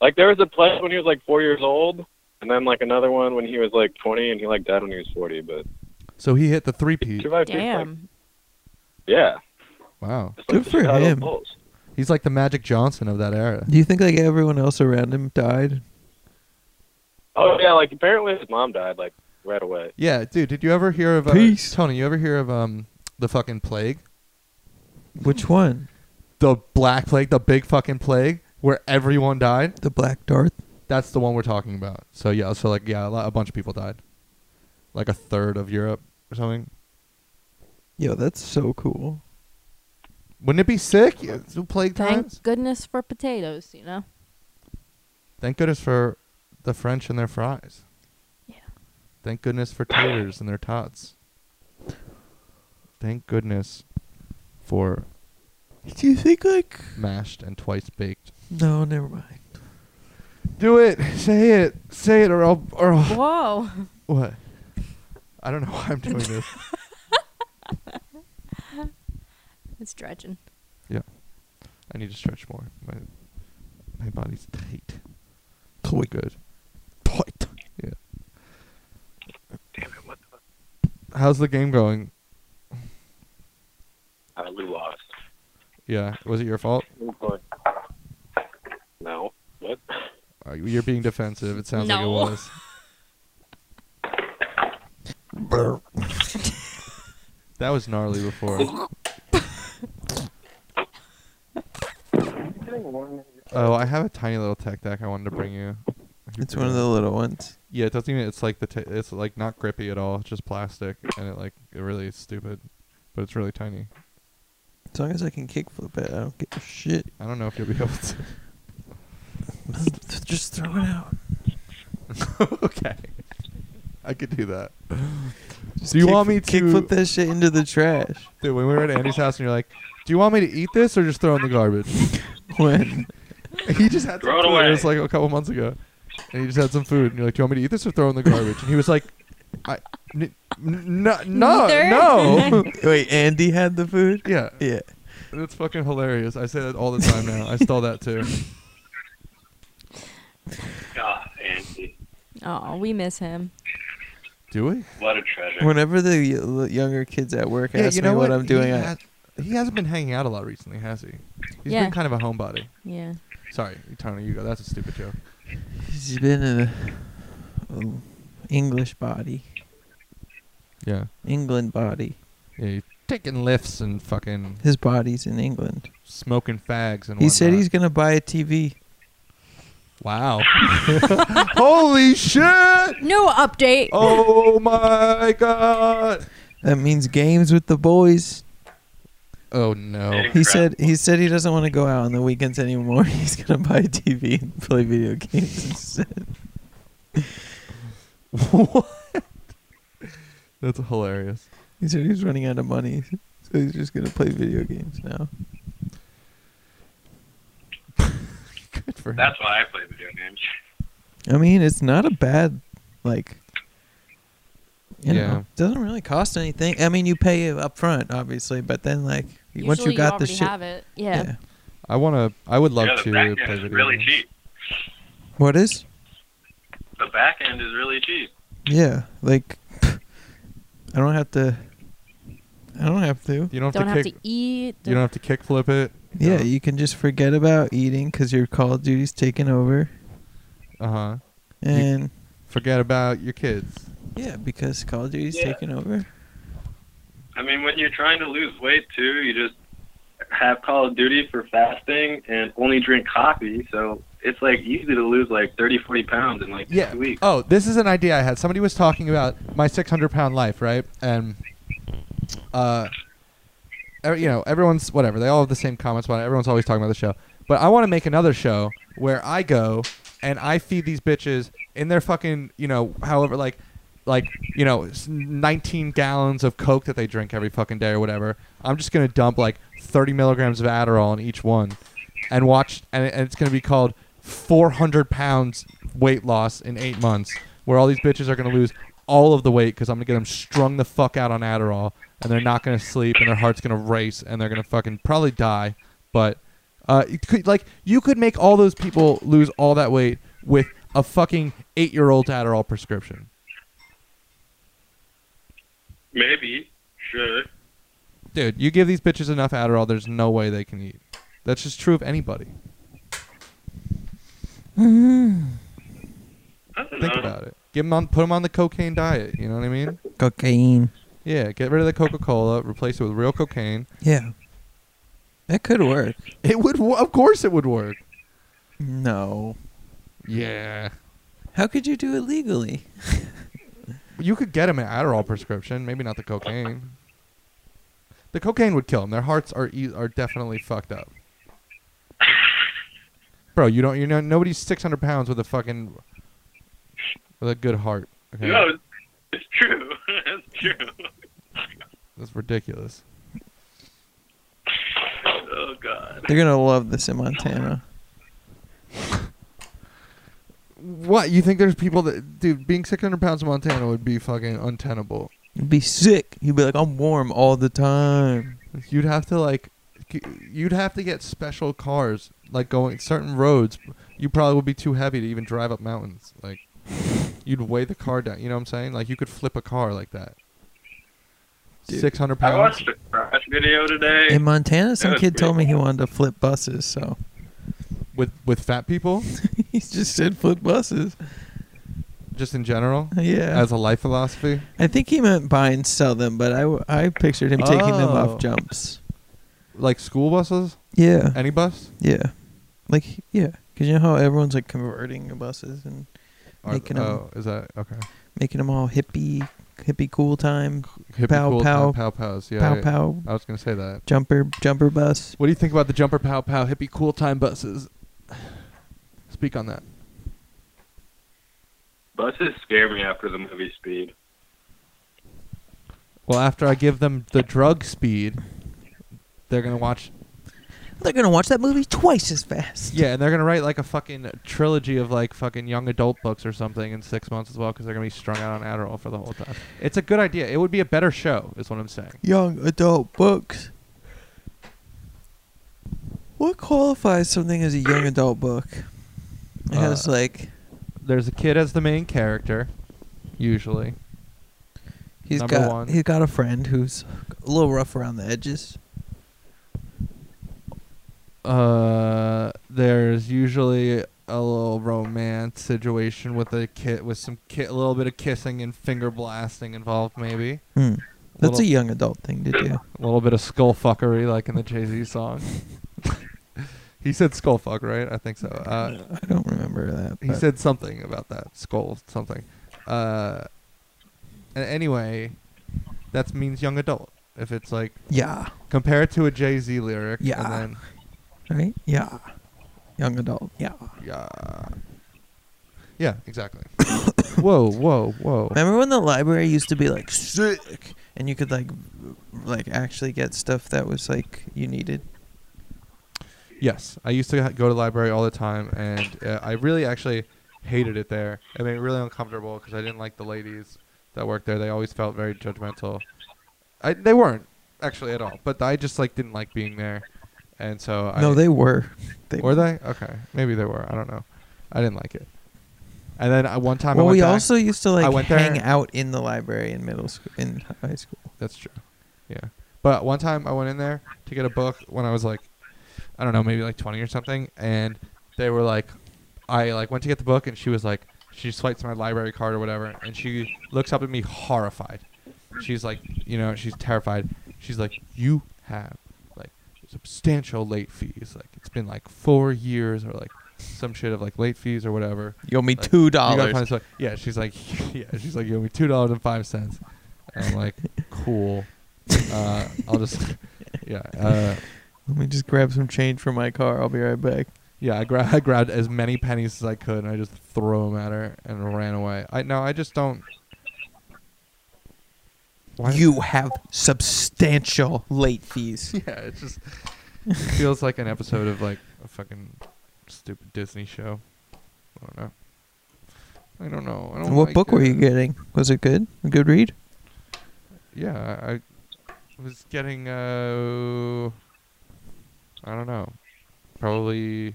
E: like, there was a play when he was like four years old, and then like another one when he was like 20, and he like died when he was 40. But
A: So he hit the three
E: he
A: peat.
E: survived three plagues.
D: Damn.
E: Yeah.
A: Wow.
E: It's
C: Good
E: the
C: for
E: Chicago
C: him.
E: Bulls.
A: He's like the Magic Johnson of that era.
C: Do you think like everyone else around him died?
E: Oh yeah, like apparently his mom died like right away.
A: Yeah, dude. Did you ever hear of uh,
C: Peace.
A: Tony? You ever hear of um the fucking plague,
C: Which one?
A: the Black Plague, the big fucking plague, where everyone died?
C: The Black Darth.
A: That's the one we're talking about. So yeah, so like yeah, a, lot, a bunch of people died, like a third of Europe or something.
C: Yo, that's so cool.
A: Wouldn't it be sick? Yeah, it's Plague times.
D: Thank goodness for potatoes, you know?
A: Thank goodness for the French and their fries.
D: Yeah.
A: Thank goodness for taters and their tots. Thank goodness for
C: Do you think like?
A: mashed and twice baked.
C: No, never mind.
A: Do it. Say it. Say it, or I'll. Or I'll
D: Whoa.
A: what? I don't know why I'm doing this.
D: It's dredging.
A: I need to stretch more. My my body's tight.
C: Quick.
A: Good.
C: Point.
A: How's the game going?
E: Uh, we lost.
A: Yeah. Was it your fault?
E: No. What?
A: Uh, you're being defensive. It sounds like it
D: No.
A: was. That was gnarly before. Oh, I have a tiny little tech deck I wanted to bring you.
C: It's one of the little ones.
A: Yeah, it doesn't even. It's like the. T- it's like not grippy at all. It's just plastic, and it like it really is stupid, but it's really tiny.
C: As long as I can kickflip it, I don't give a shit.
A: I don't know if you'll be able to.
C: Just throw it out.
A: okay, I could do that.
C: Just
A: Do you want
C: kickfl-
A: me to-
C: kickflip that shit into the trash?
A: Dude, when we were at Andy's house, and you're like, "Do you want me to eat this or just throw it in the garbage?"
C: When?
A: he just had
E: Throw it
A: some food.
E: away.
A: It was like a couple months ago, and he just had some food, and you're like, "Do you want me to eat this or throw it in the garbage?" And he was like, "I, n- n- no, no,
D: Neither.
A: no."
C: Wait, Andy had the food.
A: yeah,
C: Yeah.
A: that's fucking hilarious. I say that all the time now. I stole that too.
F: Ah, Andy,
D: Oh, we miss him.
A: Do we?
F: what a treasure.
C: Whenever the y- l- younger kids at work ask me what, I'm doing,
A: He,
C: I,
A: has, he hasn't been hanging out a lot recently, has he? He's
D: Yeah.
A: been kind of a homebody.
D: Yeah.
A: Sorry, Tony, you go. That's a stupid joke.
C: he's been in a oh, English body,
A: Yeah.
C: England body.
A: yeah he's taking lifts and fucking
C: His body's in England.
A: smoking fags and
C: He said
A: whatnot.
C: he's gonna buy a TV.
A: Wow. Holy shit!
D: No update.
A: Oh my god!
C: That means games with the boys.
A: Oh no.
C: He said he said he doesn't want to go out on the weekends anymore. He's gonna buy a TV and play video games instead.
A: what? That's hilarious.
C: He said he's running out of money, so he's just gonna play video games now.
A: Good for him.
E: That's why I play video games.
C: I mean, it's not a bad like. You
A: Yeah.
C: know, doesn't really cost anything. I mean, you pay it up front, obviously, but then like once you
D: Usually
C: got the
D: already
C: shit,
D: have it. Yeah.
A: I wanna. I would love
E: yeah, the
A: to
E: back
A: play
E: end
A: video
E: is really
A: games.
E: cheap.
C: What is?
E: The back end is really cheap.
C: Yeah, like I don't have to. I don't have to.
A: You don't have
D: Don't
A: to
D: have
A: kick.
D: to eat.
A: You don't have to kick flip it.
C: Yeah, you can just forget about eating because your Call of Duty's taken over,
A: Uh huh.
C: and
A: Forget about your kids.
C: yeah, because Call of Duty's
E: Yeah.
C: taken over.
E: I mean, when you're trying to lose weight too, you just have Call of Duty for fasting and only drink coffee. So it's like easy to lose like 30, 40 pounds in like
A: Yeah.
E: two weeks.
A: Oh, this is an idea I had. Somebody was talking about my 600 pound life, right? And, uh, every- you know, everyone's whatever. They all have the same comments about it. Everyone's always talking about the show. But I want to make another show where I go and I feed these bitches in their fucking, you know, however, like, like you know, s- 19 gallons of Coke that they drink every fucking day or whatever. I'm just gonna dump like 30 milligrams of Adderall in each one and watch and, it- and it's going to be called 400 pounds weight loss in eight months where all these bitches are going to lose all of the weight because i'm going to get them strung the fuck out on adderall and they're not going to sleep and their heart's going to race and they're going to fucking probably die but uh, you could, like you could make all those people lose all that weight with a fucking eight-year-old Adderall prescription.
E: Maybe, sure.
A: Dude, you give these bitches enough Adderall, there's no way they can eat. That's just true of anybody.
E: I don't
A: Think
E: know.
A: about it. Give 'em on, put them on the cocaine diet. You know what I mean?
C: Cocaine.
A: Yeah, get rid of the Coca Cola, replace it with real cocaine.
C: Yeah, that could work.
A: It would, wo- of course, it would work.
C: No,
A: Yeah,
C: how could you do it legally?
A: you could get them an Adderall prescription, maybe not the cocaine. The cocaine would kill them. Their hearts are e- are definitely fucked up. Bro, you don't. You know, nobody's six hundred pounds with a fucking with a good heart. Okay?
E: No, it's true. it's true.
A: That's ridiculous.
F: Oh god.
C: They're gonna love this in Montana.
A: What you think? There's people that dude being 600 pounds in Montana would be fucking untenable.
C: You'd be sick. You'd be like, I'm warm all the time.
A: You'd have to like, g- you'd have to get special cars like going certain roads. You probably would be too heavy to even drive up mountains. Like, you'd weigh the car down. You know what I'm saying? Like you could flip a car like that.
C: Dude.
A: 600
E: I
A: pounds.
E: watched a crash video today.
C: In Montana, some
E: That was
C: kid told me
E: pretty
C: he
E: cool.
C: wanted to flip buses, so
A: with with fat people
C: he just said flip buses.
A: just in general
C: Yeah.
A: as a life philosophy
C: I think he meant buy and sell them, but I, w- I pictured him taking them
A: Oh.
C: off jumps.
A: like school buses
C: Yeah.
A: any bus
C: yeah. Like, yeah. Because you know how everyone's like converting your buses and
A: Or-
C: Making 'em-
A: oh is that okay
C: making them all hippie, hippie cool time,
A: Hippie
C: Pow,
A: cool
C: pow.
A: time, pow pows yeah,
C: pow
A: yeah.
C: pow,
A: I was gonna say that
C: jumper, jumper bus.
A: what do you think about the jumper pow pow hippie cool time buses speak on that
E: Buses scare me after the movie Speed.
A: well after I give them the drug speed they're gonna watch
C: They're going to watch that movie twice as fast.
A: yeah and they're gonna write like a fucking trilogy of like fucking young adult books or something in six months as well because they're gonna be strung out on Adderall for the whole time it's a good idea it would be a better show is what I'm saying
C: young adult books. What qualifies something as a young adult book? It has
A: Uh,
C: like
A: there's a kid as the main character, usually.
C: he's
A: number
C: got
A: one.
C: he's got a friend who's a little rough around the edges.
A: Uh, there's usually a little romance situation with a kid, with some ki- a little bit of kissing and finger blasting involved, maybe.
C: Hmm. That's
A: Little-
C: a young adult thing to do.
A: A little bit of skull fuckery, like in the Jay Z song. he said skull fuck, right? I think so. Uh,
C: I don't remember that.
A: he
C: but-
A: said something about that skull something. Uh, a- anyway, that means young adult. If it's like
C: "Yeah,
A: compare it to a Jay Z lyric,
C: Yeah.
A: and then
C: right? Yeah, young adult. Yeah."
A: Yeah. Yeah, exactly. whoa, whoa, whoa.
C: Remember when the library used to be like sick, and you could like v- like actually get stuff that was like you needed.
A: Yes, I used to ha- go to the library all the time, and uh, I really actually hated it there. It made me really uncomfortable because I didn't like the ladies that worked there. They always felt very judgmental. I, they weren't actually at all, but I just like didn't like being there, and so I,
C: no, they were.
A: were they okay. Maybe they were. I don't know. I didn't like it. And then I, one time I
C: well,
A: went
C: we
A: back-
C: also used to like
A: I went
C: hang
A: there-
C: out in the library in middle school, in high school.
A: That's true. Yeah. But one time I went in there to get a book when I was like, I don't know, maybe like 20 or something, and they were like, I like went to get the book, and she was like, she swipes my library card or whatever, and she looks up at me horrified. She's like, you know, she's terrified. She's like, you have like substantial late fees. Like it's been like four years or like some shit of like late fees or whatever.
C: You owe me
A: Like,
C: two
A: You gotta
C: dollars.
A: find this way. Yeah, she's like, yeah, she's like, you owe me two dollars and five cents. And I'm like, cool. Uh, I'll just, yeah, uh,
C: Let me just grab some change from my car. I'll be right back.
A: yeah. I, gra- I grabbed as many pennies as I could, and I just threw them at her and ran away. I no, I just don't. Why?
C: You have substantial late fees.
A: Yeah, it's just it feels like an episode of like a fucking stupid Disney show. I don't know. I don't know. I don't
C: what
A: like
C: book were
A: it.
C: you getting? Was it good? A good read?
A: yeah, I I was getting uh I don't know. Probably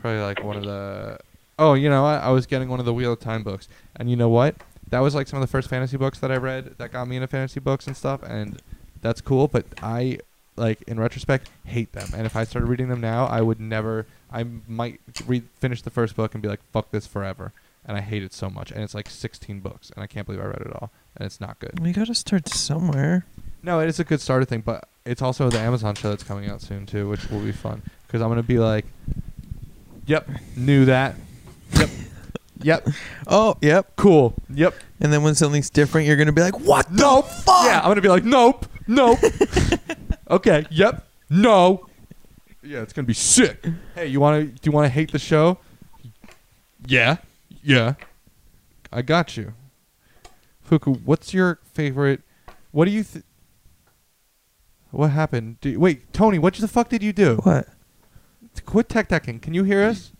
A: probably like one of the Oh, you know, I, I was getting one of the Wheel of Time books. And you know what? That was like some of the first fantasy books that I read that got me into fantasy books and stuff and that's cool, but I like in retrospect hate them. And if I started reading them now, I would never I might read finish the first book and be like fuck this forever. And I hate it so much. And it's like 16 books and I can't believe I read it all and it's not good.
C: We gotta start somewhere.
A: No, it is a good starter thing, but it's also the Amazon show that's coming out soon too, which will be fun because I'm gonna be like, "Yep, knew that. Yep, yep,
C: Oh, yep.
A: cool. Yep,
C: And then when something's different, you're gonna be like, "What the
A: nope.
C: fuck?"
A: Yeah, I'm gonna be like, nope, nope. okay, yep, no. Yeah, it's gonna be sick. Hey, you wanna do you wanna hate the show? Yeah, yeah. I got you. Fuku, what's your favorite What do you? Th- what happened? Do you- wait, Tony, what the fuck did you do?
C: What?
A: Quit tech teching. Can you hear us?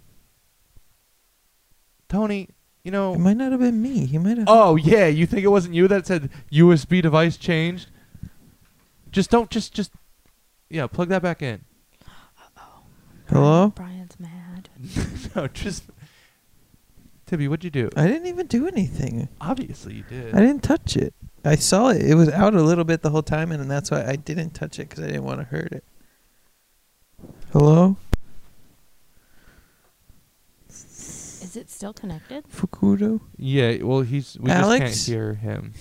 A: Tony, you know.
C: It might not have been me. He might have.
A: Oh yeah, you think it wasn't you that said USB device changed? Just don't just just yeah, plug that back in.
C: Hello?
D: Brian's mad.
A: no, just Tibby, what'd you do?
C: I didn't even do anything.
A: Obviously you did.
C: I didn't touch it. I saw it. It was out a little bit the whole time, and that's why I didn't touch it because I didn't want to hurt it. Hello?
D: Is it still connected?
C: Fukudo?
A: yeah, well he's we
C: Alex?
A: just can't hear him.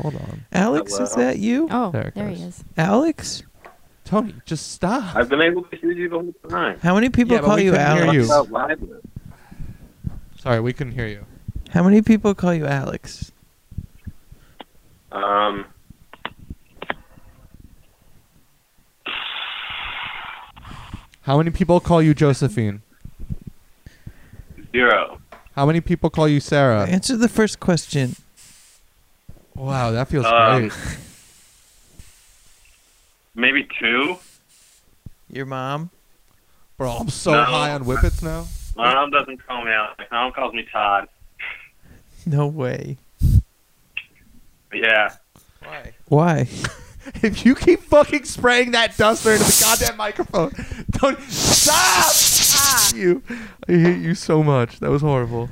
A: Hold on.
C: Alex,
E: Hello?
C: is that you?
D: Oh,
A: There
D: there,
A: it
D: he
A: goes.
D: is.
C: Alex?
A: Tony, just stop.
E: I've been able to hear you the whole time.
C: How many people
A: Yeah, but
C: call
A: we
C: you
A: couldn't hear
C: Alex?
A: you.
E: How loud is it?
A: Sorry, we couldn't hear you.
C: How many people call you Alex?
E: Um,
A: How many people call you Josephine?
E: zero.
A: How many people call you Sarah?
C: Answer the first question.
A: Wow, that feels
E: Um,
A: great.
E: Maybe two.
C: Your mom?
A: Bro, I'm so
E: no.
A: high on whippets now.
E: My mom doesn't call me out. My mom calls me Todd.
C: No way.
E: Yeah.
C: Why? Why?
A: If you keep fucking spraying that duster into the goddamn microphone, don't stop! Ah, you, I hate you so much. That was horrible.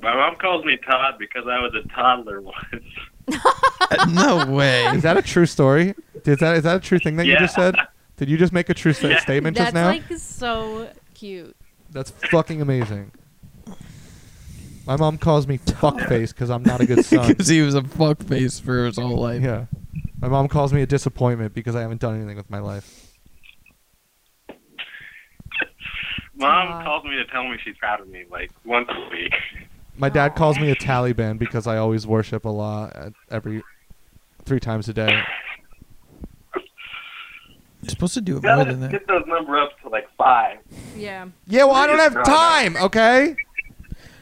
E: My mom calls me Todd because I was a toddler once.
C: Uh, no way.
A: Is that a true story? Is that is that a true thing that you just
E: Yeah.
A: said? Did you just make a true sta-
E: Yeah.
A: statement
D: That's
A: just now?
D: like so cute.
A: That's fucking amazing. My mom calls me fuckface because I'm not a good son.
C: Because he was a fuckface for his whole life.
A: yeah. My mom calls me a disappointment because I haven't done anything with my life.
E: Mom
D: Todd.
E: calls me to tell me she's proud of me like once a week.
A: My dad calls me a Taliban because I always worship Allah at every three times a day.
C: You're supposed to do it more
E: Gotta
C: than that.
E: Get those number up to like five.
D: Yeah.
A: Yeah, well, I don't
E: Please
A: have
E: don't.
A: time, okay?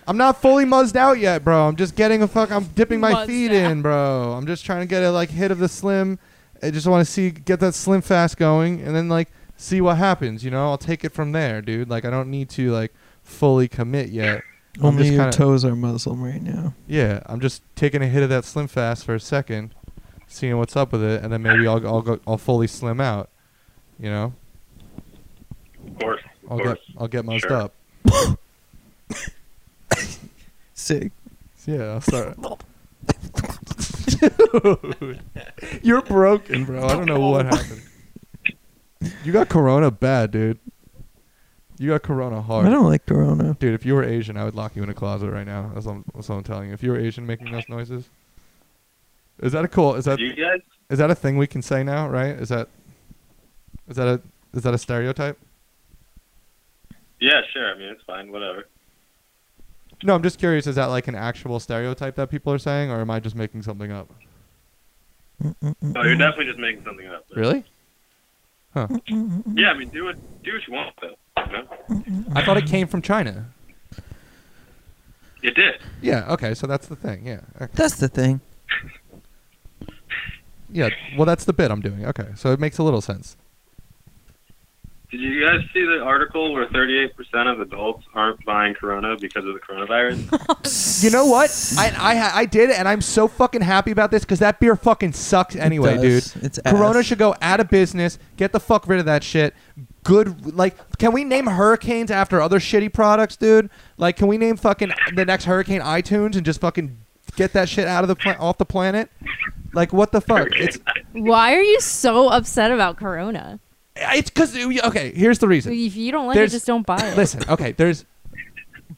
A: I'm not fully muzzed out yet, bro. I'm just getting a fuck. I'm dipping my
D: Muzzed
A: feet
D: out.
A: in, bro. I'm just trying to get a like hit of the slim. I just want to see get that slim fast going, and then like see what happens. You know, I'll take it from there, dude. Like I don't need to like fully commit yet. I'm
C: Only
A: just
C: your
A: kinda-
C: toes are Muslim right now.
A: Yeah, I'm just taking a hit of that slim fast for a second, seeing what's up with it, and then maybe I'll I'll go I'll fully slim out. You know,
E: Of course. Of
A: I'll
E: course.
A: get I'll get muzzed
E: Sure.
A: up.
C: Sick.
A: Yeah, I'll start. Dude, you're broken, bro. I don't know what happened. You got corona bad, dude. You got corona hard.
C: I don't like Corona.
A: Dude, if you were Asian, I would lock you in a closet right now. That's what I'm, that's what I'm telling you. If you were Asian making those noises. Is that a cool? Is that
E: You guys?
A: is that a thing we can say now, right? Is that Is that a is that a stereotype?
E: Yeah, sure. I mean, it's fine. Whatever.
A: No, I'm just curious is that like an actual stereotype that people are saying or am I just making something up?
E: No, Oh, you're definitely just making something up. but-
A: Really?
E: Yeah, I mean, do it. Do what you want though. You know?
A: I thought it came from China.
E: It did.
A: Yeah. Okay. So that's the thing. Yeah. Uh, Okay.
C: That's the thing.
A: Yeah. Well, that's the bit I'm doing. Okay. So it makes a little sense.
E: Did you guys see the article where 38% of adults aren't buying Corona because of the coronavirus?
A: You know what? I I, ha- I did, and I'm so fucking happy about this because that beer fucking sucks anyway,
C: does.
A: dude.
C: It's
A: Corona
C: ass.
A: should go out of business. Get the fuck rid of that shit. Good. Like, can we name hurricanes after other shitty products, dude? Like, can we name fucking the next hurricane iTunes and just fucking get that shit out of the pla- off the planet? Like, what the fuck? It's
D: Why are you so upset about Corona?
A: it's because okay. Here's the reason.
D: If you don't like
A: There's-
D: it, just don't buy it.
A: Listen, okay, there's.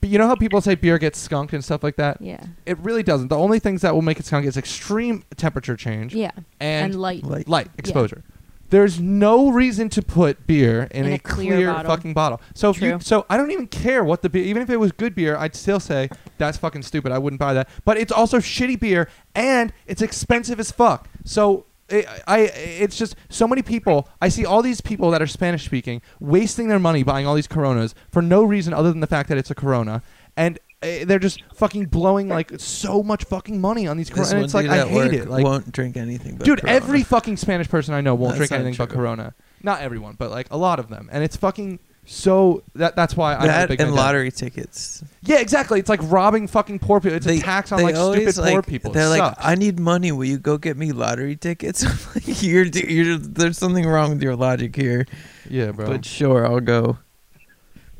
A: But you know how people say beer gets skunked and stuff like that?
D: Yeah.
A: It really doesn't. The only things that will make it skunk is extreme temperature change
D: Yeah.
A: and,
D: And light.
C: Light.
A: light exposure. There's no reason to put beer in,
D: In
A: a,
D: a clear bottle.
A: fucking bottle. So if you,
D: True.
A: so I don't even care what the beer, even if it was good beer, I'd still say that's fucking stupid. I wouldn't buy that. But it's also shitty beer and it's expensive as fuck. So it, I, eh, it's just so many people. I see all these people that are Spanish speaking wasting their money buying all these Coronas for no reason other than the fact that it's a Corona. And eh, they're just fucking blowing like so much fucking money on these. Corona.
C: This
A: and
C: one
A: it's like
C: dude
A: I
C: at
A: hate
C: work
A: it. Like,
C: won't drink anything but
A: dude,
C: Corona.
A: every fucking Spanish person I know won't
C: That's
A: drink
C: not
A: anything but
C: true.
A: Corona. Not everyone, but like a lot of them, and it's fucking so that that's why I'm a
C: that
A: big
C: and
A: Mandela.
C: lottery tickets.
A: Yeah, exactly. It's like robbing fucking poor people. It's a tax on
C: they
A: like
C: always,
A: stupid poor
C: like-
A: people. It
C: They're like,
A: sucks.
C: I need money. Will you go get me lottery tickets? I'm like, you're, you're, there's something wrong with your logic here.
A: yeah, bro.
C: But sure, I'll go.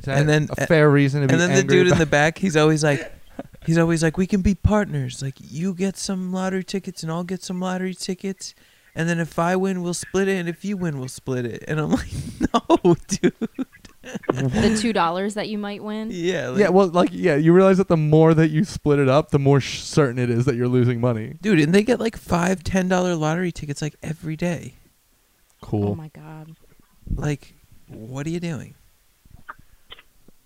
A: Is that
C: and then-
A: a fair reason to be
C: And then the
A: angry
C: dude in
A: about-
C: the back, he's always like, he's always like, we can be partners. Like, you get some lottery tickets, and I'll get some lottery tickets. And then if I win, we'll split it, and if you win, we'll split it. And I'm like, no, dude.
D: the two dollars that you might win.
C: Yeah. Like,
A: yeah, well, like yeah, you realize that the more that you split it up, the more sh- certain it is that you're losing money.
C: dude, and they get like five, ten dollar lottery tickets like every day.
A: Cool.
D: Oh my god.
C: Like, what are you doing?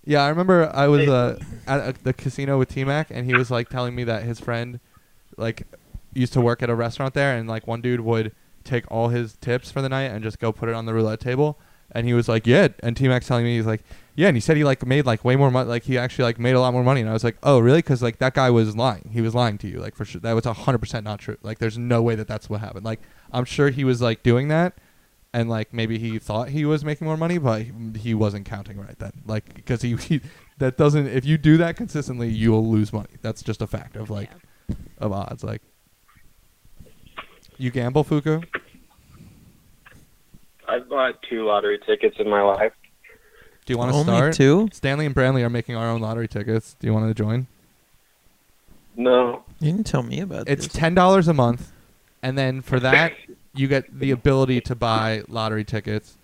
A: Yeah, I remember I was uh, at a, the casino with T Mac, and he was like telling me that his friend, like, used to work at a restaurant there, and like one dude would take all his tips for the night and just go put it on the roulette table, and he was like, yeah, and T Mac's telling me he's like, yeah, and he said he like made like way more money, like he actually like made a lot more money, and I was like, oh really? Because like that guy was lying, he was lying to you, like for sure, that was hundred percent not true. Like there's no way that that's what happened. Like I'm sure he was like doing that, and like maybe he thought he was making more money, but he wasn't counting right then. Like because he, he that doesn't if you do that consistently, you'll lose money. That's just a fact of like of odds. Like you gamble, Fuku.
E: I've bought two lottery tickets in my life.
A: Do you want to
C: Only
A: start?
C: two?
A: Stanley and Branley are making our own lottery tickets. Do you want to join?
E: No.
C: You didn't tell me about
A: It's
C: this.
A: ten dollars a month, and then for that you get the ability to buy lottery tickets,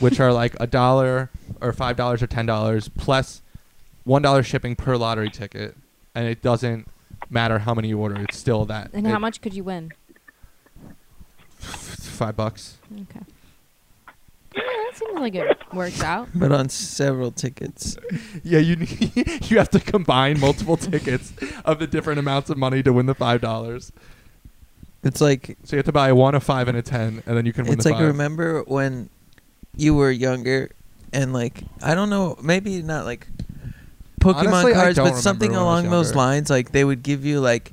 A: which are like a dollar or five dollars or ten dollars plus one dollar shipping per lottery ticket, and it doesn't matter how many you order. It's still that.
D: And
A: it-
D: how much could you win?
A: Five bucks.
D: Okay. Yeah, that seems like it works out.
C: but on several tickets.
A: Yeah, you need, you have to combine multiple tickets of the different amounts of money to win the five dollars.
C: It's like
A: So you have to buy a one, a five, and a ten, and then you can win
C: it's
A: the
C: like
A: five.
C: remember when you were younger and like I don't know, maybe not like Pokemon
A: Honestly, I don't
C: cards, but
A: remember
C: something
A: when I was
C: along those
A: younger.
C: lines. Like they would give you like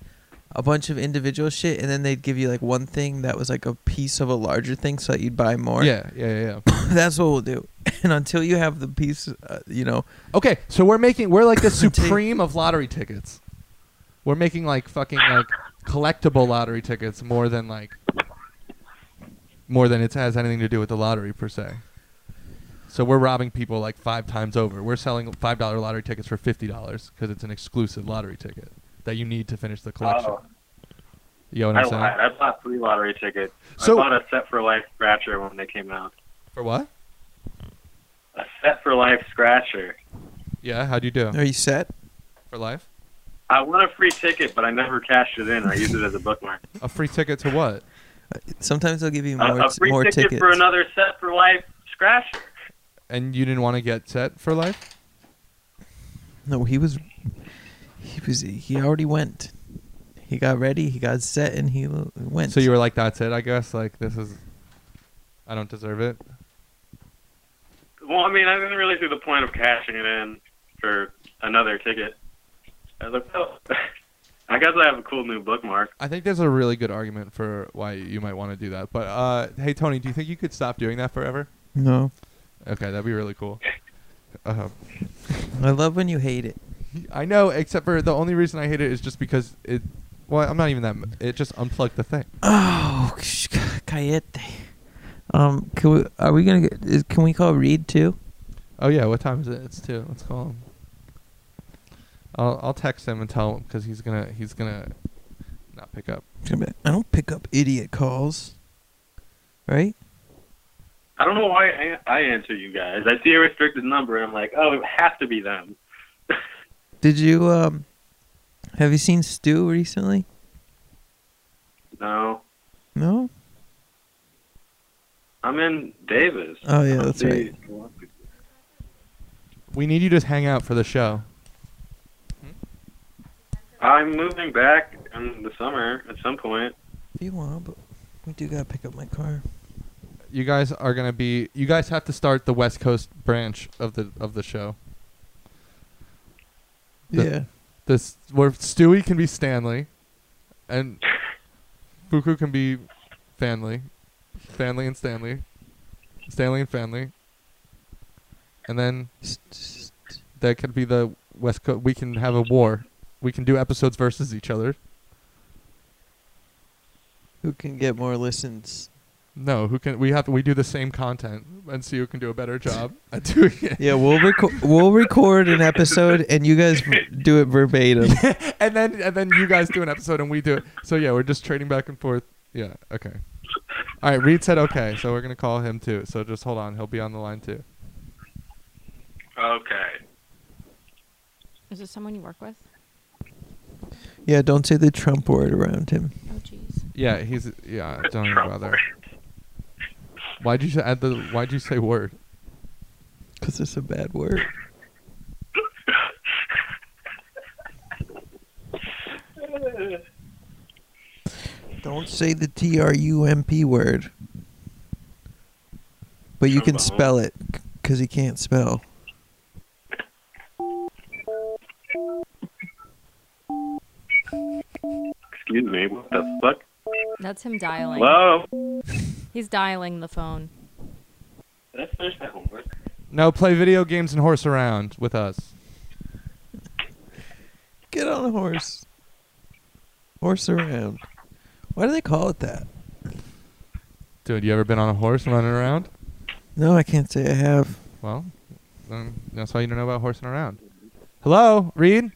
C: a bunch of individual shit, and then they'd give you like one thing that was like a piece of a larger thing, so that you'd buy more.
A: yeah, yeah, yeah. yeah.
C: that's what we'll do. And until you have the piece, uh, you know,
A: Okay, so we're making we're like the
C: Take-
A: supreme of lottery tickets. We're making like fucking like collectible lottery tickets more than like more than it has anything to do with the lottery per se. So we're robbing people like five times over. We're selling five dollar lottery tickets for fifty dollars because it's an exclusive lottery ticket that you need to finish the collection.
E: Oh,
A: You know what
E: I
A: I'm saying?
E: lied. I bought three lottery tickets.
A: So-
E: I bought a set for life scratcher when they came out.
A: For what?
E: A set for life scratcher.
A: Yeah, how'd you do
C: are you set?
A: for life?
E: I won a free ticket, but I never cashed it in. I used it as a bookmark.
A: A free ticket to what?
C: Sometimes they'll give you
E: A-
C: more,
E: a
C: t-
E: free
C: more
E: ticket
C: tickets.
E: for another set for life scratcher.
A: And you didn't want to get set for life?
C: No, he was, he was, he already went. He got ready, he got set, and he l- went.
A: So you were like, that's it, I guess. Like this is, I don't deserve it.
E: Well, I mean, I didn't really see the point of cashing it in for another ticket. I was like, oh, I guess I have a cool new bookmark.
A: I think there's a really good argument for why you might want to do that. But uh, hey, Tony, do you think you could stop doing that forever?
C: no.
A: Okay, that'd be really cool. Uh,
C: I love when you hate it.
A: I know, except for the only reason I hate it is just because it. Well, I'm not even that. m- It just unplugged the thing.
C: Oh, sh- cayete. Um, can we? Are we gonna get? Is, can we call Reed too?
A: Oh yeah, what time is it? It's two. Let's call him. I'll I'll text him and tell him because he's gonna he's gonna not pick up.
C: I don't pick up idiot calls. Right?
E: I don't know why I, I answer you guys. I see a restricted number, and I'm like, oh, it has to be them.
C: Did you um? Have you seen Stu recently?
E: No,
C: No.
E: I'm in Davis.
C: Oh, yeah, that's
E: See-
A: We need you to hang out for the show.
E: I'm moving back in the summer at some point.
C: If you want, but we do gotta pick up my car.
A: You guys are gonna be. You guys have to start the West Coast branch of the of the show. The-
C: yeah.
A: This where Stewie can be Stanley, and Buku can be Fanley, Fanley and Stanley, Stanley and Fanley, and then that could be the West Coast. We can have a war. We can do episodes versus each other.
C: Who can get more listens?
A: No, who can we have? We do the same content and see who can do a better job at doing it.
C: Yeah, we'll record. we'll record an episode, and you guys v- do it verbatim.
A: and then and then you guys do an episode and we do it. So yeah, we're just trading back and forth. Yeah. Okay. All right. Reed said okay, so we're gonna call him too. So just hold on. He'll be on the line too.
E: Okay.
D: Is it someone you work with?
C: Yeah, don't say the Trump word around him.
D: Oh, jeez.
A: Yeah. He's yeah. Don't even bother. Why'd you say- add the? Why'd you say word?
C: Because it's a bad word. Don't say the T R U M P word. But you can spell it because he can't spell.
E: Excuse me. What the fuck?
D: That's him dialing.
E: Hello.
D: He's dialing the phone.
E: Did I finish my homework?
A: No, play video games and horse around with us.
C: Get on a horse. Horse around. Why do they call it that?
A: Dude, you ever been on a horse running around?
C: No, I can't say I have.
A: Well, then that's why you don't know about horsing around. Hello, Reed.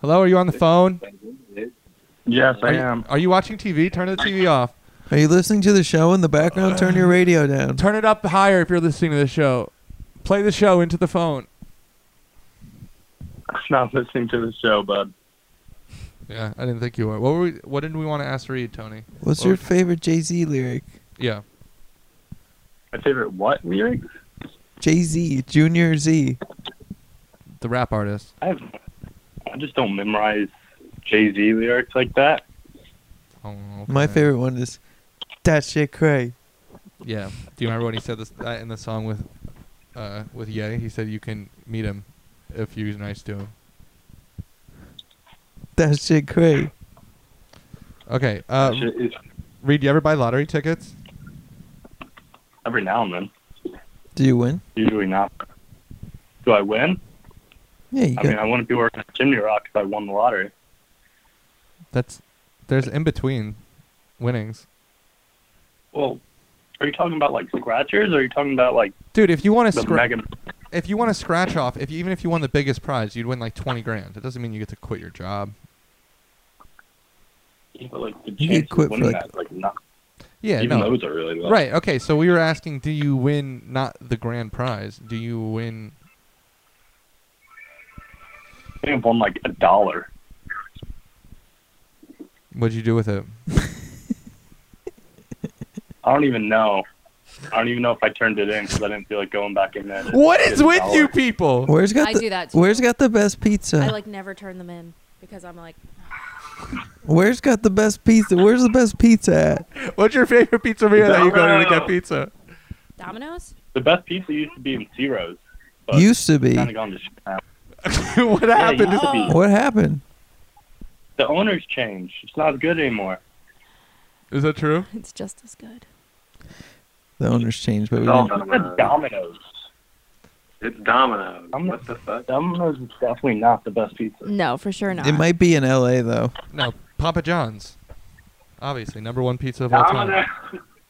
A: Hello, are you on the phone?
E: Yes,
A: Are you- Are you watching TV? Turn the TV off.
C: Are you listening to the show in the background? Turn your radio down.
A: Turn it up higher if you're listening to the show. Play the show into the phone.
E: I'm not listening to the show, bud.
A: Yeah, I didn't think you were. What were we? What did we want to ask Reed, Tony?
C: What's
A: Or-
C: your favorite Jay Z lyric?
A: Yeah.
E: My favorite what lyrics?
C: Jay Z, Junior Z.
A: The rap artist.
E: I have, I just don't memorize Jay Z lyrics like that.
A: Oh, okay.
C: My favorite one is That Shit Cray.
A: Yeah. Do you remember when he said this that in the song with, uh, with Ye? He said you can meet him if you're nice to him.
C: That Shit Cray.
A: Okay. Uh,
E: Shit is-
A: Reed, do you ever buy lottery tickets?
E: every now and then,
C: Do you win?
E: usually not. Do I win?
C: Yeah, you
E: I
C: got.
E: mean, I wouldn't be working at Chimney Rock if I won the lottery.
A: That's there's in between winnings.
E: Well, are you talking about like scratchers? Or are you talking about like
A: Dude, if you want to
E: the
A: scratch,
E: mega?
A: if you want to scratch off, if you, even if you won the biggest prize, you'd win like twenty grand. It doesn't mean you get to quit your job.
E: But like the
C: You
E: chances
C: quit
E: of
C: for,
E: winning
C: like-
E: that is, like not
A: Yeah,
E: even
A: no.
E: those are really low.
A: Right. Okay. So we were asking, do you win not the grand prize? Do you win?
E: I think I've won like a dollar.
A: What'd you do with it?
E: I don't even know. I don't even know if I turned it in because I didn't feel like going back in there.
A: What is
E: Get a
A: with
E: dollar.
A: you people?
C: Where's got
D: I
C: the
D: do that too.
C: Where's got the best pizza?
A: Uh.
D: I like never turn them in because I'm like,
C: Where's got the best pizza? Where's the best pizza at?
A: What's your favorite pizzeria that you go to to get
E: Domino's.
A: pizza?
D: Domino's?
E: The best pizza used to be in Zero's.
C: Used to be.
E: Kind of gone to shit now.
A: what
E: Yeah, it
A: happened?
E: used to be.
C: What happened?
E: The owners changed. It's not good anymore.
A: Is that true?
D: It's just as good.
C: The owners changed, but we
E: It's
C: didn't.
E: the Domino's.
F: It's Domino's.
E: I'm-
F: what the fuck?
E: Domino's is definitely not the best pizza.
D: No, for sure not.
C: It might be in L.A. though.
A: No, Papa John's. Obviously, number one pizza of all time.
E: Domino's.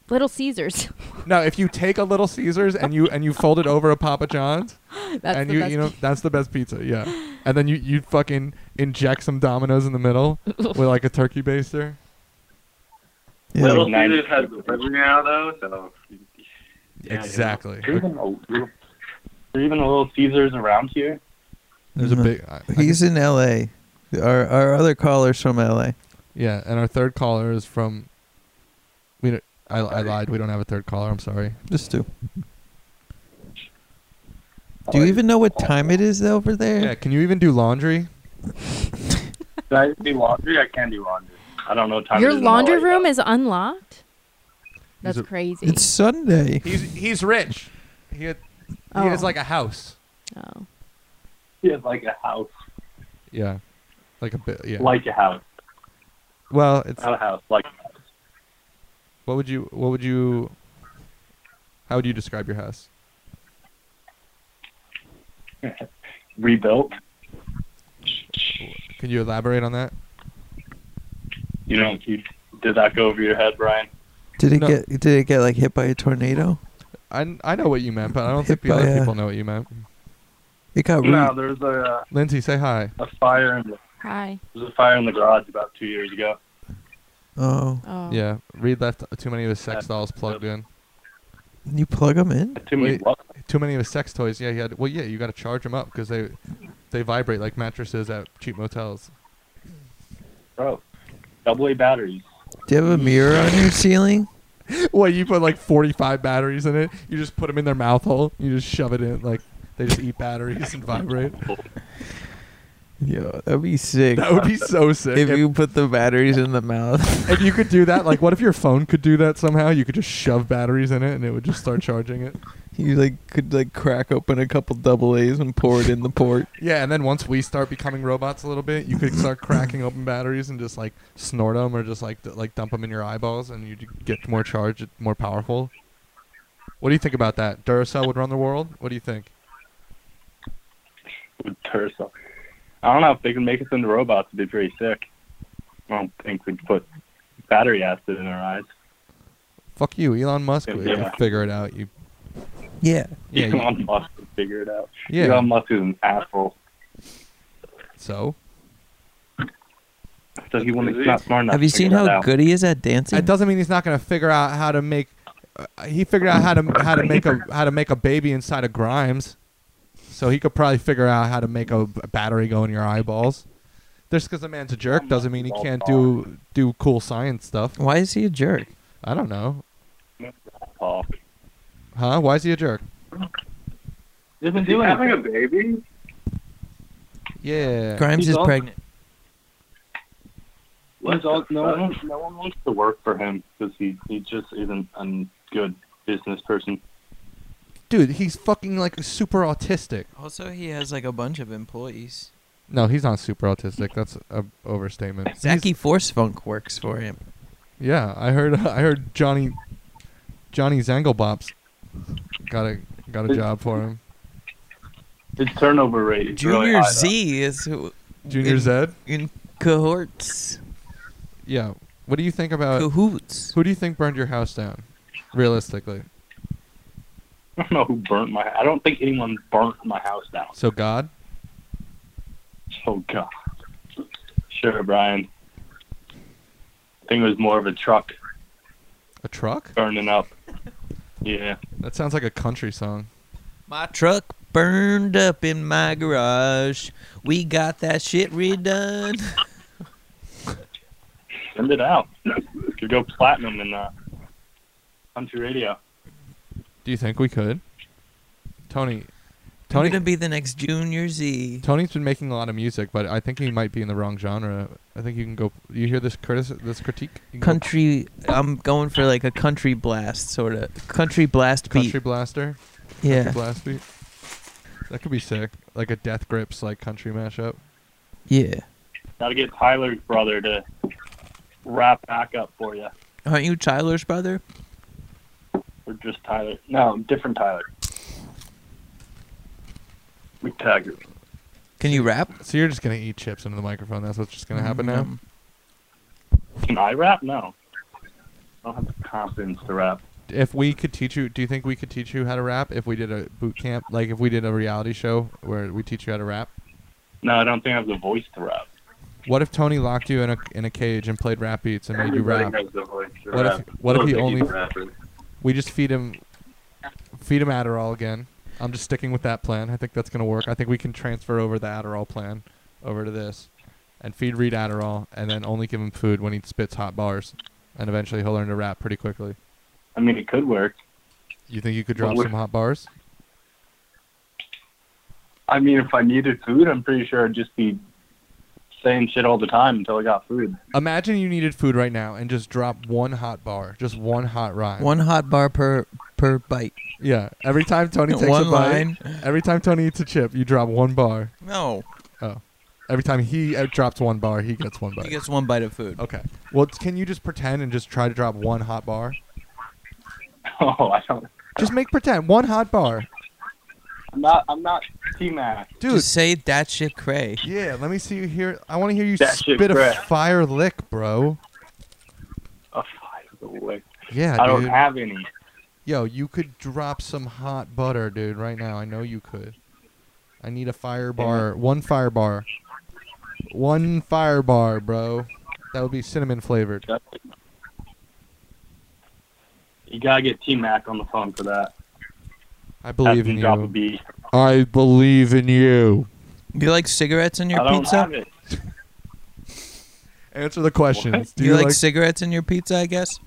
D: Little Caesars.
A: No, if you take a Little Caesars and you and you fold it over a Papa John's,
D: That's
A: and
D: the
A: you
D: best
A: you know
D: pi-
A: that's the best pizza, yeah. And then you you fucking inject some Dominoes in the middle with like a turkey baster.
C: Yeah.
F: Little
E: Like
F: Caesars
E: 90.
F: has delivery now, though, so. Yeah,
A: exactly.
E: There even a, there even a little Caesars around here.
A: There's Mm-hmm. a
C: Mhm.
A: big. I, I
C: He's in L.A. Our our other caller's from L.A.
A: Yeah, and our third caller is from. We don't, I, I lied. We don't have a third caller. I'm sorry.
C: Just two. Do you even know what time it is over there?
A: Yeah, can you even do laundry?
E: Can I do laundry? I can do laundry. I don't know what time.
D: Your
E: it is in
D: laundry
E: LA,
D: room
E: though.
D: is unlocked? That's
A: a-
D: crazy.
C: It's Sunday.
A: He's he's rich. He had,
D: Oh.
A: a house.
D: Oh.
E: He has like a house.
A: Yeah, like a bit. Yeah.
G: Like a house,
A: well, it's
G: not a house, like a house.
A: what would you what would you how would you describe your house?
G: rebuilt.
A: Can you elaborate on that?
G: You know, you, did that go over your head, Brian?
C: Did it
A: No.
C: get did it get like hit by a tornado?
A: I, I know what you meant, but I don't think
C: Hit
A: the
C: by
A: other
C: a-
A: people know what you meant.
C: It got
G: No,
C: root.
G: there was a
A: Lindsay, say hi.
G: a fire in the,
D: Hi.
G: there was a fire in the garage about two years ago.
C: Oh,
D: Oh.
A: Yeah, Reed left too many of his sex
G: Uh,
A: dolls plugged in.
C: you plug them in?
G: Too many
A: Wait.
G: what?
A: Too many of his sex toys. Yeah, he had. Well, yeah, you got to charge them up because they they vibrate like mattresses at cheap motels.
G: Bro, double A batteries.
C: Do you have a mirror on your ceiling?
A: Well, you put like 45 batteries in it. You just put them in their mouth hole. You just shove it in. Like they just eat batteries and vibrate.
C: Yo, that'd be sick.
A: That would be so sick.
C: if you put the batteries in the mouth.
A: if you could do that, like, what if your phone could do that somehow? You could just shove batteries in it and it would just start charging it.
C: You like could like crack open a couple double A's and pour it in the port.
A: Yeah, and then once we start becoming robots a little bit, you could start cracking open batteries and just like snort them or just like d- like dump them in your eyeballs, and you get more charged, more powerful. What do you think about that? Duracell would run the world. What do you think?
G: with Tersa. I don't know if they can make us into robots. It'd be pretty sick. I don't think we'd put battery acid in our eyes.
A: Fuck you, Elon Musk.
G: Yeah.
A: You figure it out. You
C: Yeah.
A: yeah you-
G: Elon Musk would figure it out.
A: yeah.
G: Elon Musk is an asshole.
A: so
G: So he wouldn't. He's not smart enough.
C: Have you
G: to figure
C: seen
G: that
C: how
G: out.
C: good he is at dancing?
A: it doesn't mean he's not gonna figure out how to make. Uh, he figured out how to how to make a how to make a baby inside of Grimes, so he could probably figure out how to make a b- battery go in your eyeballs. Just because a man's a jerk doesn't mean he can't do do cool science stuff.
C: Why is he a jerk?
A: I don't know,
G: Paul?
A: huh? Why is he a jerk?
G: He's been
E: Is he
G: doing
E: having
G: it.
E: a baby?
A: Yeah,
C: Grimes
G: He's
C: is
G: all-
C: pregnant.
G: He's all, no, one, wants- no one wants to work for him because he he just isn't a good business person.
A: dude, he's fucking like super autistic.
C: Also, he has like a bunch of employees.
A: No, he's not super autistic. That's a overstatement. He's-
C: Zachy Forsfunk works for him.
A: Yeah, I heard. I heard Johnny, Johnny Zanglebops, got a got a job for him.
G: His turnover rate is really
C: Junior
G: high,
C: Z is who
A: Junior
C: in,
A: Zed.
C: in cohorts,
A: Yeah. What do you think about
C: cahoots.
A: who do you think burned your house down? Realistically,
G: though. I don't know who burnt my. I don't think anyone burnt my house down.
A: so God.
G: Oh god. Sure, Brian. I think it was more of a truck
A: A truck?
G: burning up. Yeah.
A: That sounds like a country song.
C: My truck burned up in my garage. We got that shit redone.
G: Send it out. Could go platinum in uh country radio.
A: Do you think we could? Tony, Tony,
C: I'm gonna be the next Junior Z.
A: Tony's been making a lot of music, but I think he might be in the wrong genre. I think you can go. You hear this critic, this critique? You can go
C: Country. I'm going for like a country blast sort of country blast beat.
A: country blaster,
C: yeah,
A: country blast beat. That could be sick, like a Death Grips like country mashup.
C: yeah.
G: Gotta get Tyler's brother to wrap back up for you.
C: Aren't you Tyler's brother?
G: Or just Tyler. No, different Tyler. We tag it.
C: Can you rap?
A: So you're just gonna eat chips into the microphone. That's what's just gonna happen now.
C: Mm.
G: Can I rap? No. I don't have the confidence to rap.
A: if we could teach you do you think we could teach you how to rap if we did a boot camp like if we did a reality show where we teach you how to rap
G: No, I don't think I have the voice to rap.
A: what if tony locked you in a in a cage and played rap beats and made you
G: Everybody
A: rap
G: has the voice to
A: What if-
G: rap.
A: what
G: I
A: if
G: don't
A: he
G: think he's
A: only-
G: a rapper.
A: we just feed him feed him adderall again i'm just sticking with that plan i think that's going to work i think we can transfer over the adderall plan over to this and feed reed adderall and then only give him food when he spits hot bars and eventually he'll learn to rap pretty quickly
G: I mean, it could work.
A: you think you could
G: Well,
A: drop
G: what-
A: some hot bars
G: I mean, if I needed food, I'm pretty sure I'd just be saying shit all the time until I got food.
A: imagine you needed food right now and just drop one hot bar just one hot rhyme
C: One hot bar per per bite.
A: Yeah, every time Tony takes
C: One
A: a bite,
C: line.
A: every time Tony eats a chip, you drop one bar.
C: No.
A: Oh. Every time he out- drops one bar, he gets one
C: He
A: bite.
C: gets one bite of food.
A: Okay. Well, can you just pretend and just try to drop one hot bar?
G: Oh, I don't.
A: Just make pretend one hot bar,
G: I'm not. I'm not T Mac.
A: dude.
C: Just say that shit, Cray.
A: yeah, let me see you hear. I want to hear you
G: That shit
A: spit a
G: crack.
A: fire lick, bro.
G: Oh, fuck, the way.
A: Yeah,
G: I don't
A: dude.
G: have any.
A: Yo, you could drop some hot butter, dude, right now. I know you could. I need a fire bar. One fire bar. One fire bar, bro. That would be cinnamon flavored.
G: You gotta get T Mac on the phone for that.
A: I
G: Have
A: believe
G: him
A: in
G: drop a
A: you.
G: beat.
A: I believe in you.
C: You like cigarettes in your
G: I don't
C: pizza?
G: have it.
A: Answer the questions.
G: What?
A: Do
C: you, like,
A: like
C: cigarettes in your pizza? I guess.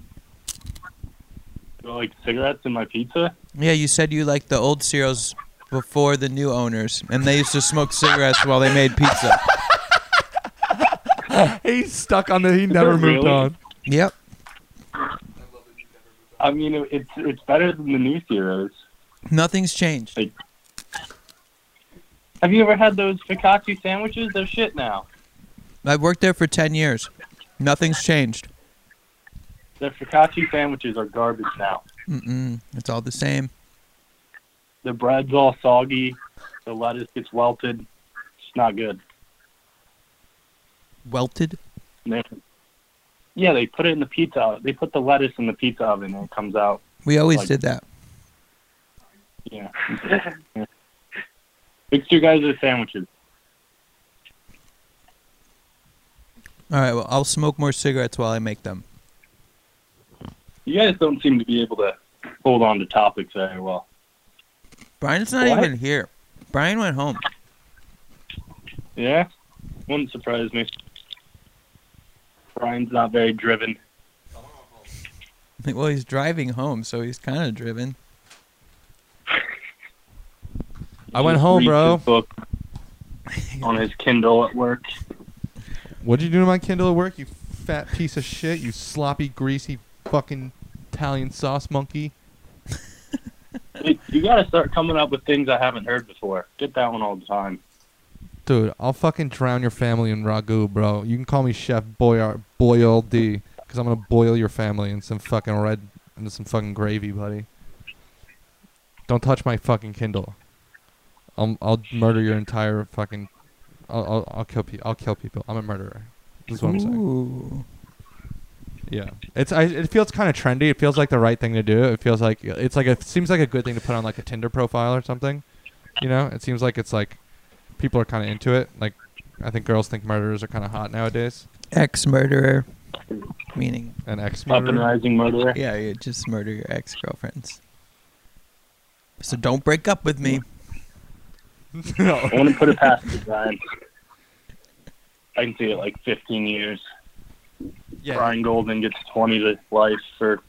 G: Do I like cigarettes in my pizza?
C: Yeah, you said you liked the old cereals before the new owners, and they used to smoke cigarettes while they made pizza.
A: He's stuck on the. He never moved
G: Really?
A: on.
C: Yep.
G: I mean, it- it's it's better than the new Zeros.
C: Nothing's changed.
G: Have you ever had those focaccia sandwiches? They're shit now.
C: I worked there for ten years. Nothing's changed.
G: Their focaccia sandwiches are garbage now.
C: Mm-mm. It's all the same.
G: The bread's all soggy. The lettuce gets welted. It's not good.
C: Welted.
G: And they- yeah, they put it in the pizza. They put the lettuce in the pizza oven and it comes out.
C: We always
G: Like-
C: did that.
G: Yeah. Fix your guys' sandwiches.
C: All right. Well, I'll smoke more cigarettes while I make them.
G: You guys don't seem to be able to hold on to topics very well.
C: Brian's not
G: What?
C: even here. Brian went home.
G: Yeah? Wouldn't surprise me. Brian's not very driven.
C: Well, he's driving home, so he's kind of driven.
A: I went
G: He
A: home,
G: reads
A: bro.
G: his book on his Kindle at work.
A: What'd you do to my Kindle at work? You fat piece of shit. You sloppy, greasy, fucking Italian sauce monkey.
G: Dude, you gotta start coming up with things I haven't heard before. Get that one all the time.
A: Dude, I'll fucking drown your family in ragu, bro. You can call me Chef Boyar Boyle D, because I'm gonna boil your family in some fucking red into some fucking gravy, buddy. Don't touch my fucking Kindle. I'll I'll murder your entire fucking. I'll I'll, I'll kill people. I'll kill people. I'm a murderer. That's what I'm saying.
C: Ooh.
A: Yeah, it's I, it feels kind of trendy. It feels like the right thing to do. It feels like it's like it seems like a good thing to put on like a Tinder profile or something. You know, it seems like it's like people are kind of into it. Like I think girls think murderers are kind of hot nowadays,
C: Ex murderer. Meaning,
A: and ex
G: Up and
A: murderer.
G: rising murderer.
C: yeah, you just murder your ex girlfriends. So don't break up with me.
A: no.
G: I wouldn't put it past you, Brian. I can see it like 15 years.
A: Yeah,
G: Brian Golden gets 20 to life for.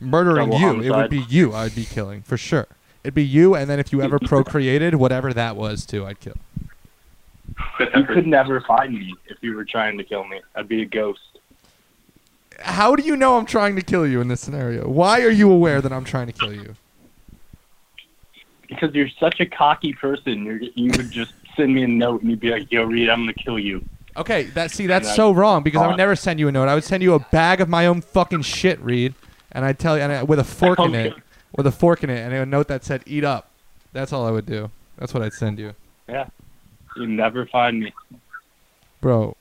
A: murdering
G: double
A: you. It would
G: homicide.
A: be you. I'd be killing for sure. It'd be you, and then if you ever procreated, whatever that was too, I'd kill.
G: You could never find me if you were trying to kill me. I'd be a ghost.
A: How do you know I'm trying to kill you in this scenario? Why are you aware that I'm trying to kill you?
G: Because you're such a cocky person, you're, you would just send me a note and you'd be like, "Yo, Reed, I'm gonna kill you."
A: Okay, that see that's
G: That's
A: so wrong because I would
G: fine.
A: never send you a note. I would send you a bag of my own fucking shit, Reed, and I'd tell you and I, with a fork in it,
G: Okay.
A: with a fork in it, and a note that said "eat up." That's all I would do. That's what I'd send you,
G: You never find me.
A: bro.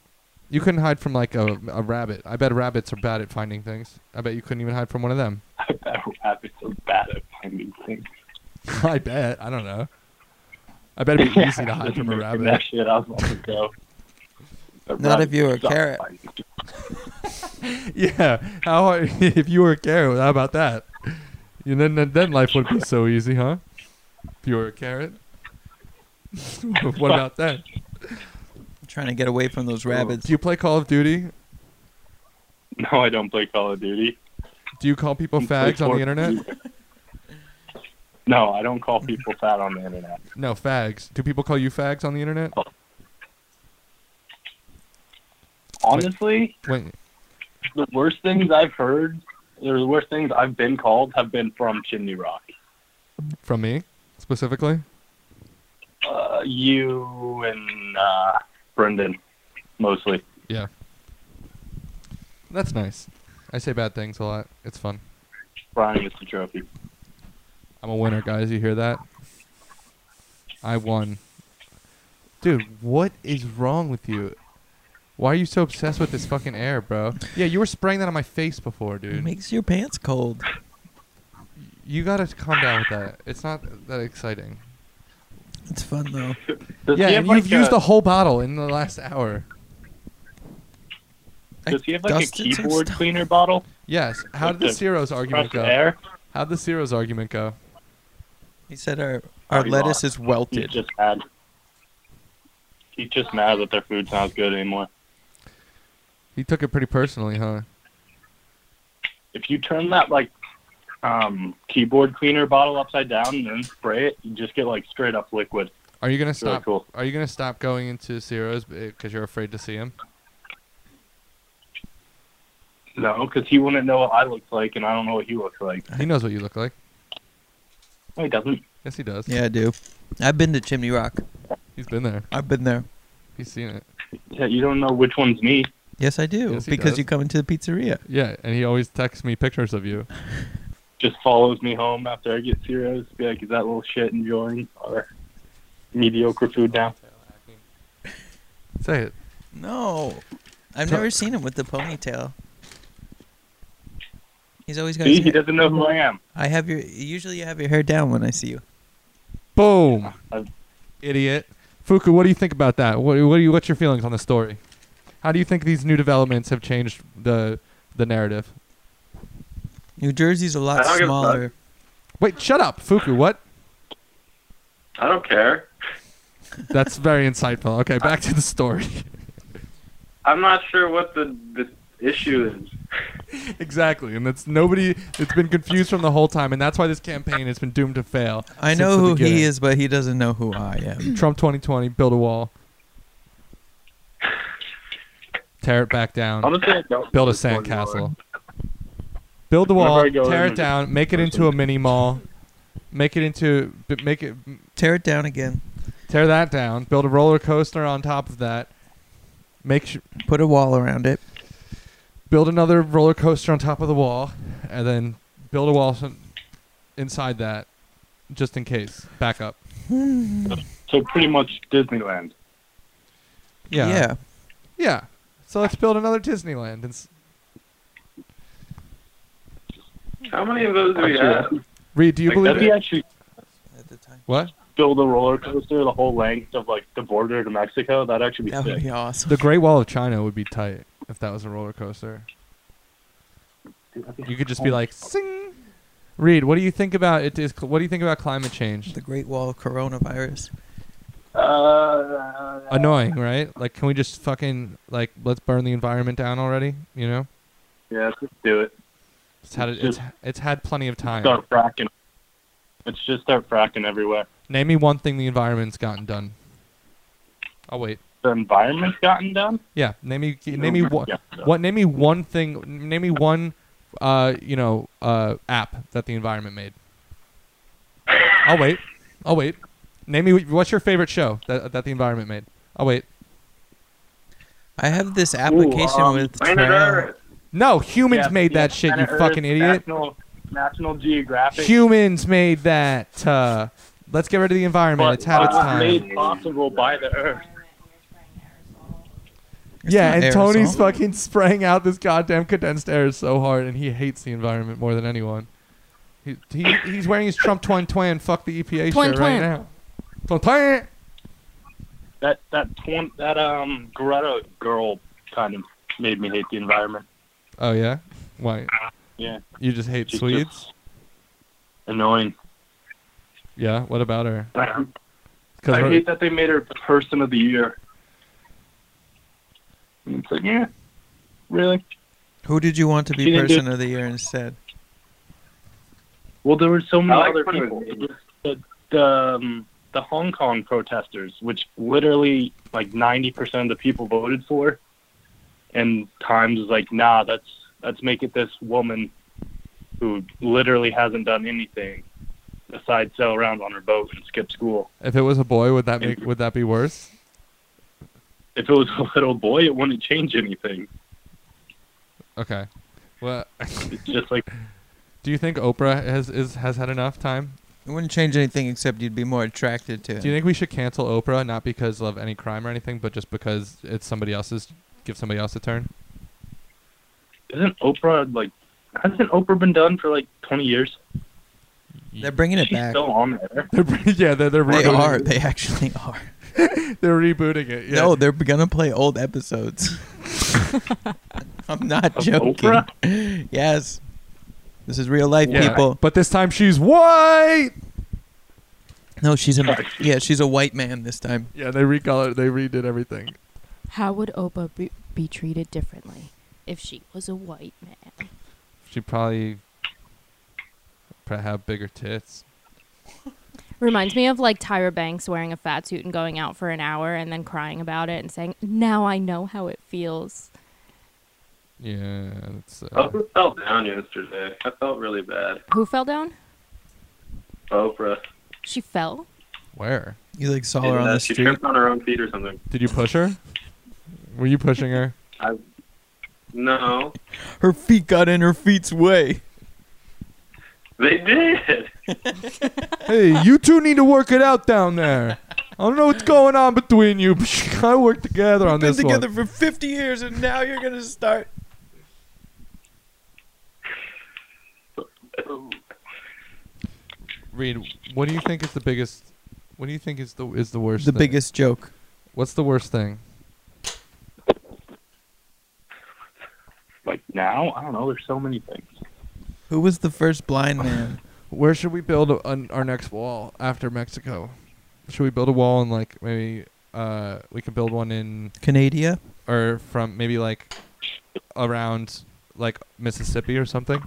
A: You couldn't hide from like a, a rabbit. I bet rabbits are bad at finding things. I bet you couldn't even hide from one of them.
G: I bet rabbits are bad at finding things.
A: I bet. I don't know. I bet it'd be easy to hide from a rabbit.
G: That shit, I was about to go. But
C: Not if you were a
G: rabbits suck
C: carrot.
G: finding things.
A: Yeah. How hard, if you were a carrot? How about that? You then then- then life would be so easy, huh? If you were a carrot. what about that?
C: I'm trying to get away from those rabbits.
A: Do you play Call of Duty?
G: No, I don't play Call of Duty.
A: Do you call people
G: I play
A: fags on the
G: Fortnite.
A: internet?
G: No, I don't call people fat on the internet.
A: No, fags. Do people call you fags on the internet?
G: Honestly,
A: Wait,
G: the worst things I've heard, or the worst things I've been called, have been from Chimney Rock.
A: from me specifically?
G: Uh, you and uh, Brendan, mostly.
A: Yeah. That's nice. I say bad things a lot. It's fun.
G: Brian gets the trophy.
A: I'm a winner, guys. You hear that? I won. Dude, what is wrong with you? Why are you so obsessed with this fucking air, bro? Yeah, you were spraying that on my face before,
C: It
A: dude.
C: makes your pants cold.
A: you gotta calm down with that. It's not that exciting.
C: It's fun though.
G: Does
A: yeah,
G: he have
A: and
G: like
A: you've used
G: a,
A: the whole bottle in the last hour.
G: Does he have like a
C: Dusted some
G: keyboard
C: stuff.
G: cleaner bottle?
A: Yes. How
G: Like
A: did the
G: the
A: Ciro's argument
G: Press
A: go?
G: air.
A: How did the Ciro's argument go?
C: He said our our
G: Already
C: lettuce
G: lost.
C: is
G: He's
C: welted.
G: just mad. He's just mad that their food's not good anymore.
A: He took it pretty personally, huh?
G: If you turn that like um, keyboard cleaner bottle upside down and then spray it, you just get like straight up liquid.
A: Are you gonna
G: It's really
A: stop?
G: cool.
A: Are you gonna stop going into Ciro's because you're afraid to see him?
G: No, because he wouldn't know what I looked like, and I don't know what he looks like.
A: He knows what you look like.
G: No, he doesn't.
A: Yes, he does.
C: Yeah, I do. I've been to Chimney Rock.
A: He's been there.
C: I've been there.
A: He's seen it.
G: Yeah, you don't know which one's me.
C: Yes, I do.
A: Yes, he
C: because
A: does.
C: you come into the pizzeria.
A: Yeah, and he always texts me pictures of you.
G: Just follows me home after I get cereals. Be like, is that little shit enjoying our mediocre food now?
A: Say it.
C: No, I've
A: So-
C: never seen him with the ponytail. He's always got. his
G: See, he
C: hair-
G: doesn't know who I am.
C: I have your. Usually, you have your hair down when I see you.
A: Boom.
G: I've-
A: Idiot. Fuku, what do you think about that? What, what do you, what's your feelings on the story? How do you think these new developments have changed the the narrative?
C: New Jersey's a lot
E: I don't give a
C: smaller.
A: Wait, shut up, Fuku. What?
E: I don't care.
A: That's very insightful. Okay, back to the story.
E: I'm not sure what the, the issue is.
A: exactly, and that's nobody. It's been confused from the whole time, and that's why this campaign has been doomed to fail.
C: I
A: since the
C: know who
A: beginning.
C: he is, but he doesn't know who I am.
A: Trump 2020, build a wall, tear it back down.
E: Honestly, I don't.
A: Build a
E: know which one you are.
A: sandcastle. Build the
G: Whenever
A: wall,
G: I go
A: tear
G: in,
A: it
G: I
A: down, make it into a mini mall, make it into b- make it
C: Tear it down again.
A: tear that down, build a roller coaster on top of that, make sh-
C: Put a wall around it.
A: build another roller coaster on top of the wall, and then build a wall some- inside that, just in case. Back up.
G: So pretty much Disneyland.
A: Yeah.
C: Yeah.
A: Yeah. So let's build another Disneyland. And s-
E: How many of those do we have?
A: Reed, do you
E: Like,
A: believe
G: Does he
A: it?
G: actually
C: At the time.
A: What?
G: build a roller coaster the whole length of like the border to Mexico? That'd actually be
C: That
G: sick.
C: would be awesome.
A: The Great Wall of China would be tight if that was a roller coaster.
G: Dude, that'd
A: You could just be like, sing. Reed, what do you think about it? Is what do you think about climate change?
C: The Great Wall of Coronavirus.
G: uh,
A: Annoying, right? Like, can we just fucking like let's burn the environment down already? You know,
G: yeah, let's do it.
A: it's had it's it's had plenty of time.
G: Start fracking. Let's just start fracking everywhere.
A: Name me one thing the environment's gotten done. I'll wait.
G: The environment's gotten done.
A: Yeah, name me name me one
G: Yeah.
A: what name me one thing name me one uh you know uh app that the environment made. I'll wait. I'll wait. Name me what's your favorite show that that the environment made. I'll wait.
C: I have this application
G: um,
C: with
E: Planet
C: Trail.
E: Earth.
A: No, humans
G: Yeah,
A: made
G: yeah,
A: that shit, you
G: Planet Earth,
A: fucking idiot.
G: National, National Geographic.
A: Humans made that. Uh, let's get rid of the environment.
G: but
A: it's had its
G: was
A: time.
G: Made possible by the Earth.
C: It's
A: yeah,
C: not
A: and Tony's
C: aerosol.
A: fucking spraying out this goddamn condensed air so hard, and he hates the environment more than anyone. He, he he's wearing his Trump twin twin. Fuck the E EPA
D: Twin
A: shit right
D: twin.
A: now. Twin twin.
G: That that twen- that um Greta girl kind of made me hate the environment.
A: Oh yeah, why?
G: Yeah,
A: You just hate
G: She's
A: Swedes?
G: just annoying.
A: Yeah. What about her?
G: I
A: 'Cause her-
G: hate that they made her person of the year. And It's like, yeah, really?
C: Who did you want to
G: She
C: be
G: didn't do
C: Person of the Year instead?
G: Well, there were so many
E: I like
G: other
E: when it
G: people.
E: was-
G: It was The the, um, the Hong Kong protesters, which literally like ninety percent of the people voted for, and Times was like, nah, that's let's make it this woman who literally hasn't done anything besides sail around on her boat and skip school.
A: if it was a boy, would that make would that be worse?
G: If it was a little boy, it wouldn't change anything.
A: Okay. Well,
G: It's just like
A: do you think Oprah has is has had enough time?
C: It wouldn't change anything except you'd be more attracted to it.
A: Do you think we should cancel Oprah not because of any crime or anything, but just because it's somebody else's? Give somebody else a turn.
G: isn't Oprah like hasn't Oprah been done for like 20 years?
C: They're bringing it
G: She's
C: back.
G: still on there.
A: They're re- yeah, they're they're
C: They
A: rebooting
C: are.
A: it.
C: They actually are.
A: They're rebooting it. Yeah.
C: No, they're gonna play old episodes. I'm not
G: Of
C: joking.
G: Oprah?
C: Yes, this is real life,
A: yeah.
C: people.
A: But this time she's white.
C: No, she's a
G: Sorry.
C: yeah, she's a white man this time.
A: Yeah, they recolored. They redid everything.
D: How would Oprah be, be treated differently if she was a white man?
A: She probably probably have bigger tits.
D: Reminds me of like Tyra Banks wearing a fat suit and going out for an hour and then crying about it and saying, "Now I know how it feels."
A: Yeah, that's. Uh,
E: Oprah fell down yesterday. I felt really bad.
D: Who fell down?
E: Oprah.
D: She fell.
A: Where
C: You like saw her
E: And,
C: on
E: uh,
C: the
E: she
C: street.
E: tripped on her own feet or something.
A: did you push her? Were you pushing her?
E: No,
C: Her feet got in her feet's way.
E: they did.
A: hey, you two need to work it out down there. I don't know what's going on between you. I work together on
C: We've been
A: this
C: together
A: one.
C: for 50 years, and now you're gonna start.
A: Reed, what do you think is the biggest? What do you think is the is the worst?
C: The
A: thing?
C: biggest joke.
A: What's the worst thing?
G: Like now, I don't know. There's so many things.
C: Who was the first blind man?
A: Where should we build a, an, our next wall after Mexico? Should we build a wall and like maybe uh we could build one in
C: Canada.
A: or from maybe like around like Mississippi or something?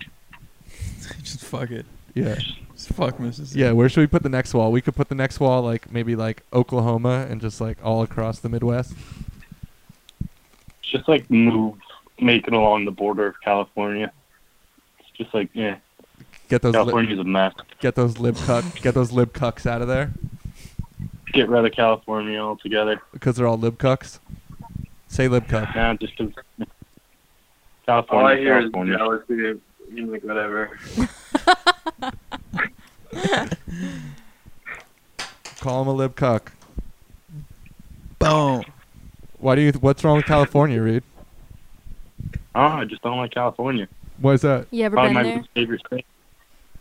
C: Just fuck it.
A: Yeah.
C: Just fuck Mississippi.
A: Yeah, where should we put the next wall? We could put the next wall like maybe like Oklahoma and just like all across the Midwest.
G: It's just like move making along the border of California. It's just like yeah,
A: Get those lib,
G: California's a mess.
A: get those lib cuck get those lib cucks out of there
G: Get rid of California altogether.
A: because they're all lib cucks. Say lib cuck.
G: Nah, just to
E: All I
G: California,
E: hear is
G: California.
E: jealousy. and, Like whatever.
A: Call them a lib cuck.
C: Boom.
A: Why do you? What's wrong with California, Reed?
G: Oh, I just don't like California.
A: Why is that?
D: You ever
G: Probably
D: been
G: my
D: there?
G: favorite state.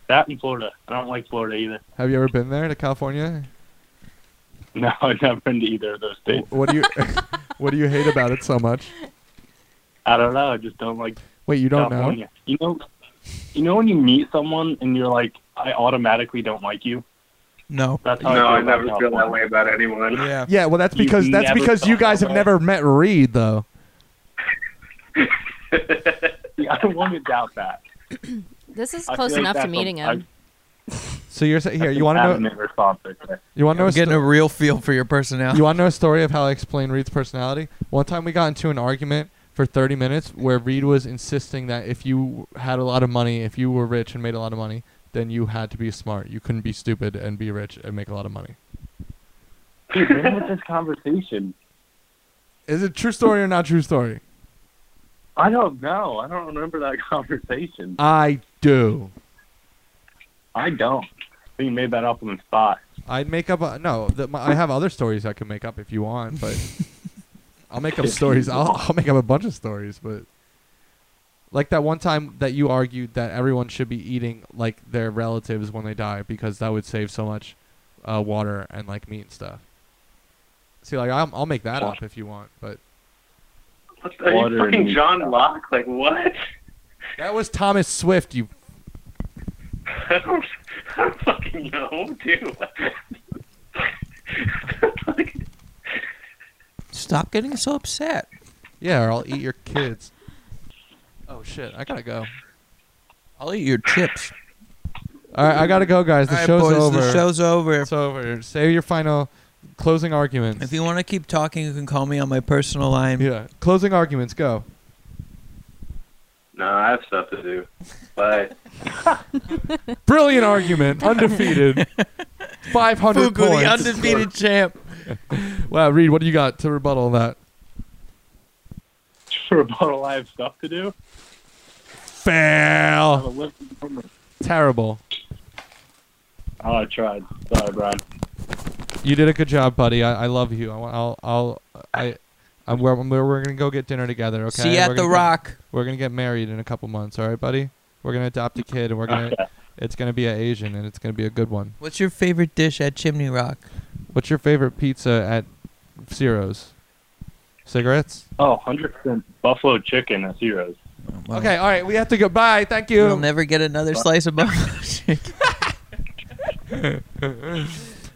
G: That in Florida. I don't like Florida either.
A: Have you ever been there to California?
G: No, I've never been to either of those states.
A: Wh- What do you? what do you hate about it so much?
G: I don't know. I just don't like
A: Wait, you don't know?
G: California. You know, you know when you meet someone and you're like, I automatically don't like you.
C: No.
G: That's
E: No,
G: how I,
E: I
G: feel about
E: never feel that
G: California.
E: way about anyone.
C: Yeah.
A: Yeah, well, that's
G: You've
A: because that's
G: never
A: because you
G: felt that
A: guys have
G: way.
A: never met Reed though.
G: Yeah, I don't want to doubt that.
D: This is
G: I
D: close
G: feel like
D: enough
G: that's
D: to
G: a-
D: meeting
G: I-
D: him.
A: So you're saying here
G: that's
A: you want
G: an
A: to know
G: adamant response right there.
A: you want to know
C: I'm
A: a sto-
C: getting a real feel for your personality.
A: You want to know a story of how I explain Reed's personality? One time we got into an argument for 30 minutes where Reed was insisting that if you had a lot of money, if you were rich and made a lot of money, then you had to be smart. You couldn't be stupid and be rich and make a lot of money.
G: Dude, when was this conversation?
A: Is it true story or not true story?
G: I don't know. I don't remember that conversation.
A: I do.
G: I don't. I think you made that up on the spot.
A: I'd make up a no. The, my, I have other stories I can make up if you want, but I'll make up stories. I'll, I'll make up a bunch of stories, but like that one time that you argued that everyone should be eating like their relatives when they die because that would save so much uh, water and like meat and stuff. See, like I'll, I'll make that up if you want, but
E: What the- Are you
G: Water
E: fucking
G: and-
E: John Locke? Like what?
A: that was Thomas Swift. You
E: I don't, I don't fucking know, dude.
C: Stop getting so upset.
A: yeah, or I'll eat your kids. Oh shit, I gotta go.
C: I'll eat your chips.
A: All right, I gotta go, guys. The
C: All right,
A: show's
C: boys,
A: over.
C: The show's over.
A: It's over. Say your final closing arguments.
C: If you want to keep talking, you can call me on my personal line.
A: yeah, closing arguments. Go.
E: no, I have stuff to do. Bye.
A: Brilliant argument. Undefeated. Five hundred
C: Fugu, the
A: points.
C: undefeated champ.
A: wow, Reed, what do you got to rebuttal that?
G: to rebuttal. I have stuff to do. I have a
A: Fail.
G: list.
A: Terrible.
G: Oh, I tried. Sorry, Brian.
A: You did a good job, buddy. I, I love you. I, want- I'll, I'll, I, I'm, we're, we're, we're gonna go get dinner together. Okay.
C: See you
A: We're
C: at the
A: gonna get-
C: Rock.
A: we're gonna get married in a couple months. All right, buddy. We're gonna adopt a kid, and we're gonna. It's gonna be an Asian, and it's gonna be a good one.
C: What's your favorite dish at Chimney Rock?
A: What's your favorite pizza at Ciro's? Cigarettes.
G: Oh, 100% buffalo chicken at zeros.
A: Okay. All right. We have to go. Bye. Thank you.
C: You'll never get another slice of buffalo chicken.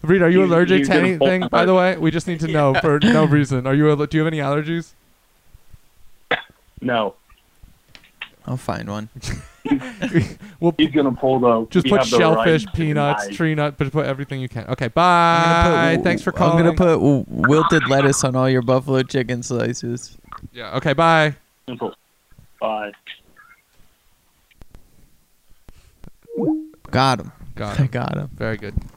A: Reed, are you,
G: You-
A: allergic
G: you
A: to
G: get a full
A: anything? By the way, we just need to know for no reason. Are you? aller- Do you have any allergies?
G: No,
C: I'll find one.
A: we'll
G: he's gonna pull the.
A: just
G: we
A: put
G: have the
A: shellfish,
G: right to
A: peanuts,
G: deny.
A: tree nut, but put everything you can. Okay. Bye. Uh, Thanks for calling.
C: I'm gonna put w- wilted lettuce on all your buffalo chicken slices.
A: Yeah. Okay. Bye.
G: Simple. Bye.
C: Got him.
A: Got
C: I
A: him.
C: got him.
A: Very good.